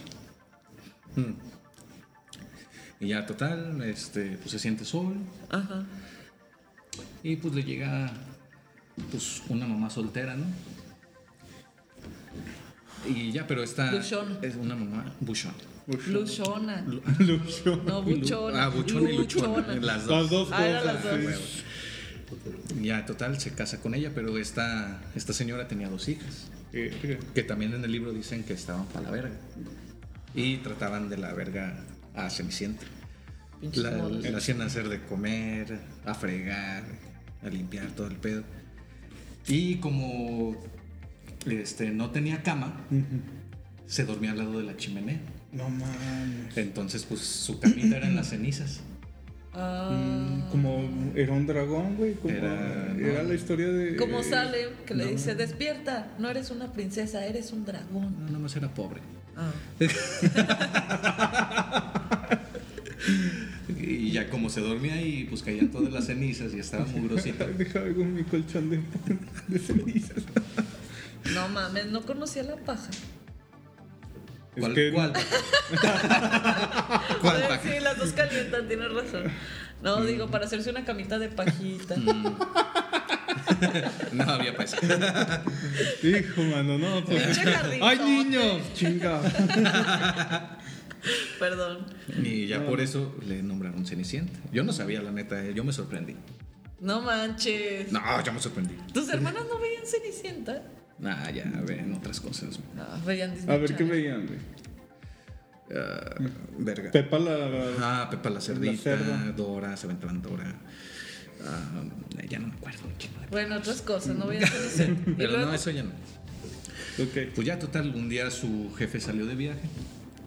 G: Y ya, total, este, pues se siente solo.
D: Ajá.
G: Y pues le llega pues una mamá soltera, ¿no? Y ya, pero esta
D: Luchona.
G: es una mamá buchón.
D: Luchona.
F: Lucio.
D: No, buchona.
G: Ah, buchona y luchona. Las dos.
F: Las dos
D: Ah, eran
F: cosas.
D: las
F: sí.
D: dos.
G: Ya, total, se casa con ella, pero esta, esta señora tenía dos hijas,
F: Eh,
G: que también en el libro dicen que estaban para la verga. Y trataban de la verga a Cenicienta.
D: Pinches
G: La,
D: modas.
G: la hacían hacer de comer, a fregar, a limpiar todo el pedo. Y como este, no tenía cama, se dormía al lado de la chimenea.
F: No mames.
G: Entonces, pues su camita era en las cenizas.
D: Ah.
F: Mm, Como era un dragón, güey. Como
G: Era-
F: era, la historia
G: Mm.
F: de.
D: Como
F: eh,
D: sale, que le dice, despierta, no eres una princesa, eres un dragón.
G: No, nada más era pobre.
D: Ah.
G: Y ya como se dormía y pues caían todas las cenizas y estaba muy grosito.
F: Deja algo en mi colchón de, [laughs] de cenizas.
D: No mames, no conocía la paja.
F: [laughs] Es
G: ¿Cuál,
F: que-
G: cuál?
F: [laughs]
D: A
G: ¿Cuál
D: ver,
G: paja? Mm.
D: Sí, las dos calientan, tienes razón. No, digo, para hacerse una camita de pajita.
G: No había pues. paisa.
F: Hijo, mano, no. Pues,
D: Pinche jarrito.
F: ¡Ay, niño! ¡Chinga!
D: Perdón.
G: Y ya por eso le nombraron Cenicienta. Yo no sabía, la neta, eh, yo me sorprendí.
D: No manches.
G: No, yo me sorprendí.
D: ¿Tus hermanas no veían Cenicienta?
G: Nah, ya ven otras cosas.
D: No, veían Disney
F: A ver qué
D: Channel.
F: veían, güey.
G: Ah, verga.
F: Pepa la.
G: Ah, Pepa la cerdita,
F: cerda.
G: Dora, se aventaban Dora. Ah, ya no me acuerdo un chingo de-
D: Bueno, otras cosas, no veían Cenicienta. [laughs] Y
G: Pero
D: luego-
G: no, eso ya no.
F: Ok.
G: Pues ya total, un día su jefe salió de viaje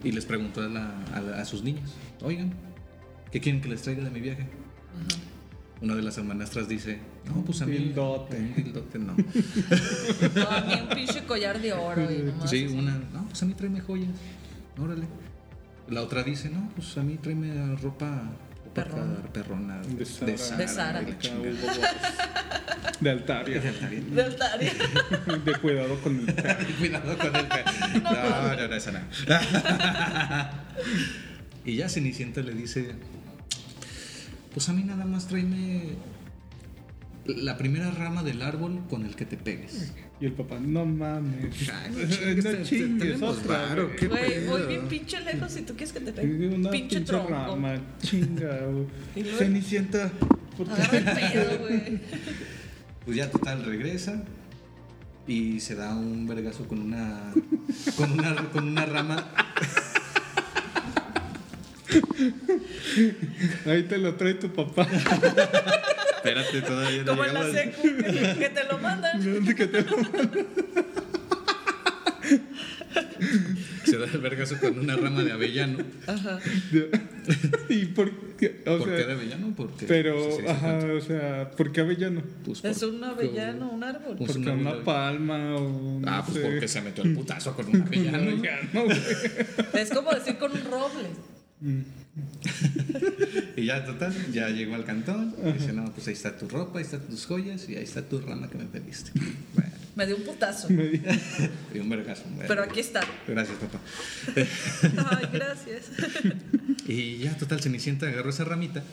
G: y les preguntó a, la- a la- a sus niñas, oigan, ¿qué quieren que les traiga de mi viaje? Una de las hermanastras dice, no, pues a mí...
F: Dildote.
G: Un dildote, no.
D: No, a mí un pinche collar de oro y nomás.
G: sí, una, no, pues a mí tráeme joyas, órale. La otra dice, no, pues a mí tráeme ropa... ropa
D: Perrona.
G: perrona
F: De Sara.
D: De Sara.
G: y la
F: Acá,
G: chingada.
F: Hugo Boss. De Altaria.
G: [laughs]
D: De altaria.
F: De cuidado con el perro.
G: Cuidado con el perro. No, no, no, esa no. [laughs] y ya Cenicienta le dice: Pues a mí nada más tráeme la primera rama del árbol con el que te pegues.
F: Y el papá, no mames.
G: Ay,
F: No
G: no chingues, te- te
F: chingues,
G: tenemos
F: otra.
G: varo,
F: güey.
G: qué
D: Güey, voy
G: pedo.
D: bien pinche lejos si tú quieres que te pegue.
F: Una
D: pinche
F: pinche,
D: tronco.
F: rama, chinga. güey.
D: [laughs] Y luego-
F: Cenicienta. ¿por qué?
D: Agarra el pedo,
G: [laughs]
D: güey.
G: Pues ya total regresa y se da un vergazo con una con una con una rama.
F: Ahí te lo trae tu papá. [laughs]
G: Espérate, todavía
D: Como en la secu, que, que te lo mandan.
G: [laughs]
F: que te
G: Se da el vergazo con una rama de avellano.
F: ¿Y por qué? O
G: ¿Por
F: sea,
G: qué de avellano? Porque pues,
F: pero,
G: se dice
F: ajá,
G: tanto.
F: o sea, ¿por qué avellano?
G: Pues,
D: Es
G: por-
D: un avellano, un árbol.
G: Pues
F: Porque
G: una
F: una
G: avellana.
F: palma o.
G: Ah,
F: no
G: pues
F: sé. [laughs]
G: porque se metió el putazo con un avellano.
F: Un avellano, güey.
D: Es como decir con un roble.
G: Y ya, total, ya llegó al cantón. y Dice, no, pues ahí está tu ropa, ahí están tus joyas y ahí está tu rama que me pediste. Bueno,
D: Me dio un putazo.
F: Me di-
G: y un vergazo. bueno.
D: Pero aquí está.
G: Gracias, papá.
D: Ay, gracias.
G: Y ya, total, Cenicienta agarró esa ramita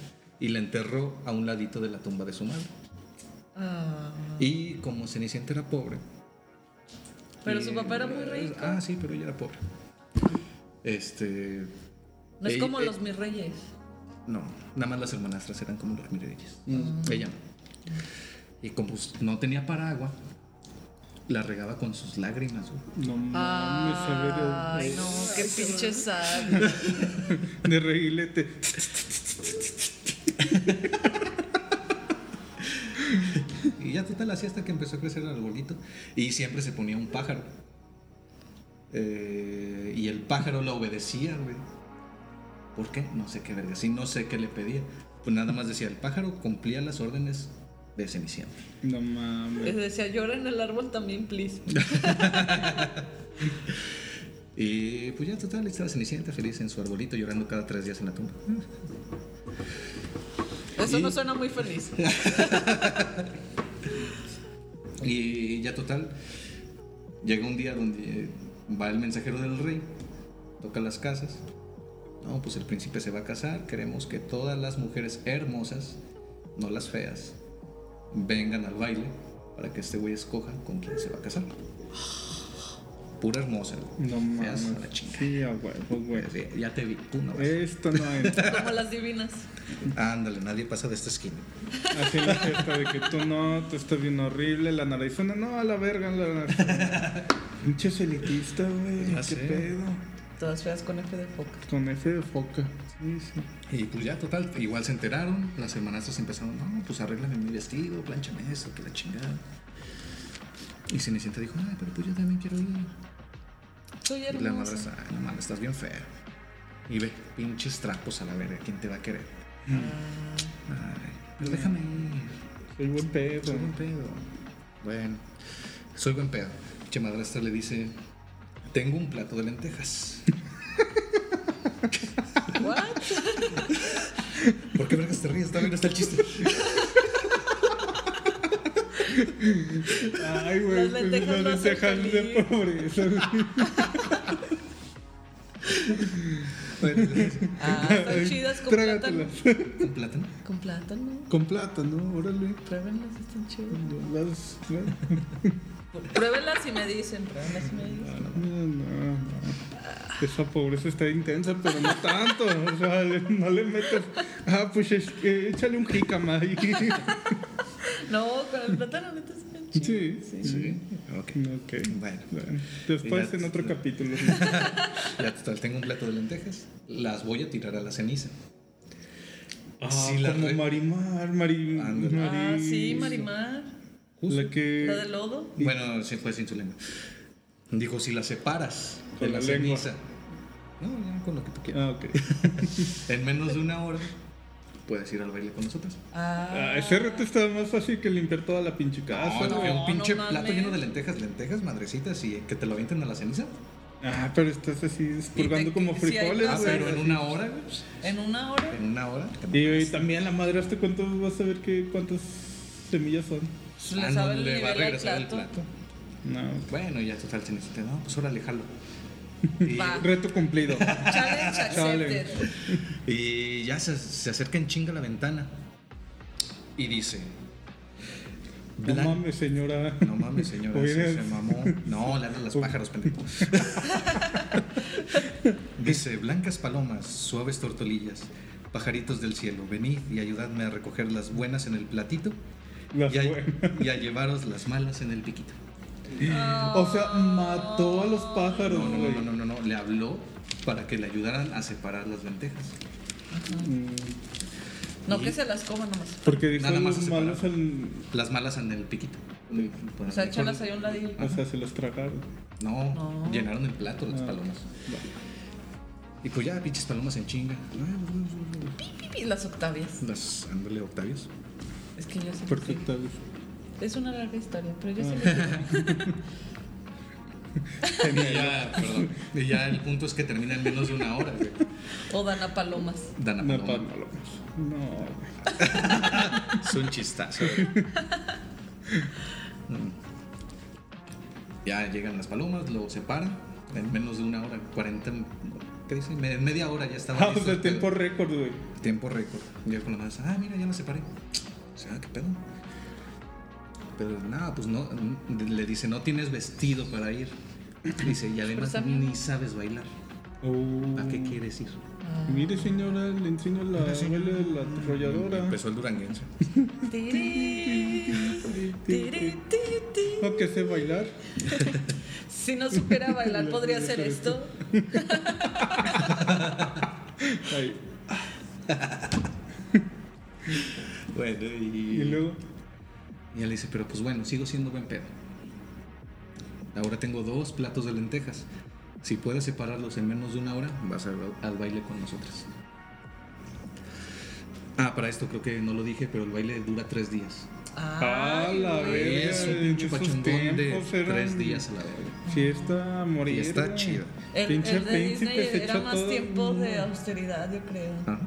G: y la enterró a un ladito de la tumba de su madre.
D: Ah,
G: Y como Cenicienta era pobre.
D: pero
G: y-
D: su papá era muy rico.
G: Ah, sí, pero ella era pobre. Este.
D: No es
G: ella-
D: como
G: eh,
D: los mis reyes.
G: No, nada más las hermanastras eran como los mireyes.
D: Mm.
G: Ella no. Y como s- no tenía paraguas, la regaba con sus lágrimas. güey.
F: No mames, a
D: Ay,
F: ver.
D: no, qué pinche sad.
F: De reguilete.
G: Y ya total así hasta que empezó a crecer el arbolito. Y siempre se ponía un pájaro. Eh, y el pájaro la obedecía, güey. ¿Por qué? No sé qué verga. Sí, no sé qué le pedía. Pues nada más decía, el pájaro cumplía las órdenes de Cenicienta.
F: No
D: Les
F: mames.
D: decía, llora en el árbol también, please.
G: Y pues ya total, ahí estaba Cenicienta feliz en su arbolito, llorando cada tres días en la tumba.
D: Eso
G: Y-
D: no suena muy feliz.
G: Y ya total, llega un día donde va el mensajero del rey, toca las casas. No, pues el príncipe se va a casar, queremos que todas las mujeres hermosas, no las feas, vengan al baile para que este güey escoja con quién se va a casar. Pura hermosa, güey.
F: No
G: Feas
F: mames.
G: a la chingada.
F: Sí, a huevo, güey. Eh.
G: Así, Ya te vi, tú no vas.
F: Esto no es.
D: Como las divinas.
G: Ándale, nadie pasa de esta esquina.
F: Así la fiesta de que tú no, tú estás bien horrible, la narizona, no, a la verga, la narizona. Pinche elitista, güey,
G: Ya
F: qué
G: sé.
F: pedo.
D: Todas feas con F de foca.
F: Con F de foca. Sí, sí.
G: Y pues ya, total, igual se enteraron, las hermanastras empezaron, no, pues arréglame mi vestido, planchame eso, que la chingada. Y Cenicienta dijo, ay, pero pues yo también quiero ir.
D: Soy
G: Y la madre
D: hermosa.
G: ay, la madre, estás bien fea. Y ve, pinches trapos a la verga, ¿quién te va a querer? Ay, pero déjame ir.
F: Soy buen pedo.
G: Soy buen pedo. Bueno, soy buen pedo. Che madrastra le dice: Tengo un plato de lentejas. [laughs]
D: ¿What?
G: ¿Por qué vergas te ríes? Está bien, está el chiste.
F: Ay, güey.
D: Las lentejas
F: pues,
D: no
F: Las
D: hacen
F: lentejas de
D: feliz.
F: pobreza. güey.
G: Bueno, le dice,
D: [laughs] Ah, están chidas con plátano.
F: Trágatelas.
G: ¿Un plátano?
D: Con plátano.
F: Con plátano, órale.
D: Pruébenlas, están chidas.
F: Las- las-
D: Pruébenlas y me dicen, pruébenlas y me dicen.
F: No, no, no. Esa pobreza está intensa, pero no tanto. O sea, le- no le metas. Ah, pues es que échale un jícama ahí.
D: No, con el plátano neta están chidas.
F: Sí.
G: Sí. Ok.
F: Ok.
G: Bueno.
F: Bueno, Después
G: Ya-
F: en otro
G: [laughs]
F: capítulo.
G: Ya total, tengo un plato de lentejas. Las voy a tirar a la ceniza.
F: Ah,
G: Sí, la
F: como
G: re-
F: Marimar, Marimar.
G: Ándale.
D: Ah, sí, Marimar.
F: La que.
D: La de lodo.
G: Bueno, sí fue sin su lengua. Dijo, si las separas de
F: Con
G: la,
F: la lengua.
G: ceniza. No, ya, con lo que tú quieras.
F: Ah, ok.
G: En menos de una hora puedes ir al baile con nosotros.
D: Ah,
F: Ah, ese reto está más fácil que limpiar toda la pinche
G: Ah,
F: casa. güey.
D: no.
G: un pinche
D: mames.
G: plato lleno de lentejas, lentejas, madrecitas y que te lo avienten a la ceniza.
F: Ah, pero estás así
D: Y
F: expurgando
D: te-
F: como
D: sí hay
F: frijoles,
G: Ah,
D: Sí,
G: pero
F: güey.
G: en una hora, güey.
D: en una hora.
G: En una hora.
F: Y, y también la madre, ¿hasta cuánto vas a ver que, cuántas semillas son?
D: Le
G: Ah, no,
D: sabe el
G: le va a
D: nivel al
G: regresar el
D: plato.
G: plato.
F: No.
G: Bueno, ya total cenizita. No, pues ahora jalo. Y-
D: Va.
F: Reto
G: [laughs]
F: cumplido.
D: Challenge accepted.
G: Y ya se, se acerca en chinga a la ventana. Y dice.
F: No
G: "Blan-
F: mames, señora.
G: No mames, señora.
F: Oye,
G: se, se mamó. No, le hablan las pájaros,
F: [laughs]
G: pendejo. dice: Blancas palomas, suaves tortolillas, pajaritos del cielo, venid y ayudadme a recoger las buenas en el platito
F: Las
G: y, a,
F: buenas.
G: y a llevaros las malas en el piquito.
F: O sea, mató a los pájaros,
G: No,
F: güey.
G: no, no, no, no, no, Le habló para que le ayudaran a separar las lentejas.
F: Mm.
D: No que se las coma nomás.
F: Porque dijo
G: Nada más
F: los
G: se
F: malos al...
G: Las malas en el piquito.
D: O sea, échalas ahí a un ladillo.
G: Ah.
F: O sea, se los tragaron.
G: No,
D: No.
G: llenaron el plato las
F: Ah.
G: palomas. Y pues ya, pinches palomas en chinga.
D: Pi, pi, Las octavias.
G: Las ándale octavios.
D: Es que yo sí.
F: Porque
D: sí.
F: tal vez
D: Es una larga historia, pero
G: Ah.
D: yo sí. le-
G: Y ya, perdón. Y ya el punto es que termina en menos de una hora, güey.
D: O dan a
G: [laughs]
D: palomas.
G: Dana
F: No,
G: Paloma.
F: palomas. No, güey.
G: Es un chistazo.
F: [laughs]
G: güey. Mm. ya llegan las palomas, lo separan. En menos de una hora, 40. ¿Qué dice? Me- En media hora ya estaba.
F: Ah, pues
G: listo
F: el
G: pedo.
F: tiempo récord, güey.
G: Tiempo récord. Ya con la más, ah, mira, ya la separé. O sea, "Ah, qué pedo. Pero nada, pues no. Le dice, no tienes vestido para ir. Dice, y además
D: está bien.
G: ni sabes bailar.
F: Oh.
G: ¿A Ah, qué quieres ir?
F: Mire, señora, le enseño la abuela de la arrolladora.
G: Empezó el duranguense.
D: Tiri, tiri, tiri, tiri.
F: No que sé bailar.
D: Si no supiera
G: [laughs]
D: bailar, podría hacer esto.
G: este.
F: Ay,
G: [laughs] Bueno, y.
F: Y luego,
G: Y él dice, pero pues bueno, sigo siendo buen pedo. Ahora tengo dos platos de lentejas. Si puedes separarlos en menos de una hora, vas al, al baile con nosotras. Ah, para esto creo que no lo dije, pero el baile dura tres días.
F: ah, la
D: güey.
F: verga.
G: es un
F: en
G: pinche
F: esos
G: pachangón de
F: tiempos eran
G: tres días a la verga.
F: Fiesta a morir.
G: Y está
F: güey.
G: chido.
D: El,
F: Pinche
D: el de
F: príncipe
D: Disney era
F: se echó
D: más
F: todo el
D: tiempo de
G: [laughs]
F: mundo.
D: austeridad, yo creo.
G: Ajá.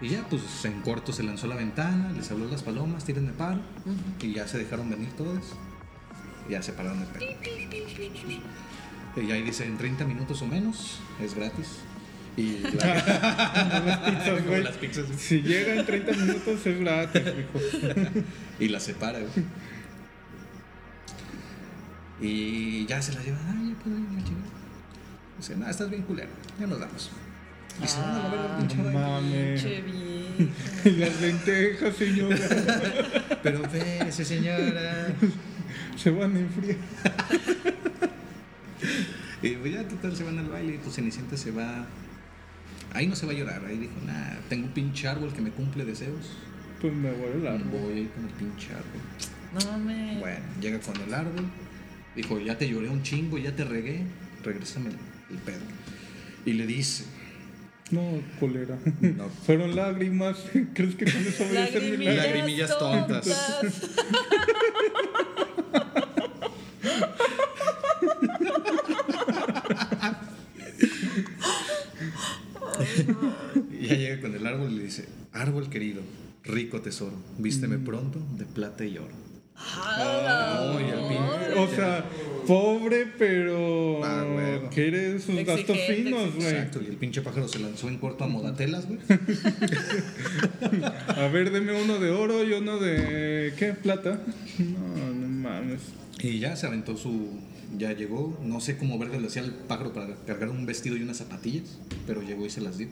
G: Y ya, pues en corto se lanzó a la ventana, les habló a las palomas, tiren de paro. Y ya se dejaron venir todas. Y ya se pararon el pelo. Y ahí dice, en 30 minutos o menos, es gratis. Y la-
F: Como las pizzas,
G: [laughs] Como
F: güey.
G: las pizzas.
F: Si llega en 30 minutos es gratis, hijo.
G: y la separa, güey. Y ya se la lleva. Ay, ya puedo ir la chingada. Dice, nada, estás bien culero. Ya nos damos. Y se van a la verga, pinche
F: No
G: baile.
F: mames.
D: Ah, Che viejo.
F: Las lentejas, señora.
G: [laughs] Pero espérese, señora.
F: Se van a enfriar.
G: Y pues ya total se van al baile y pues Cenicienta se va. Ahí no se va a llorar, ahí dijo, nada, tengo un pinche árbol que me cumple deseos.
F: Pues me voy al árbol.
G: Voy a ir con el pinche árbol.
D: No mames.
G: Bueno, llega con el árbol. Dijo, ya
F: [laughs]
G: te lloré un chingo, ya te regué, regrésame el, el pedo. Y le dice,
F: No, cólera.
G: No.
F: [laughs] Fueron lágrimas. [laughs] ¿Crees que con eso voy a hacer mi
D: Lagrimillas,
F: milagro?
G: Lagrimillas tontas.
D: tontas.
G: Y ya llega con el árbol y le dice, árbol querido, rico tesoro, vísteme
F: Mm.
G: pronto de plata y oro.
D: Ah,
G: No, y al pin-
F: O sea, pobre, pero.
G: Ah, huevo.
F: Quiere sus
D: Exigente,
F: gastos finos, güey.
G: Exacto, y el pinche pájaro se lanzó en corto a
F: [laughs]
G: modatelas, güey.
F: A ver, deme uno de oro y uno de. ¿Qué? ¿Plata? No, no mames.
G: Y ya se aventó su. Ya llegó, no sé cómo verga le hacía el pájaro para cargar un vestido y unas zapatillas, pero llegó y se las dio.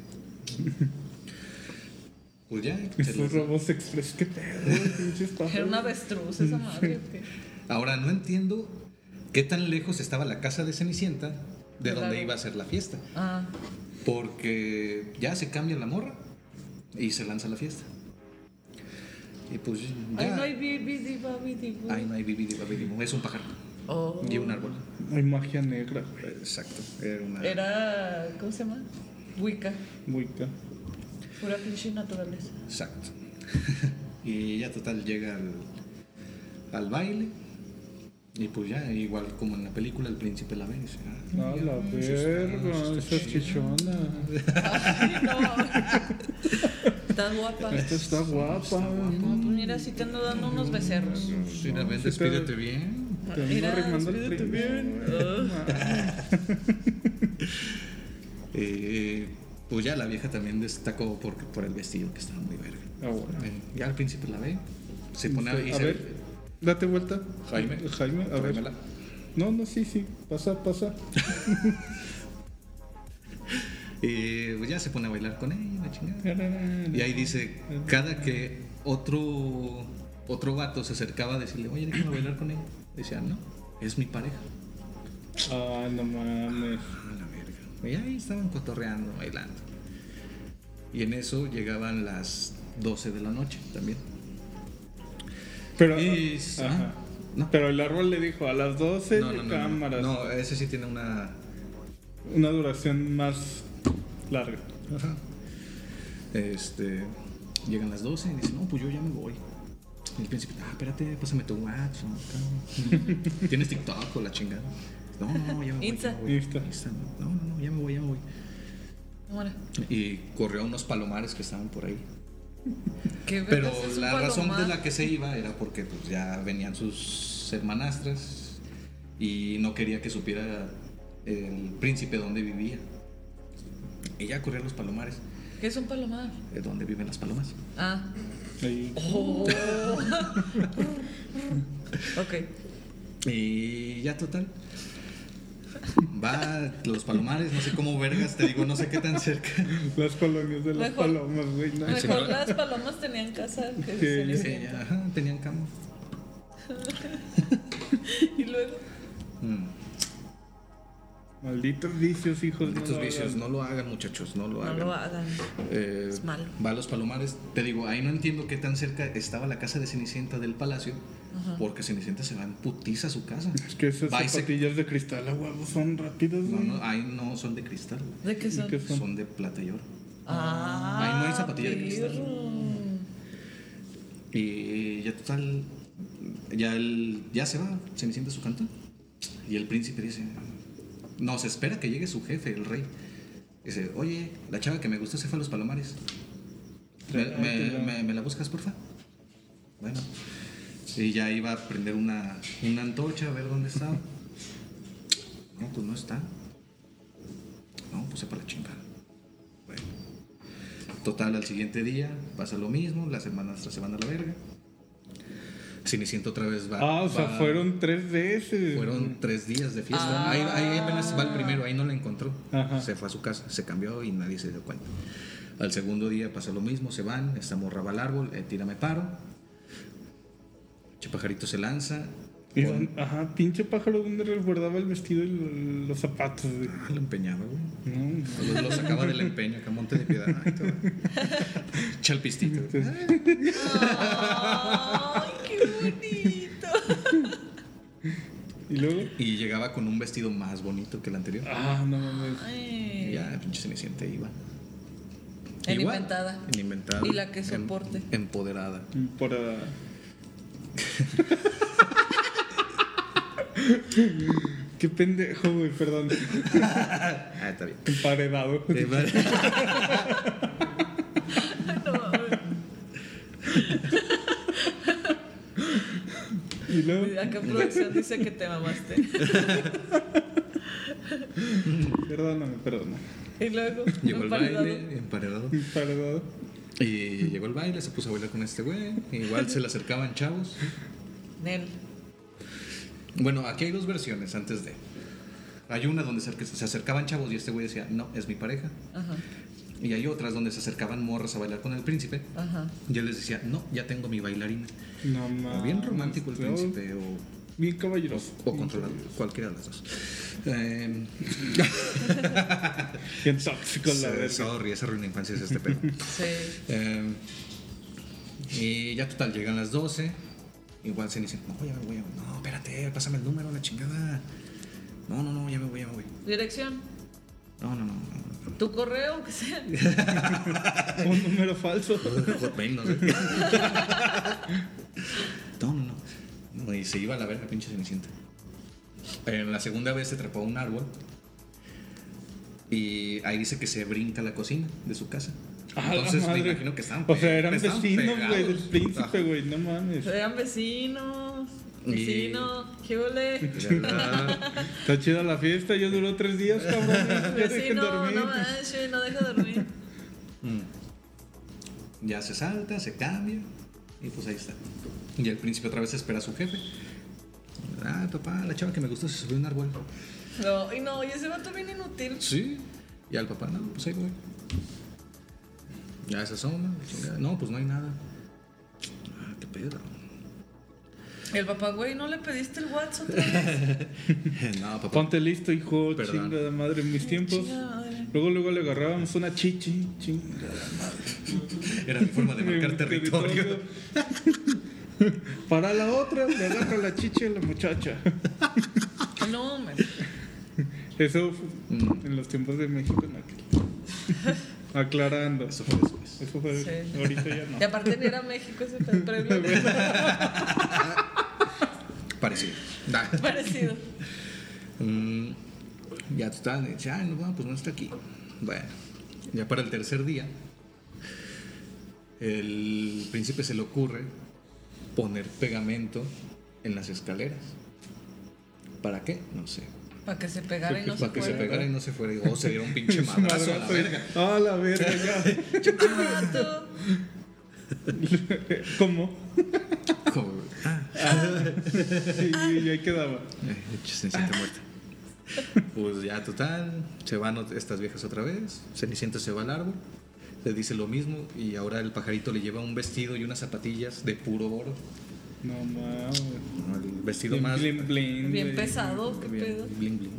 G: Pues ya. se
F: Esos
G: las-
F: robos express, qué pedo, güey, pinches pájaros.
D: Era una avestruz esa madre. ¿o qué?
G: Ahora no entiendo qué tan lejos estaba la casa de Cenicienta de
D: Claro.
G: donde iba a ser la fiesta.
D: Ah,
G: Porque ya se cambia la morra y se lanza la fiesta. Y pues ya.
D: ay, no hay bibi, diva, bibi, bu.
G: Ahí no hay bibi, diba, bibi, bu. Es un pájaro
D: Oh,
G: y un árbol.
F: Hay magia negra, güey.
G: Exacto. Era una.
D: Era, ¿cómo se llama? Wicca.
F: Wicca.
D: Pura pinche naturaleza.
G: [laughs] Exacto. y ya total llega al, al baile. Y pues ya, igual como en la película, el príncipe la ve y dice, "Ah,
F: A la verga, esa chichona.
D: Ay, no. Estás guapa.
F: Esta está guapa.
D: No, pues mira, si te ando dando unos becerros.
G: pues, mira, ven, despídete bien.
F: Te ando
D: Mira,
F: arrimando el
D: despídete
F: primo,
D: bien.
F: güey.
G: Eh, pues ya la vieja también destacó por, por el vestido que estaba muy verga.
F: Ah, bueno.
G: Eh, ya el príncipe la ve, se pone a, y
F: A
G: se-
F: ver, date vuelta.
G: Jaime.
F: Jaime, a ver.
G: tráemela.
F: No, no, sí, sí. Pasa, pasa.
G: Eh, pues ya se pone a bailar con ella, la chingada. Y ahí dice, cada que otro, otro vato se acercaba a decirle, oye, déjame bailar con ella. Decía, no, es mi pareja.
F: Ah, no mames.
G: A Ah, la verga. Y ahí estaban cotorreando, bailando. Y en eso llegaban las 12 de la noche también.
F: Pero,
G: Y-
F: ajá.
G: ajá. No.
F: Pero el árbol le dijo a las 12
G: No, no, no, no, no.
F: cámaras.
G: No, ese sí tiene una...
F: Una duración más larga.
G: Ajá. Este, llegan las 12 y dicen, no, pues yo ya me voy. Y el príncipe, ah, espérate, pásame tu WhatsApp. acá". [laughs] ¿Tienes TikTok o la chingada? No, no, no, ya me voy.
D: Insta.
G: ya me voy.
F: Insta.
G: No, no, no, ya me voy, ya me voy.
D: Cámara.
G: Y corrió a unos palomares que estaban por ahí.
D: Qué
G: Pero
D: vergas es un
G: la razón
D: palomar.
G: de la que se iba era porque pues, ya venían sus hermanastras y no quería que supiera el príncipe dónde vivía. Y ya corrió a los palomares,
D: ¿Qué es un palomar?
G: eh, dónde viven las palomas. [laughs]
D: Ah.
F: Ahí.
D: Oh. [laughs] ok.
G: Y ya total. Va a los palomares, no sé cómo vergas, te digo, no sé qué tan cerca.
F: Las colonias de las
D: Mejor-
F: palomas, güey. no.
D: Mejor las palomas tenían casa que
F: Sí.
G: Eh,
D: Cenicienta.
G: ajá, tenían cama.
D: Y luego.
G: Mm.
F: Malditos vicios, hijos.
G: Estos
F: Pues lo
G: vicios,
F: hagan.
G: no lo hagan muchachos, no lo
D: No
G: hagan.
D: lo hagan.
G: Eh,
D: Es malo.
G: Va a los palomares. Te digo, ahí no entiendo qué tan cerca estaba la casa de Cenicienta del palacio. Porque Cenicienta se va en putiza a su casa.
F: Es que esas
G: Va y se-
F: zapatillas de cristal a huevo son rápidas,
G: No,
F: güey.
G: no, ahí no son de cristal, güey.
D: ¿De qué son?
F: ¿Qué son?
G: son de plata y oro.
D: Ah.
G: Ahí no hay zapatilla de cristal.
D: perro.
G: Y ya total, ya, el, ya se va Cenicienta a su cantón. Y el príncipe dice, no, se espera que llegue su jefe, el rey. Dice, oye, la chava que me gusta se fue a los palomares. ¿Me, me- me- me la buscas, porfa? Bueno. Y ya iba a prender una, una antorcha a ver dónde estaba. No, pues no está. No, pues para la chingada. Bueno. Total, al siguiente día pasa lo mismo, las hermanas se van a la verga. Cenicienta otra vez va.
F: Ah, o sea,
G: va-
F: fueron tres veces.
G: fueron tres días de fiesta.
D: Ah.
G: Ahí, ahí apenas va el primero, ahí no la encontró.
F: Ajá.
G: Se fue a su casa, se cambió y nadie se dio cuenta. Al segundo día pasa lo mismo, se van, esta morra va al árbol, eh, tírame paro. Chipajarito se lanza.
F: Y
G: con-
F: don- ajá, pinche pájaro donde resguardaba el vestido y lo- los zapatos, güey.
G: Ah, lo empeñaba, güey.
F: No,
G: Lo, lo sacaba del empeño, acá monte de piedad. Ay,
F: [laughs]
G: todo. Chalpistito.
D: Ay, qué bonito.
F: Y luego.
G: Y llegaba con un vestido más bonito que el anterior.
F: Ah, no mames.
D: Ay.
G: Y ya, pinche Cenicienta iba.
D: En
G: Igual,
D: inventada.
G: En inventada.
D: Y la que
G: Em-
D: soporte.
G: empoderada.
F: Por, ah, [laughs] Qué pendejo, güey, perdón.
G: Ah, está bien.
F: Emparedado.
G: Eh, vale.
F: [laughs]
D: No, mames.
F: Y luego,
D: Acá producción dice que te mamaste.
F: perdóname, perdóname.
D: Y luego.
G: Llegó el
D: emparedado.
G: baile, emparedado.
F: Emparedado.
G: Y llegó el baile, se puso a bailar con este güey. Igual se le acercaban chavos.
D: Nel.
G: Bueno, aquí hay dos versiones antes de. Hay una donde se se acercaban chavos y este güey decía, no, es mi pareja.
D: Ajá.
G: Y hay otras donde se acercaban morras a bailar con el príncipe.
D: Ajá.
G: Y él les decía, no, ya tengo mi bailarina.
F: No
G: O
F: mames.
G: bien romántico el
F: Luego,
G: príncipe o
F: Bien caballeroso.
G: O controlado, cualquiera de las
F: [laughs]
G: dos. Eh,
F: Bien tóxico, la
G: se-
F: verga.
G: sorry, esa ruina de infancia es este pedo.
F: [laughs]
D: Sí.
G: Eh, y ya total, llegan las 12. Igual se dicen, no, ya me voy, ya me voy. no, espérate, pásame el número, la chingada. No, no, no, ya me voy, ya me voy.
D: Dirección.
G: No, no, no. no.
D: Tu correo, que sea.
F: Un número falso.
G: Hotmail, no sé. [laughs] no, no, no. No, Y se iba a la verga, pinche cenicienta. En la segunda vez se trepó a un árbol. Y ahí dice que se brinca a la cocina de su casa.
F: A la
G: Entonces me
F: madre.
G: imagino que estaban
F: O sea, eran
G: estaban
F: vecinos, güey, del
G: pegados.
F: príncipe, güey. No mames.
D: Sean vecinos. Vecino. ¿Qué ole?
G: Era-
F: Está chida la fiesta, ya duró tres
D: [laughs]
F: días, cabrón. Ya dejen
D: Vecino,
F: dormir.
D: no manches, no deja dormir.
G: Mm. Ya se salta, se cambia. Y pues ahí está. Y el príncipe otra vez espera a su jefe. Ah, papá, la chava que me gustó se subió a un árbol.
D: No, y no, y ese vato bien inútil.
G: Sí. Y al papá, no, pues ahí voy. Ya se asoma. chingada. No, pues no hay nada. Ah, qué pedo.
D: Y el papá, güey, ¿no le pediste el WhatsApp otra
G: [laughs]
D: vez?
G: no, papá.
F: Ponte listo, hijo.
G: Perdón.
F: Chinga de madre, en mis tiempos.
D: Chingada madre.
F: Luego, luego le agarrábamos una chichi. Chinga.
G: Era mi forma de marcar
F: Mi
G: territorio.
F: territorio. Para la otra, le agarra la chichi a la muchacha.
D: No, hombre.
F: Eso fue
G: Mm.
F: en los tiempos de México,
D: [laughs]
F: en aquel. Aclarando.
G: Eso fue después.
F: Eso fue.
D: Sí.
F: Ahorita ya no.
D: Y aparte ni era México ese pedo, pero
G: [laughs]
D: igual,
G: Parecido. Nah.
D: parecido.
G: Mm, ya total, dice, ah, no, bueno, pues no está aquí. Bueno, ya para el tercer día, el príncipe se le ocurre poner pegamento en las escaleras. ¿Para qué? No sé.
D: Para que se pegara y no se
G: para que se
D: fuera.
G: pegara y no se fuera. O se diera un pinche madrazo a la verga.
F: A la verga.
G: [laughs]
F: ya.
D: Ah, tú.
F: ¿Cómo?
G: Como-
F: Sí,
D: Ah.
F: y ahí quedaba.
G: Eh, Cenicienta muerta. Pues ya total, se van ot- estas viejas otra vez, Cenicienta se va al árbol, le dice lo mismo y ahora el pajarito le lleva un vestido y unas zapatillas de puro oro,
F: No mames.
G: ¿no? el vestido
F: Bien
G: más
F: blin, blin,
D: Bien
F: güey.
D: pesado, Oh, qué
G: bien,
D: pedo.
G: bling bling.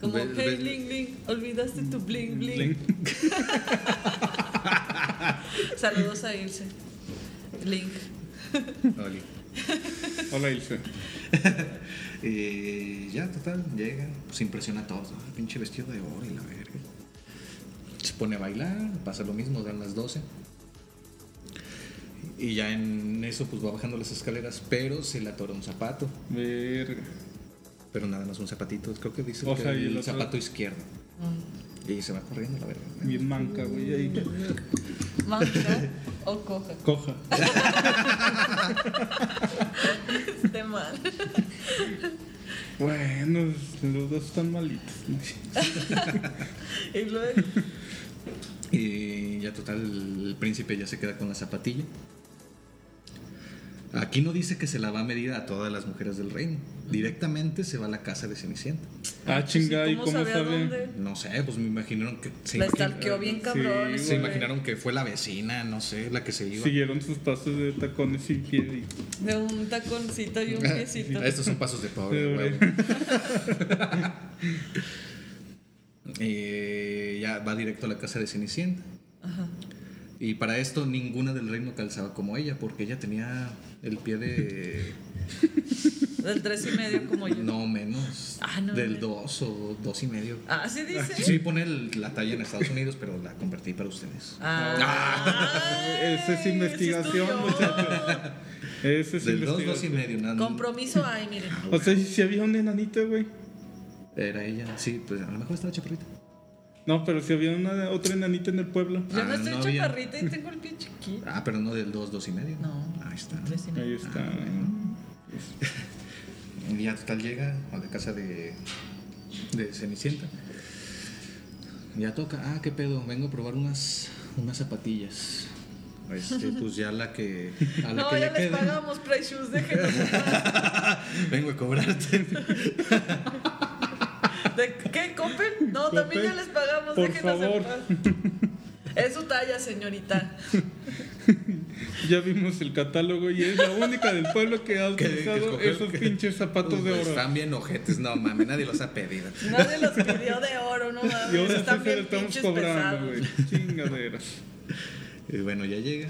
D: Como,
G: Ve- ve-
D: hey, bling, bling, olvidaste tu bling,
F: Blin.
D: bling. Saludos a Ilse. Link.
G: Oli.
F: Hola, Ilse.
G: Y Eh, ya total, llega, pues impresiona a todos, ¿no? pinche vestido de oro y la verga. Se pone a bailar, pasa lo mismo, dan las 12. Y ya en eso pues va bajando las escaleras, pero se le atora un zapato.
F: Verga.
G: Pero nada más un zapatito, creo que dice
F: O
G: que
F: sea, y
G: el,
F: el otro-
G: zapato izquierdo. Y se va corriendo la verga.
F: Bien manca, güey. Ahí.
D: Manga o coja.
F: Coja.
D: De mal.
F: Bueno, los dos están malitos. ¿no?
D: Y luego.
G: Y ya total, el príncipe ya se queda con la zapatilla. Aquí no dice que se la va a medir a todas las mujeres del reino. Directamente se va a la casa de Cenicienta.
D: pues,
F: Ah, chinga, ¿y cómo
D: sabía
F: sabe?
D: dónde?
G: No sé, pues me imaginaron que se,
D: La
G: imagin-
D: estalqueó bien cabrón.
F: Sí,
D: ese
G: se
D: güey.
G: imaginaron que fue la vecina, no sé, la que se iba.
F: Siguieron sus pasos de tacones y pie.
D: De un taconcito
G: [laughs]
D: y un piecito.
G: Estos son pasos de pobre,
F: Sí,
G: güey.
F: güey.
G: Eh, ya va directo a la casa de Cenicienta. Y para esto
D: [laughs]
G: ninguna del reino calzaba como ella, porque ella tenía el pie de.
D: Del tres y medio como yo.
G: No menos.
D: Ah, no,
G: del
D: no.
G: 2 o dos y medio.
D: Ah, sí dice.
G: Sí, pone el- la talla en Estados Unidos, pero la convertí para ustedes.
D: Ah,
F: Esa es
D: ay,
F: investigación,
D: estudió.
F: muchacho. Ese es
G: Del 2, 2 y
F: investigación.
G: medio. nada-
D: Compromiso hay, miren.
F: O sea, si había un enanito, güey.
G: Era ella. Sí, pues a lo mejor estaba chaparrita.
F: No, pero si había una, otra enanita en el pueblo.
D: Yo no
G: Ah,
D: estoy
G: no había.
D: chaparrita y tengo el pie chiquito.
G: Ah, pero no del 2, 2 y medio.
D: No.
G: Ahí está.
D: Tres y
F: Ahí
D: medio.
F: está.
G: Y ya total llega a la casa de, de Cenicienta. Ya toca, ah, qué pedo, vengo a probar unas, unas zapatillas.
D: [laughs]
G: Este, pues ya la que. A la
D: No,
G: que
D: ya les
G: le quede.
D: pagamos Price Shoes, déjenos. en paz.
G: Vengo a cobrarte. [laughs]
D: ¿De qué? ¿Copen? No, también ya
F: Coppel,
D: les pagamos,
F: por
D: déjenos
F: favor.
D: en paz. Es su talla, señorita.
F: Ya vimos el catálogo y es la única del pueblo que ha
G: [laughs] Que- que
F: utilizado
G: escogió
F: esos
G: que- Pues,
F: pinches zapatos de oro.
G: Están bien ojetes, no mames, nadie los
D: [laughs]
G: ha pedido.
D: Nadie los pidió de oro, no mames.
F: Y ahora sí
D: Están
F: se lo
D: bien
F: estamos
D: pinches
F: cobrando,
D: pesados.
F: güey. Chingadera.
G: Y bueno, ya llega.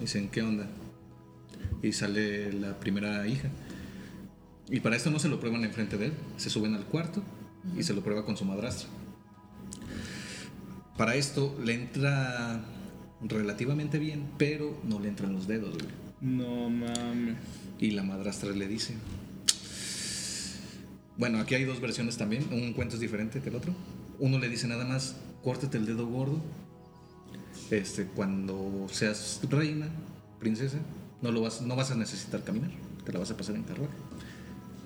G: Dicen, ¿qué onda? Y sale la primera hija. Y para esto no se lo prueban enfrente de él. Se suben al cuarto y se lo prueba con su madrastra. Para esto le entra relativamente bien, pero no le entran los dedos, güey.
F: No mames.
G: Y la madrastra le dice. Bueno, aquí hay dos versiones también. Un cuento es diferente que el otro. Uno le dice nada más, córtate el dedo gordo. Este, cuando seas reina, princesa, no, lo vas, no vas a necesitar caminar. Te la vas a pasar en carruaje.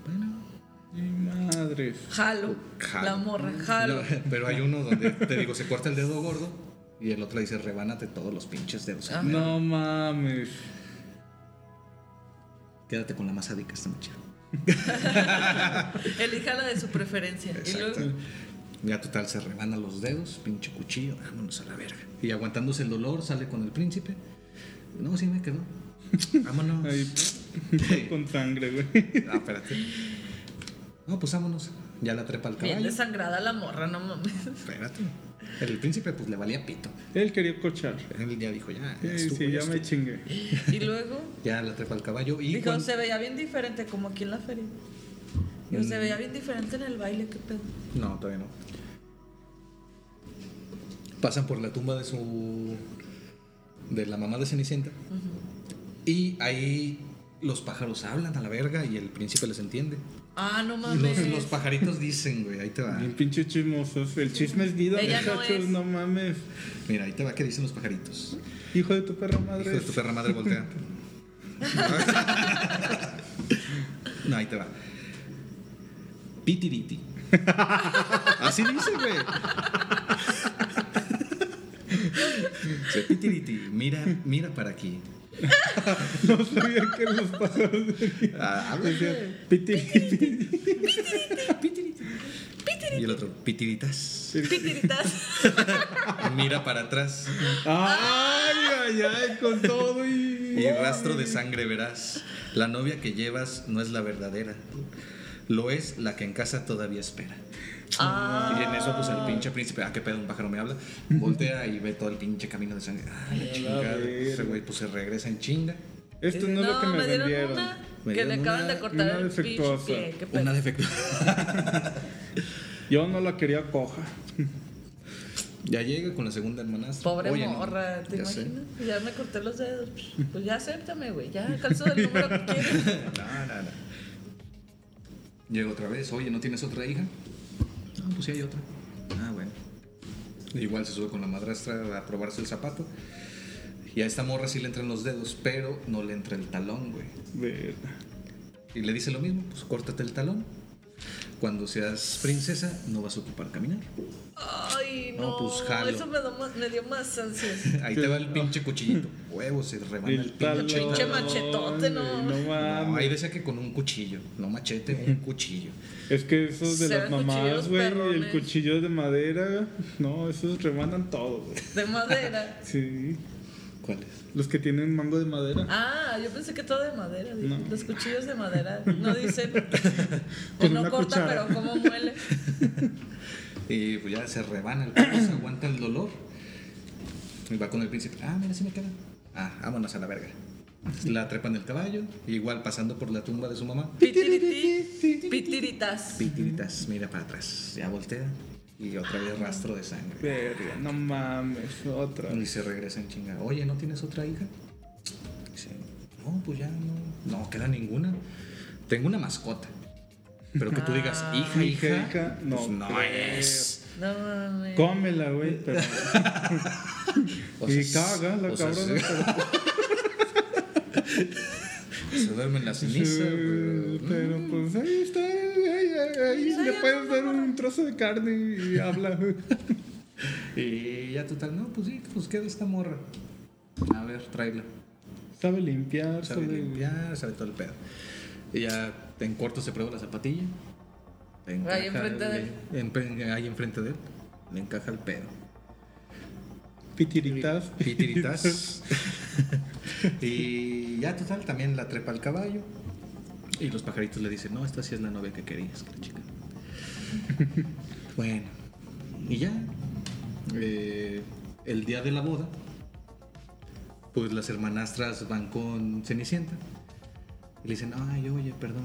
G: Bueno,
F: Mi madre.
D: Jalo,
G: jalo.
D: la morra, jalo.
G: No, pero hay uno donde te digo, se corta el dedo gordo. Y el otro dice, rebánate todos los pinches dedos.
D: Ah.
F: No mames.
G: Quédate con la más adica, está muy chido.
D: Elíjala de su preferencia. Y luego,
G: Exacto. Ya total se rebana los dedos, pinche cuchillo, vámonos a la verga. Y aguantándose el dolor, sale con el príncipe. No, sí me quedó. Vámonos. [laughs]
F: Ahí con sangre, güey.
G: Ah, espérate. No, pues vámonos. Ya la trepa al
D: bien
G: caballo.
D: desangrada la morra, no mames.
G: [laughs] Espérate. El príncipe pues le valía pito.
F: Él quería cochar.
G: Él ya dijo, ya, ya
F: Sí,
G: estuvo,
F: sí,
G: ya
F: ya me
G: estuvo.
F: chingué.
D: Y luego,
G: Ya la trepa al caballo y
D: dijo,
G: cuan-
D: se veía bien diferente, como aquí en la feria. Digo,
G: Mm.
D: se veía bien diferente en el baile, qué pedo.
G: No, todavía no. Pasan por la tumba de su. de la mamá de Cenicienta. Y ahí los pájaros hablan a la verga y el príncipe les entiende.
D: Ah, no mames.
G: Los, los
D: [laughs]
G: pajaritos dicen, güey, ahí te va.
F: Bien pinche chismosos. El chisme es vida,
D: Ella no
F: muchachos.
D: es.
F: No mames.
G: Mira, ahí te va que dicen los pajaritos.
F: Hijo de tu perra madre.
G: Hijo de tu perra madre voltea. no, ahí te va. Pitiriti. Así dice, güey. Dice, Pitiriti, mira, mira para aquí.
F: [laughs] No sabía que los pájaros
G: Ah,
F: decían piti, piti.
G: y el otro, pitiritas.
D: Pitiritas.
G: Mira para atrás
F: Ay, ay, ay, con todo y.
G: y rastro de sangre verás. La novia que llevas no es la verdadera. Lo es la que en casa todavía espera.
D: Ah,
G: Y en eso, pues el pinche príncipe, ah, qué pedo, un pájaro me habla. Voltea y ve todo el pinche camino de sangre. Ah, la chingada. Ese güey, pues se regresa en chinga.
F: Esto no es lo que me,
D: dieron
F: vendieron.
D: una
G: Me
D: que le
G: dieron
D: acaban
G: una-
D: de cortar
F: una
D: el pinche
F: defectuosa.
D: pie, qué pedo.
G: Una defecto.
F: Yo no la quería coja.
G: [laughs] ya llega con la segunda hermanastra.
D: Pobre
G: Oye, no,
D: morra, ¿te
G: ya sé.
D: imaginas? Pues Ya me corté los dedos. Pues ya acéptame, güey. Ya calzo del número que quieres.
G: [laughs] No, no, no. Llega otra vez, oye, ¿no tienes otra hija? No, pues sí hay otra. Ah, bueno. Igual se sube con la madrastra a probarse el zapato. Y a esta morra sí le entran los dedos, pero no le entra el talón, güey.
F: Verga.
G: Y le dice lo mismo, pues córtate el talón. Cuando seas princesa no vas a ocupar caminar.
D: Ay, no.
G: No, pues, jalo.
D: Eso me, da más- me dio más ansias.
G: Ahí te va el pinche cuchillito. Huevo, se remana el,
F: El
G: pinche.
F: talón,
D: Pinche machetote, no.
F: güey, No
G: No, ahí
F: mames.
G: decía que con un cuchillo, no machete, un cuchillo.
F: Es que esos de
D: Se
F: las
D: ven cuchillos
F: mamás, güey, el
D: perrones.
F: cuchillo de madera, no, esos remanan todo, güey.
G: [laughs]
D: De madera.
F: Sí,
G: ¿Cuál es?
F: los que tienen mango de madera.
D: Ah, yo pensé que todo de madera. dije,
F: No.
D: Los cuchillos de madera. No dicen. Que
F: Con
D: no
F: una
D: corta,
F: cuchara.
D: pero cómo muele.
G: Y pues ya se rebana el cuerpo, se aguanta el dolor. Y va con el príncipe. Ah, mira, sí me queda. Ah, vámonos a la verga. La trepan del caballo, igual pasando por la tumba de su mamá.
D: Pitiriti, pitiritas.
G: Pitiritas, mira para atrás, ya voltea y otra vez rastro de sangre.
F: Verga, no mames, otra.
D: Mm.
G: Y se regresa en chinga. Oye, ¿no tienes otra hija? Dice, no, pues ya no, no queda ninguna. Tengo una mascota. Pero que tú digas, hija,
F: Ah, Hija,
G: hija,
F: hija,
G: no,
F: no
G: pues no
F: creo.
G: es.
D: No mames.
F: Cómela, güey,
D: [laughs]
F: pero. [laughs]
G: O sea,
F: y caga la
G: o sea,
F: cabrona. pero-
G: [laughs] Se duerme en la ceniza. Mm.
F: Sí,
G: pero-
F: Pero pues ahí está, ahí, ahí, ahí le puedes dar un trozo de carne
D: [laughs]
F: y habla.
G: Y ya total, no, pues sí, pues queda esta morra. A ver, tráela.
F: Sabe limpiar,
G: Sabe
F: Ah, sabe.
G: limpiar, sabe todo el pedo. Y ya en corto se prueba la zapatilla. Le
D: Ahí
G: encaja-
D: enfrente de él.
G: le- en- ahí enfrente de él. Le encaja el pedo.
F: Pitiritas.
G: Pitiritas. [laughs] y ya total, también la trepa al caballo. Y los pajaritos le dicen, no, esta sí es la novia que querías, que la chica. bueno, y ya. eh, el día de la boda, pues las hermanastras van con Cenicienta. Y le dicen, ay, oye, perdón.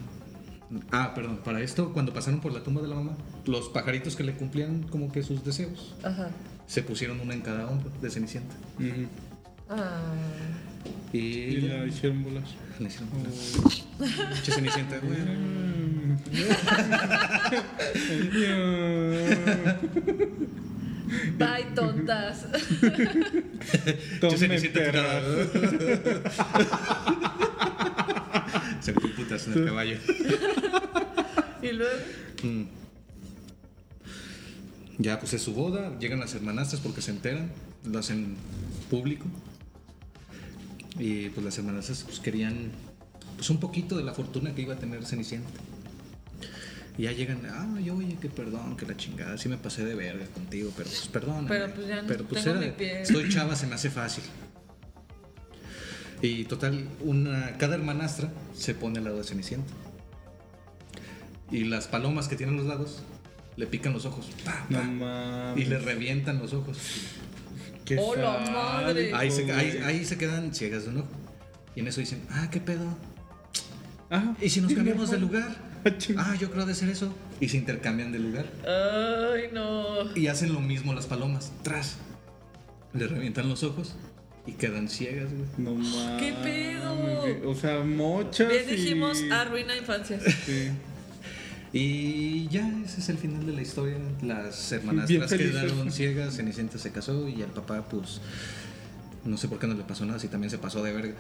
G: Ah, perdón, para esto, cuando pasaron por la tumba de la mamá, los pajaritos que le cumplían como que sus deseos,
D: Ajá.
G: se pusieron una en cada hombro de Cenicienta.
F: Ujú.
D: Ah.
G: Y,
F: Y
G: ya,
F: la hicieron volar.
G: le hicieron una pinche Cenicienta, güey.
D: [laughs] Bye, tontas.
G: Pinche
F: Tome
G: Cenicienta
F: perra.
G: [laughs] tirada. Se metió putas en el caballo.
D: y luego.
G: Mm. Ya, pues es su boda. Llegan las hermanastras porque se enteran. Lo hacen público. Y pues las hermanastras pues, querían pues un poquito de la fortuna que iba a tener Cenicienta. Y ya llegan, ay, oye, que perdón, que la chingada, sí me pasé de verga contigo, pero pues perdón.
D: Pero, pues, ya no tengo mi pie".
G: Estoy chava, se me hace fácil. Y total, una, cada hermanastra se pone al lado de Cenicienta. Y las palomas que tienen los lados le pican los ojos. pa,
F: No
G: pa,
F: mames.
G: y le revientan los ojos.
F: Qué
D: ¡Hola,
F: sádico,
D: ¡Oh, madre!
G: Ahí se, ahí-
F: güey.
G: ahí se quedan ciegas de un ojo. Y en eso dicen, ah, qué pedo.
F: Ah,
G: ¿Y si nos cambiamos de
F: mejor.
G: lugar?
F: [laughs] Ah, ching-
G: Ah, yo creo de ser eso. Y se intercambian de lugar.
D: Ay, no.
G: Y hacen lo mismo las palomas. Tras. Le revientan los ojos y quedan ciegas, güey.
F: No mames.
D: ¿Qué pedo?
F: güey. O sea, mochas.
D: Bien dijimos,
F: y... este,
D: arruina infancia.
F: Sí.
G: Y ya, ese es el final de la historia. Las
F: Bien
G: hermanastras
F: felices.
G: quedaron ciegas, Cenicienta se casó y el papá, pues, no sé por qué no le pasó nada, si también se pasó de verga.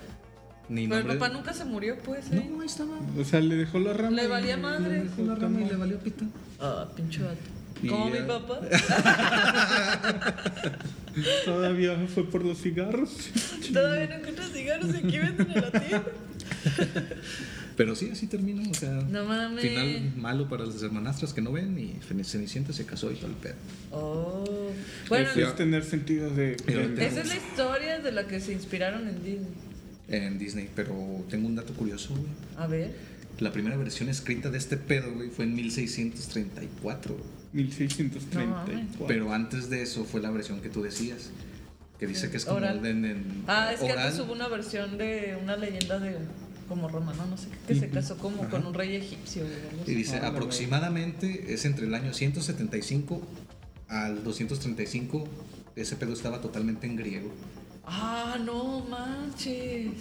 G: Ni
D: Pero el
G: nombre-
D: papá nunca se murió, pues. ¿eh?
G: No, ahí estaba.
F: O sea, le dejó la rama.
D: Le valía madre.
F: Le
G: Dejó la rama y le valió pito.
D: Ah, pinche vato.
G: Y
D: Como
G: ya.
D: mi papá.
F: Todavía fue por los cigarros.
D: Todavía no encuentro cigarros aquí venden en la tienda.
G: Pero sí, así termina, o sea.
D: No mames.
G: Final malo para las hermanastras que no ven y Fene- Cenicienta se casó y todo el pedo.
D: Oh. Bueno,
F: Eso es tener sentido de.
G: Y ahora
D: esa es la historia de la que se inspiraron en Disney.
G: En Disney, pero tengo un dato curioso, güey.
D: A ver.
G: La primera versión escrita de este pedo, güey, fue en 1634, güey.
F: 1634.
G: Pero antes de eso fue la versión que tú decías, que dice que es como
D: Oral.
G: en- en-
D: Ah, es que
G: oral.
D: antes hubo una versión de una leyenda de como romano, no sé qué, que se casó como con un rey egipcio. güey, algo
G: Y
D: así.
G: dice, aproximadamente es entre el año 175 al 235, ese pedo estaba totalmente en griego.
D: Ah, no manches.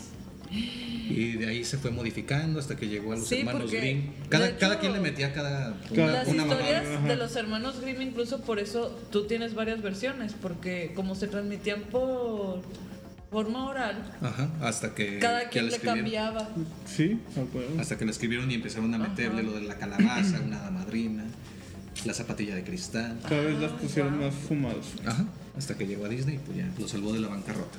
G: Y de ahí se fue modificando hasta que llegó a los
D: Sí,
G: hermanos
D: porque,
G: Grimm.
D: de
G: Cada,
D: hecho,
G: cada quien le metía cada una,
F: Cada-
D: Las
G: una mamada.
D: historias
F: mamá, ajá.
D: de los hermanos Grimm, incluso por eso tú tienes varias versiones, porque como se transmitían por forma oral,
G: Ajá, hasta Eh, que
D: cada
G: ya
D: quien
G: le
D: le
G: escribieron.
D: cambiaba.
F: Sí, a huevo.
G: Hasta que lo escribieron y empezaron a meterle lo de la calabaza, una hada madrina, la zapatilla de cristal.
F: Cada vez las pusieron más fumadas.
G: Ajá, hasta que llegó a Disney, pues ya lo salvó de la bancarrota.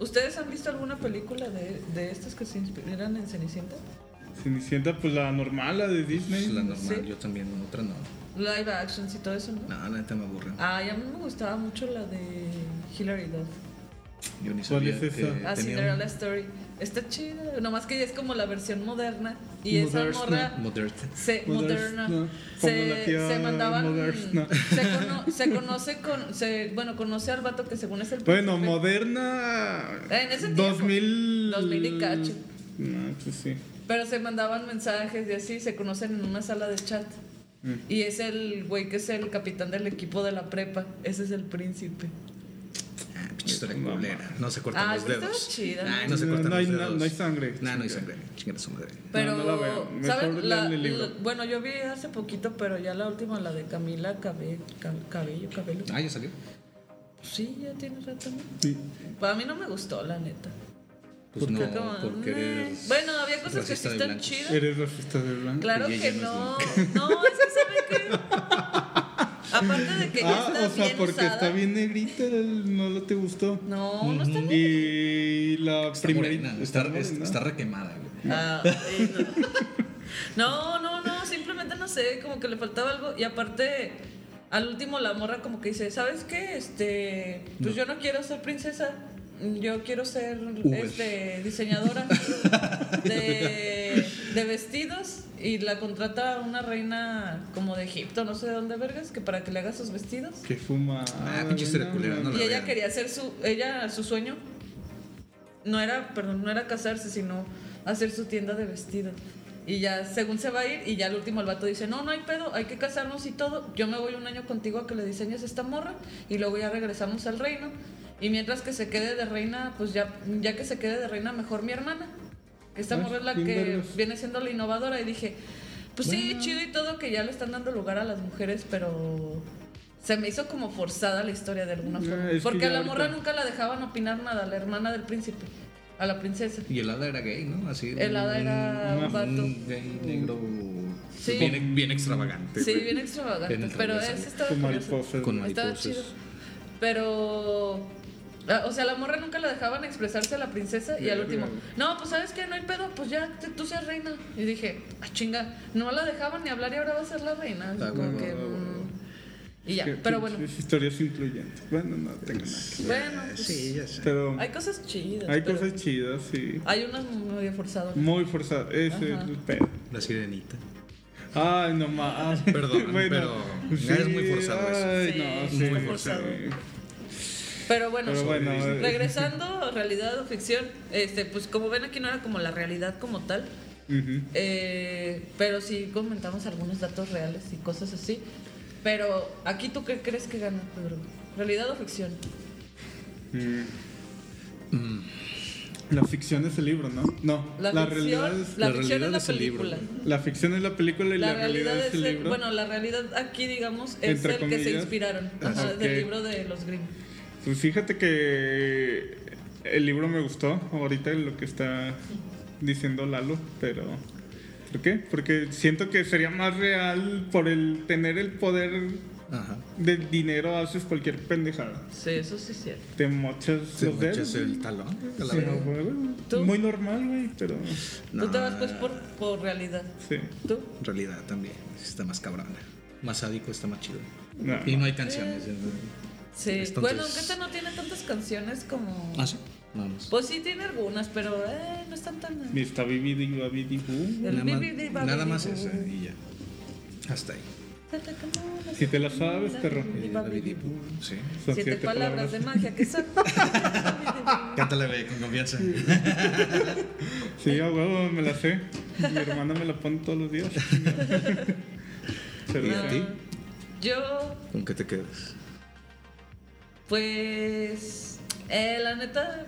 D: ¿Ustedes han visto alguna película de, de estas que se inspiran en Cenicienta?
F: Cenicienta, pues la normal, la de
G: Es
D: Pues
F: Disney.
G: la normal,
D: Sí.
G: yo también, otra no.
D: Live actions y todo eso, ¿no?
G: No, la neta me aburre.
D: Ay, a mí me gustaba mucho la de Hillary Duff.
G: Yo ni
F: ¿Cuál
G: sabía
F: es esa?
G: que
D: A
G: tenía
F: Eh,
D: Ah, Cinderella
G: un-
D: Story. Está chida. Nomás que ya es como la versión moderna. Y
F: Moderna.
D: esa morra.
G: Moderna.
D: Se,
F: Moderna.
D: moderna.
F: Como
D: Se,
F: la tía
D: se mandaban.
F: Moderna.
D: Se, cono- se conoce con. Se, bueno, conoce al vato que según es el.
F: Bueno,
D: príncipe.
F: moderna.
D: En ese tiempo.
F: 2000.
D: 2000 y cacho.
F: No, pues sí.
D: Pero se mandaban mensajes y así, se conocen en una sala de chat.
F: Mm.
D: Y es el güey que es el capitán del equipo de la prepa. Ese es el príncipe.
G: Ah, pinche historia culera. No se cortan
D: Ah,
G: los
D: pero estaba
G: dedos.
D: chida.
G: Ay, no se
F: No,
G: cortan
F: no
G: los
F: hay na-
G: dedos.
F: no hay sangre.
G: No, no hay sangre. Chinguen a su madre.
D: Pero,
F: no la veo. Mejor
D: ¿saben? La-
F: lean el libro.
D: la- bueno, yo vi hace poquito, pero ya la última, la de Camila Cabe- Cab- Cabello, Cabello.
G: Ah, ya salió.
D: Sí, ya tiene rato. ¿no?
F: Sí.
D: Para mí no me gustó, la neta.
G: Pues
D: Fue
G: no,
D: como,
G: porque
D: "Meh".
G: eres
D: Bueno, había cosas que sí
G: racista de
D: están
G: blancos.
D: chidas.
F: Eres racista de blanco.
D: Claro
G: Y ella
D: que no.
G: no
D: No, es que saben que.
F: [laughs]
D: Aparte de que ya
F: Ah,
D: está
F: o sea,
D: bien
F: porque
D: usada.
F: está bien negrita, el- no lo te gustó.
D: No, no está bien.
F: Y la
G: Mm. Está
F: primera.
G: morena, está, es-
F: morena.
G: está requemada, güey.
D: Ah, sí, no. no, no, no, simplemente no sé, como que le faltaba algo. Y aparte, al último la morra como que dice, ¿sabes qué? Este, pues yo no quiero ser princesa, yo quiero ser
G: Uber.
D: este, diseñadora de, de vestidos. Y la contrata una reina como de Egipto, no sé de dónde vergas, que para que le haga sus vestidos.
F: Que fuma.
G: Ah, pinche historia culera, no la
D: Y ella
G: vean.
D: quería hacer su ella su sueño no era, perdón, no era casarse, sino hacer su tienda de vestido. Y ya según se va a ir y ya al último el vato dice, "No, no hay pedo, hay que casarnos y todo. Yo me voy un año contigo a que le diseñes esta morra y luego ya regresamos al reino." Y mientras que se quede de reina, pues ya ya que se quede de reina mejor mi hermana. Que Esta
F: Ah,
D: morra es la
F: bien
D: que
F: vergas.
D: viene siendo la innovadora y dije, pues sí,
F: Bueno.
D: chido y todo que ya le están dando lugar a las mujeres, pero se me hizo como forzada la historia de alguna
F: Ah,
D: forma.
F: es que
D: Porque
F: ya
D: a la morra
F: ahorita-
D: nunca la dejaban opinar nada, la hermana del príncipe, a la princesa.
G: Y el hada era gay, ¿no? Así.
D: El hada era un vato.
G: gay negro.
D: Sí.
G: Bien, bien extravagante.
D: Sí,
G: güey.
D: bien extravagante.
G: En el
D: Pero
G: trailer
D: ese
G: sale.
D: estaba
F: Con
D: curioso.
F: mariposas.
G: Con
D: Estaba
G: mariposas.
D: chido. Pero. ah, O sea, la morra nunca la dejaban expresarse a la princesa y al último, no, pues sabes que no hay pedo, pues ya te- tú seas reina. Y dije, ah, chinga, no la dejaban ni hablar y ahora va a ser la reina.
G: Ah,
D: Como
G: huevo,
D: que,
G: huevo,
D: mm,
G: huevo.
D: Y ya,
F: Que-
D: pero
F: que-
D: bueno.
F: Es historias incluyentes. Bueno, no tengo nada. que-
D: Bueno, pues,
G: Eh, Sí, ya sé.
F: Pero
D: hay cosas chidas.
F: hay
D: pero
F: cosas chidas, sí.
D: Hay unas medio forzadas.
F: Muy forzadas. Ese
D: Ajá.
F: es el pedo.
G: La sirenita.
F: Ay, no más. [laughs]
G: Perdón, pero es muy forzado eso.
F: ay,
D: Sí,
F: no,
D: es
F: sí,
D: muy forzado.
F: sí.
D: Pero bueno,
F: Pero bueno, eh. [laughs]
D: regresando a realidad o ficción, este, pues como ven aquí no era como la realidad como tal,
F: Ujú.
D: eh, pero sí comentamos algunos datos reales y cosas así. Pero aquí tú qué crees que gana, Pedro? ¿Realidad o ficción?
G: Mm.
F: La ficción es el libro, ¿no? No, la,
D: La, ficción,
F: realidad es...
D: la
G: la
D: ficción es
G: realidad
D: la
G: es el libro.
D: película.
F: La ficción es la película y la, realidad, es el libro.
D: bueno, la realidad aquí digamos es
F: Entre
D: el que se
F: comillas.
D: inspiraron
F: Ah,
D: ajá,
F: ok.
D: del libro de los Grimm.
F: Pues fíjate que el libro me gustó ahorita lo que está diciendo Lalo, pero ¿por qué? Porque siento que sería más real por el tener el poder
G: Ajá.
F: del dinero haces cualquier pendejada.
D: Sí, eso sí es cierto.
F: Te mochas
G: Se
F: los dedos.
G: mochas el talón. a la
F: Sí,
G: verga.
F: bueno,
D: ¿Tú?
F: Muy normal, güey, pero
D: Tú te vas
G: No. eh.
D: pues por, por realidad.
F: sí.
D: ¿Tú?
G: En realidad también. sí Está más cabrona. Más sádico, está más chido.
F: No,
G: Y no hay canciones. ¿verdad?
D: Sí.
G: Entonces-
D: Bueno, aunque esta no tiene tantas canciones como.
G: Ah, sí. Vamos.
D: Pues sí tiene algunas, pero eh, no están tan.
F: Ni está vivido y va
D: El
G: Nada más,
D: bibi-
G: nada más
D: bibi-
G: esa y ya. Hasta ahí.
F: Si te la sabes, perro.
G: Sí.
F: Son
D: Siete palabras de magia que son.
G: Cántale, güey, con confianza.
D: ¿eh?
F: Sí, a huevo, me la sé. Mi hermana me la pone todos los días. Pero
G: ¿Y a
F: sí.
G: ti?
D: Ah, Yo,
G: ¿Con qué te quedas?
D: pues. Eh, la neta.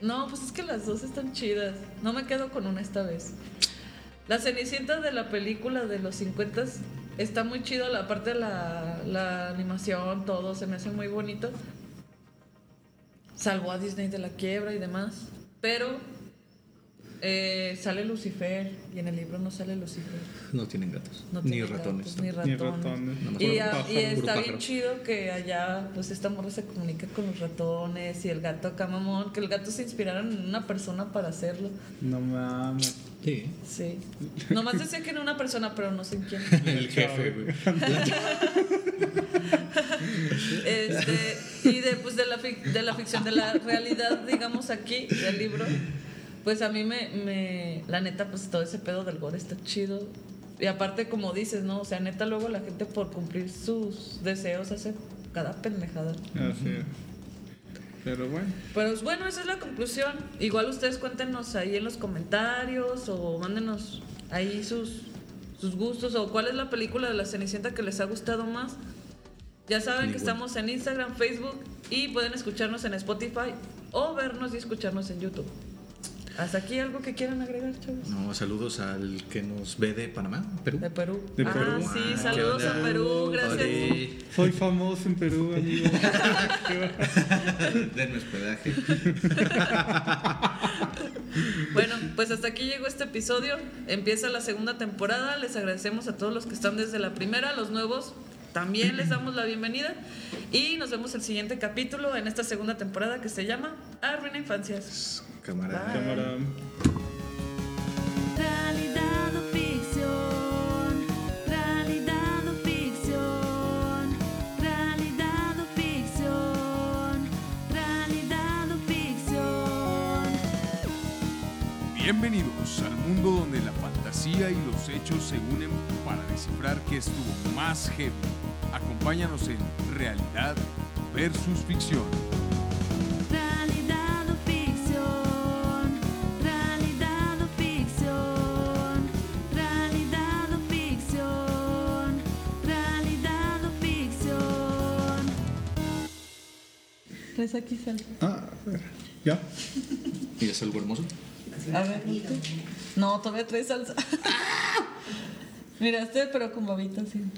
D: No, pues es que las dos están chidas. No me quedo con una esta vez. La Cenicienta de la película de los 50 está muy chido, la parte de la, la animación, todo, se me hace muy bonito. Salvó a Disney de la quiebra y demás. Pero eh, sale Lucifer y en el libro no sale Lucifer.
G: No tienen gatos.
D: No
G: ni
D: tiene
G: ratones.
D: gatos, ni
G: tampoco.
F: Ni
D: ratones.
F: ratones.
G: Nada más
D: Y,
G: puro
D: a-
G: pájaro,
D: y
G: puro
D: está bien
G: pájaro.
D: chido que allá, pues esta morra se comunica con los ratones y el gato acá, mamón, que el gato se inspiraron en una persona para hacerlo.
F: No mames.
G: Sí.
D: Sí. Nomás decía que en una persona, pero no sé en quién.
G: El jefe, güey.
D: Este, y de, pues, de de la, fic- de la ficción, de la realidad, digamos, aquí, del libro, pues a mí me, me- La neta, pues todo ese pedo del gore está chido. Y aparte, como dices, ¿no? O sea, neta, luego la gente por cumplir sus deseos hace cada pendejada.
F: Así es. Pero bueno.
D: Pero pues, bueno, esa es la conclusión. Igual ustedes cuéntenos ahí en los comentarios o mándenos ahí sus, sus gustos o cuál es la película de la Cenicienta que les ha gustado más. Ya saben que estamos en Instagram, Facebook y pueden escucharnos en Spotify o vernos y escucharnos en YouTube. ¿Hasta aquí algo que quieran agregar, chavos?
G: No, saludos al que nos ve de Panamá, Perú.
D: De Perú.
F: De
D: ah,
F: Perú.
D: sí, saludos a Perú, gracias.
G: Ole.
F: Soy famoso en Perú, [laughs] amigo.
G: [laughs] Denme hospedaje.
D: Bueno, pues hasta aquí llegó este episodio. Empieza la segunda temporada. Les agradecemos a todos los que están desde la primera, los nuevos también les damos la bienvenida y nos vemos el siguiente capítulo en esta segunda temporada que se llama Arruina Infancias.
G: Cámara.
F: Cámara.
B: Realidad o ficción, realidad o ficción, realidad o ficción, realidad o ficción.
C: Bienvenidos al mundo donde la fantasía y los hechos se unen para descifrar qué estuvo más heavy. Acompáñanos en Realidad versus Ficción.
B: Realidad o ficción, realidad o ficción, realidad o ficción, realidad o ficción.
D: Tres aquí sale.
F: Ah, a ver. Ya.
G: ¿Y es algo hermoso?
D: A ver. ¿tú? [laughs] No, todavía trae salsa. Miraste, pero este, con babita, sí.